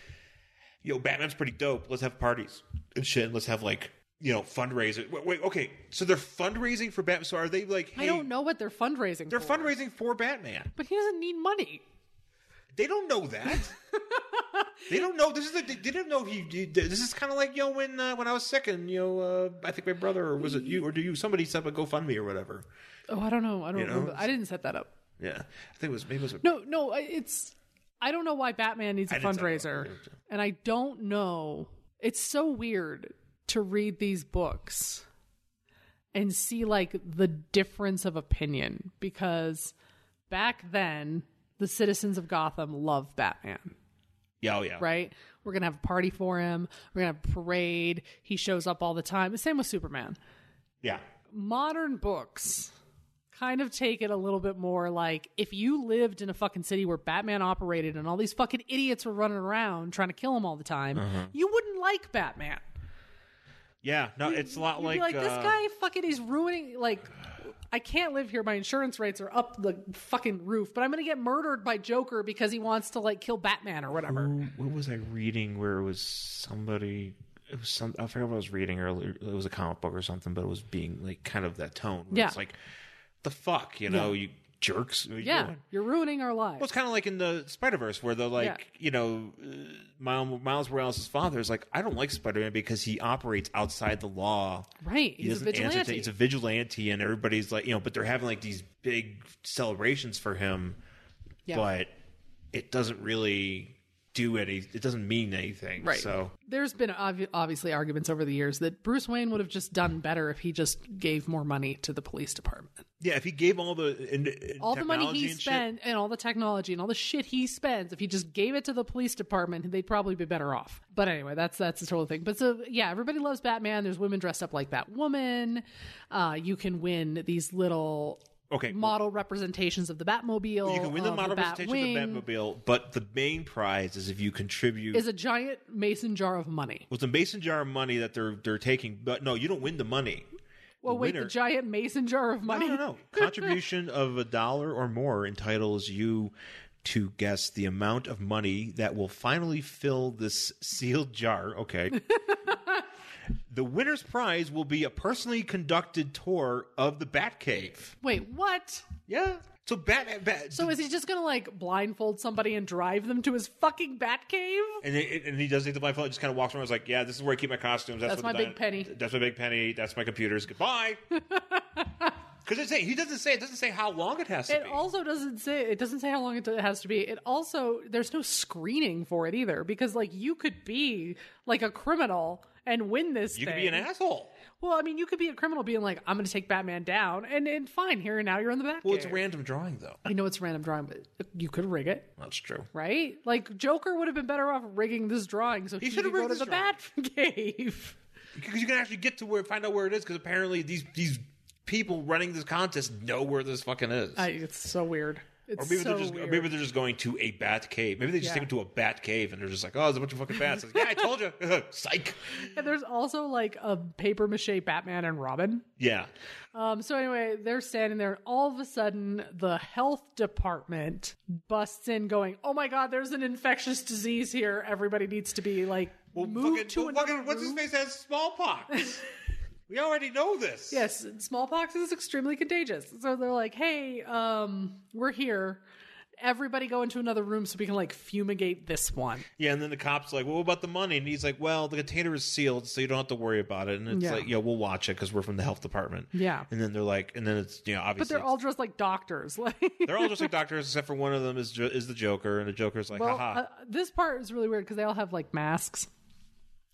[SPEAKER 2] yo, Batman's pretty dope. Let's have parties and shit. and Let's have like you know fundraiser. Wait, wait, okay. So they're fundraising for Batman. So are they like?
[SPEAKER 1] I
[SPEAKER 2] Hey,
[SPEAKER 1] don't know what they're fundraising
[SPEAKER 2] They're
[SPEAKER 1] for,
[SPEAKER 2] fundraising for Batman.
[SPEAKER 1] but he doesn't need money.
[SPEAKER 2] They don't know that. they don't know. This is the, they didn't know he. he- This is kind of like yo when uh, when I was sick and you know uh, I think my brother or was it you or do you somebody set up a GoFundMe or whatever.
[SPEAKER 1] Oh, I don't know. I don't
[SPEAKER 2] know?
[SPEAKER 1] remember. I didn't set that up.
[SPEAKER 2] Yeah, I think it was maybe it was.
[SPEAKER 1] No, no, I- it's I don't know why Batman needs a
[SPEAKER 2] didn't say
[SPEAKER 1] fundraiser. And I don't know. It's so weird to read these books and see like the difference of opinion because back then the citizens of Gotham loved Batman
[SPEAKER 2] Yeah, oh yeah.
[SPEAKER 1] right? We're gonna have a party for him. We're gonna have a parade. He shows up all the time. The same with Superman.
[SPEAKER 2] Yeah,
[SPEAKER 1] Modern books kind of take it a little bit more like if you lived in a fucking city where Batman operated and all these fucking idiots were running around trying to kill him all the time, you wouldn't like Batman.
[SPEAKER 2] yeah. No, it's a lot
[SPEAKER 1] You'd
[SPEAKER 2] like,
[SPEAKER 1] be like, this
[SPEAKER 2] uh,
[SPEAKER 1] guy fucking is ruining like. I can't live here. My insurance rates are up the fucking roof, but I'm going to get murdered by Joker because he wants to like kill Batman or whatever.
[SPEAKER 2] who- What was I reading? Where it was somebody. It was some. I forget what I was reading earlier. It was a comic book or something, but it was being like kind of that tone. where
[SPEAKER 1] Yeah.
[SPEAKER 2] It's like the fuck, you know, you jerks. What are you
[SPEAKER 1] Yeah,
[SPEAKER 2] doing?
[SPEAKER 1] you're ruining our lives.
[SPEAKER 2] Well, it's kind of like in the Spider Verse, where they're like,
[SPEAKER 1] Yeah.
[SPEAKER 2] you know, uh, Miles Miles Morales' father is like, I don't like Spider Man because he operates outside the law.
[SPEAKER 1] Right.
[SPEAKER 2] He
[SPEAKER 1] He's a
[SPEAKER 2] doesn't answer
[SPEAKER 1] vigilante.
[SPEAKER 2] to- he's a vigilante, and everybody's like, you know, but they're having like these big celebrations for him,
[SPEAKER 1] Yeah.
[SPEAKER 2] but it doesn't really do any. It doesn't mean anything.
[SPEAKER 1] Right.
[SPEAKER 2] So
[SPEAKER 1] There's been obvi- obviously arguments over the years that Bruce Wayne would have just done better if he just gave more money to the police department.
[SPEAKER 2] yeah, if he gave all the and, and
[SPEAKER 1] All the money
[SPEAKER 2] technology
[SPEAKER 1] he
[SPEAKER 2] and shit-
[SPEAKER 1] spent and all the technology and all the shit he spends, if he just gave it to the police department, they'd probably be better off. But anyway, that's that's the total thing. But so yeah, everybody loves Batman. There's women dressed up like that woman. Uh, you can win these little
[SPEAKER 2] okay,
[SPEAKER 1] model representations of the Batmobile.
[SPEAKER 2] you can win the
[SPEAKER 1] of
[SPEAKER 2] model presentation
[SPEAKER 1] Batwing,
[SPEAKER 2] of the Batmobile, but the main prize is if you contribute
[SPEAKER 1] Is a giant mason jar of money.
[SPEAKER 2] Well, it's a mason jar of money that they're they're taking, but no, you don't win the money.
[SPEAKER 1] Well, wait,
[SPEAKER 2] winner-
[SPEAKER 1] the giant mason jar of
[SPEAKER 2] No,
[SPEAKER 1] money.
[SPEAKER 2] no, no. Contribution of a dollar or more entitles you to guess the amount of money that will finally fill this sealed jar. Okay. The winner's prize will be a personally conducted tour of the Batcave.
[SPEAKER 1] Wait, what?
[SPEAKER 2] Yeah. So Bat, Bat
[SPEAKER 1] So is he just gonna like blindfold somebody and drive them to his fucking bat cave?
[SPEAKER 2] and, it, and he does take the blindfold. Just kind of walks around. He's like, "Yeah, this is where I keep my costumes. That's,
[SPEAKER 1] That's
[SPEAKER 2] what
[SPEAKER 1] my
[SPEAKER 2] the
[SPEAKER 1] big penny.
[SPEAKER 2] That's my big penny. That's my computers. Goodbye." Because it's he doesn't say it doesn't say how long it has to
[SPEAKER 1] It
[SPEAKER 2] be.
[SPEAKER 1] also doesn't say it doesn't say how long it has to be. It also there's no screening for it either because like you could be like a criminal and win this.
[SPEAKER 2] you
[SPEAKER 1] thing.
[SPEAKER 2] could be an asshole.
[SPEAKER 1] Well, I mean, you could be a criminal being like, I'm going to take Batman down, and and fine, here and now you're on the Batcave.
[SPEAKER 2] Well, it's a random drawing though.
[SPEAKER 1] I know it's a random drawing, but you could rig it,
[SPEAKER 2] That's true.
[SPEAKER 1] right? Like Joker would have been better off rigging this drawing so he,
[SPEAKER 2] should
[SPEAKER 1] could
[SPEAKER 2] have
[SPEAKER 1] go to
[SPEAKER 2] rigged
[SPEAKER 1] the Batcave.
[SPEAKER 2] Because you can actually get to where find out where it is. Because apparently these these people running this contest know where this fucking is.
[SPEAKER 1] I, it's so weird. It's
[SPEAKER 2] or maybe
[SPEAKER 1] so
[SPEAKER 2] they're just or
[SPEAKER 1] weird.
[SPEAKER 2] maybe they're just going to a bat cave. Maybe they just
[SPEAKER 1] Yeah.
[SPEAKER 2] take them to a bat cave and they're just like, oh, there's a bunch of fucking bats. It's like, yeah, I told you, psych.
[SPEAKER 1] and there's also like a paper mache Batman and Robin.
[SPEAKER 2] Yeah,
[SPEAKER 1] Um, so anyway, they're standing there, and all of a sudden, the health department busts in, going, "Oh my God, there's an infectious disease here. Everybody needs to be like moved
[SPEAKER 2] fucking,
[SPEAKER 1] to
[SPEAKER 2] well,
[SPEAKER 1] another
[SPEAKER 2] fucking- what's his
[SPEAKER 1] room."
[SPEAKER 2] face has smallpox. we already know this.
[SPEAKER 1] Yes, smallpox is extremely contagious. So they're like, "Hey, um, we're here. Everybody go into another room so we can like fumigate this one."
[SPEAKER 2] Yeah, and then the cops like, well, what about the money? And he's like, well, the container is sealed, so you don't have to worry about it. And it's
[SPEAKER 1] Yeah.
[SPEAKER 2] like, yeah, we'll watch it because we're from the health department.
[SPEAKER 1] Yeah.
[SPEAKER 2] And then they're like, and then it's you know
[SPEAKER 1] But
[SPEAKER 2] obviously
[SPEAKER 1] they're all dressed like doctors. Like
[SPEAKER 2] they're all just like doctors except for one of them is jo- is the Joker, and the Joker's like,
[SPEAKER 1] Well,
[SPEAKER 2] haha.
[SPEAKER 1] uh, this part is really weird because they all have like masks.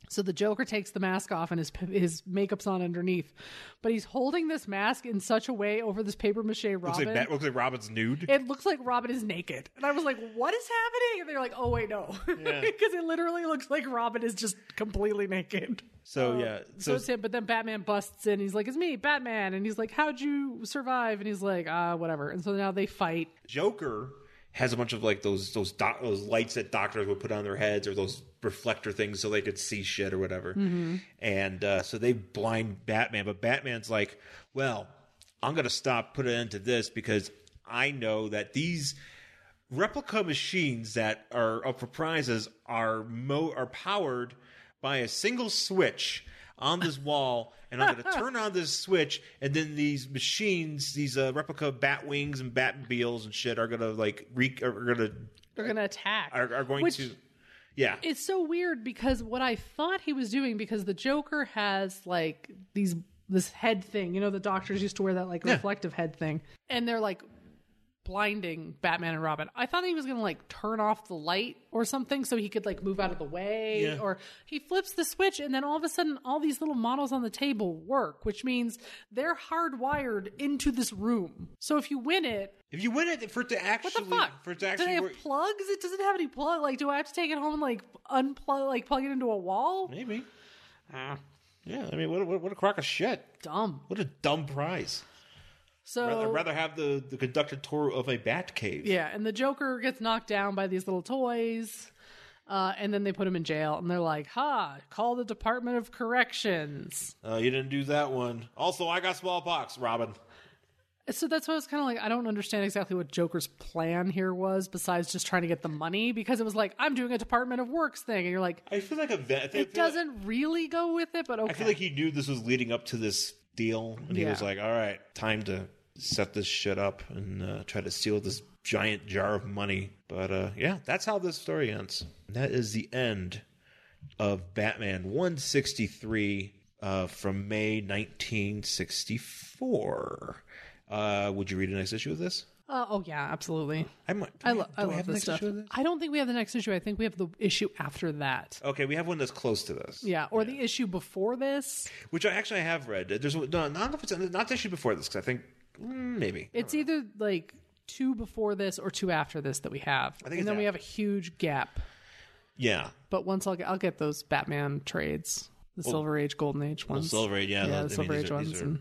[SPEAKER 1] So the Joker takes the mask off and his his makeup's on underneath, but he's holding this mask in such a way over this paper mache
[SPEAKER 2] looks
[SPEAKER 1] Robin.
[SPEAKER 2] like Bat- looks like Robin's nude.
[SPEAKER 1] it looks like Robin is naked, and I was like, "What is happening?" And they're like, "Oh wait, no," because it literally looks like Robin is just completely naked.
[SPEAKER 2] so yeah,
[SPEAKER 1] uh, So,
[SPEAKER 2] so,
[SPEAKER 1] it's him, but then Batman busts in. He's like, "It's me, Batman," and he's like, "How'd you survive?" And he's like, "Ah, whatever." And so now they fight.
[SPEAKER 2] Joker has a bunch of like those those doc- those lights that doctors would put on their heads or those reflector things so they could see shit or whatever. And uh, so they blind Batman, but Batman's like, "Well, I'm gonna stop, put an end to this because I know that these." Replica machines that are up for prizes are mo are powered by a single switch on this wall, and I'm going to turn on this switch, and then these machines, these uh, replica bat wings and bat beals and shit, are going to like re- are going to
[SPEAKER 1] They're gonna attack.
[SPEAKER 2] are, are going
[SPEAKER 1] Which-
[SPEAKER 2] to yeah.
[SPEAKER 1] it's so weird because what I thought he was doing because the Joker has like these this head thing, you know, the doctors used to wear that like reflective head thing, and they're like blinding Batman and Robin. I thought he was gonna like turn off the light or something so he could like move out of the way, or he flips the switch and then all of a sudden all these little models on the table work, which means they're hardwired into this room. So if you win it,
[SPEAKER 2] If you win it for it to
[SPEAKER 1] what the
[SPEAKER 2] actually
[SPEAKER 1] fuck?
[SPEAKER 2] for it to
[SPEAKER 1] Do they
[SPEAKER 2] actually
[SPEAKER 1] have
[SPEAKER 2] work-
[SPEAKER 1] plugs? It doesn't have any plug. Like, do I have to take it home and like unplug, like plug it into a wall?
[SPEAKER 2] maybe
[SPEAKER 1] Ah.
[SPEAKER 2] yeah. I mean, what, a- what what a crock of shit!
[SPEAKER 1] Dumb.
[SPEAKER 2] What a dumb prize.
[SPEAKER 1] So
[SPEAKER 2] I'd rather have the the conducted tour of a bat cave.
[SPEAKER 1] yeah, and the Joker gets knocked down by these little toys, uh, and then they put him in jail, and they're like, "Ha! Call the Department of Corrections."
[SPEAKER 2] Uh, you didn't do that one. Also, I got smallpox, Robin.
[SPEAKER 1] So that's why I was kind of like, I don't understand exactly what Joker's plan here was, besides just trying to get the money, because it was like, I'm doing a Department of Works thing, and you're like,
[SPEAKER 2] I feel like a vet. I feel- I
[SPEAKER 1] it
[SPEAKER 2] feel like-
[SPEAKER 1] doesn't really go with it, but okay.
[SPEAKER 2] I feel like he knew this was leading up to this deal, and he
[SPEAKER 1] Yeah.
[SPEAKER 2] was like, "All right, time to set this shit up and uh, try to steal this giant jar of money." But uh, yeah, that's how this story ends. That is the end of Batman 163 uh, from May 1964. Uh, would you read the next issue of this?
[SPEAKER 1] uh, oh yeah, absolutely.
[SPEAKER 2] I might.
[SPEAKER 1] I, lo- I
[SPEAKER 2] do
[SPEAKER 1] love
[SPEAKER 2] have the
[SPEAKER 1] this
[SPEAKER 2] next
[SPEAKER 1] stuff.
[SPEAKER 2] issue of this?
[SPEAKER 1] I don't think we have the next issue. I think we have the issue after that.
[SPEAKER 2] Okay, we have one that's close to this.
[SPEAKER 1] Yeah, or the issue before this.
[SPEAKER 2] which I actually have read. There's no, no, not if it's not the issue before this because I think mm, maybe
[SPEAKER 1] It's either like two before this or two after this that we have,
[SPEAKER 2] think it's
[SPEAKER 1] and then we have
[SPEAKER 2] after.
[SPEAKER 1] a huge gap.
[SPEAKER 2] yeah.
[SPEAKER 1] But once I'll get, I'll get those Batman trades, the Silver Age, Golden Age ones,
[SPEAKER 2] Silver Age, yeah,
[SPEAKER 1] yeah,
[SPEAKER 2] that- I
[SPEAKER 1] the
[SPEAKER 2] mean,
[SPEAKER 1] Silver
[SPEAKER 2] these
[SPEAKER 1] Age
[SPEAKER 2] are- these
[SPEAKER 1] ones.
[SPEAKER 2] are-
[SPEAKER 1] and-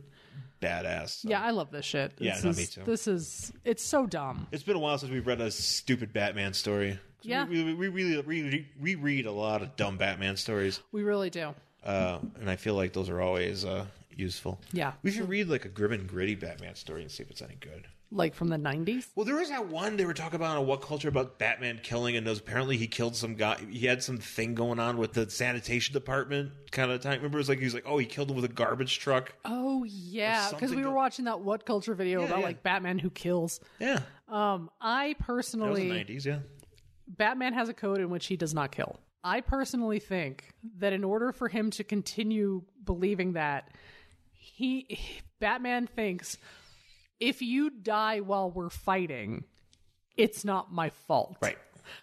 [SPEAKER 2] Badass. so.
[SPEAKER 1] yeah, I love this shit.
[SPEAKER 2] Yeah,
[SPEAKER 1] this
[SPEAKER 2] no,
[SPEAKER 1] is,
[SPEAKER 2] me too.
[SPEAKER 1] This is it's so dumb.
[SPEAKER 2] it's been a while since we've read a stupid Batman story.
[SPEAKER 1] Yeah.
[SPEAKER 2] we, we, we really we, we read a lot of dumb Batman stories,
[SPEAKER 1] We really do.
[SPEAKER 2] uh, and I feel like those are always uh, useful.
[SPEAKER 1] Yeah.
[SPEAKER 2] we should read like a grim and gritty Batman story and see if it's any good.
[SPEAKER 1] like from the 90s.
[SPEAKER 2] Well, there was that one they were talking about on what culture about Batman killing, and those apparently he killed some guy. He had some thing going on with the sanitation department kind of time. Remember, it was like he was like, oh, he killed him with a garbage truck.
[SPEAKER 1] Oh yeah, because
[SPEAKER 2] something
[SPEAKER 1] we were
[SPEAKER 2] go-
[SPEAKER 1] watching that what culture video about
[SPEAKER 2] yeah.
[SPEAKER 1] like Batman who kills.
[SPEAKER 2] Yeah,
[SPEAKER 1] Um, I
[SPEAKER 2] that was
[SPEAKER 1] personally
[SPEAKER 2] the nineties. Yeah,
[SPEAKER 1] Batman has a code in which he does not kill. I personally think that in order for him to continue believing that, he Batman thinks if you die while we're fighting, it's not my fault.
[SPEAKER 2] Right.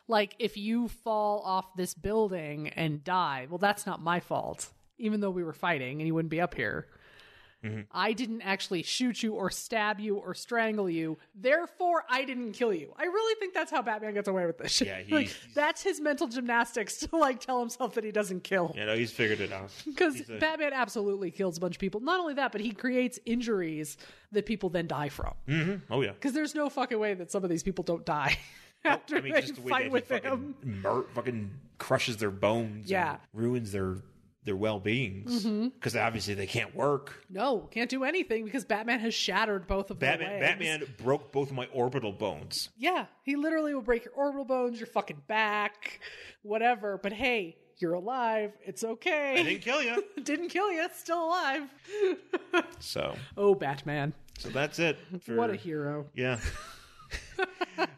[SPEAKER 1] Like if you fall off this building and die, well that's not my fault. Even though we were fighting and you wouldn't be up here.
[SPEAKER 2] Mm-hmm.
[SPEAKER 1] I didn't actually shoot you or stab you or strangle you. Therefore, I didn't kill you. I really think that's how Batman gets away with this shit.
[SPEAKER 2] Yeah, he-
[SPEAKER 1] like, that's his mental gymnastics to like tell himself that he doesn't kill.
[SPEAKER 2] you know, he's figured it out.
[SPEAKER 1] Because Batman absolutely kills a bunch of people. Not only that, but he creates injuries that people then die from. Because
[SPEAKER 2] Oh yeah.
[SPEAKER 1] there's no fucking way that some of these people don't die after
[SPEAKER 2] Oh, I mean,
[SPEAKER 1] they
[SPEAKER 2] just the way
[SPEAKER 1] fight
[SPEAKER 2] that
[SPEAKER 1] with
[SPEAKER 2] he
[SPEAKER 1] him.
[SPEAKER 2] fucking, mur- fucking crushes their bones.
[SPEAKER 1] Yeah. Mm-hmm.
[SPEAKER 2] and ruins their their well beings because obviously they can't work.
[SPEAKER 1] No, can't do anything because Batman has shattered both of
[SPEAKER 2] Batman,
[SPEAKER 1] their legs.
[SPEAKER 2] Batman broke both of my orbital bones.
[SPEAKER 1] Yeah, he literally will break your orbital bones, your fucking back, whatever. But hey, you're alive. It's okay.
[SPEAKER 2] I didn't kill you.
[SPEAKER 1] Didn't kill you. It's still alive.
[SPEAKER 2] So,
[SPEAKER 1] oh, Batman.
[SPEAKER 2] so that's it. For,
[SPEAKER 1] What a hero.
[SPEAKER 2] Yeah.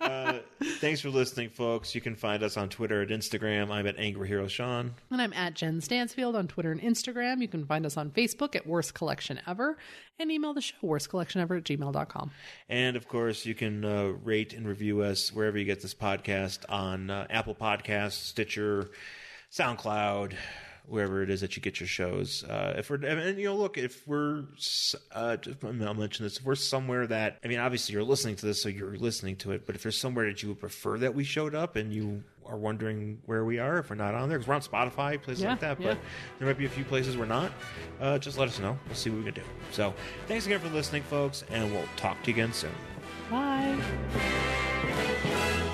[SPEAKER 2] uh, thanks for listening, folks. You can find us on Twitter at Instagram. I'm at Angry Hero Sean.
[SPEAKER 1] And I'm at Jen Stansfield on Twitter and Instagram. You can find us on Facebook at Worst Collection Ever and email the show worstcollectionever at gmail.com.
[SPEAKER 2] And of course, you can uh, rate and review us wherever you get this podcast on uh, Apple Podcasts, Stitcher, SoundCloud, wherever it is that you get your shows. Uh, if we're and, and, you know, look, if we're s- uh, just- I'll mention this, if we're somewhere that I mean, obviously you're listening to this, so you're listening to it. But if there's somewhere that you would prefer that we showed up, and you are wondering where we are, if we're not on there, because we're on Spotify, places
[SPEAKER 1] Yeah,
[SPEAKER 2] like that, but
[SPEAKER 1] yeah.
[SPEAKER 2] there might be a few places we're not. Uh, just let us know. We'll see what we can do. So, thanks again for listening, folks, and we'll talk to you again soon.
[SPEAKER 1] Bye.
[SPEAKER 6] Thank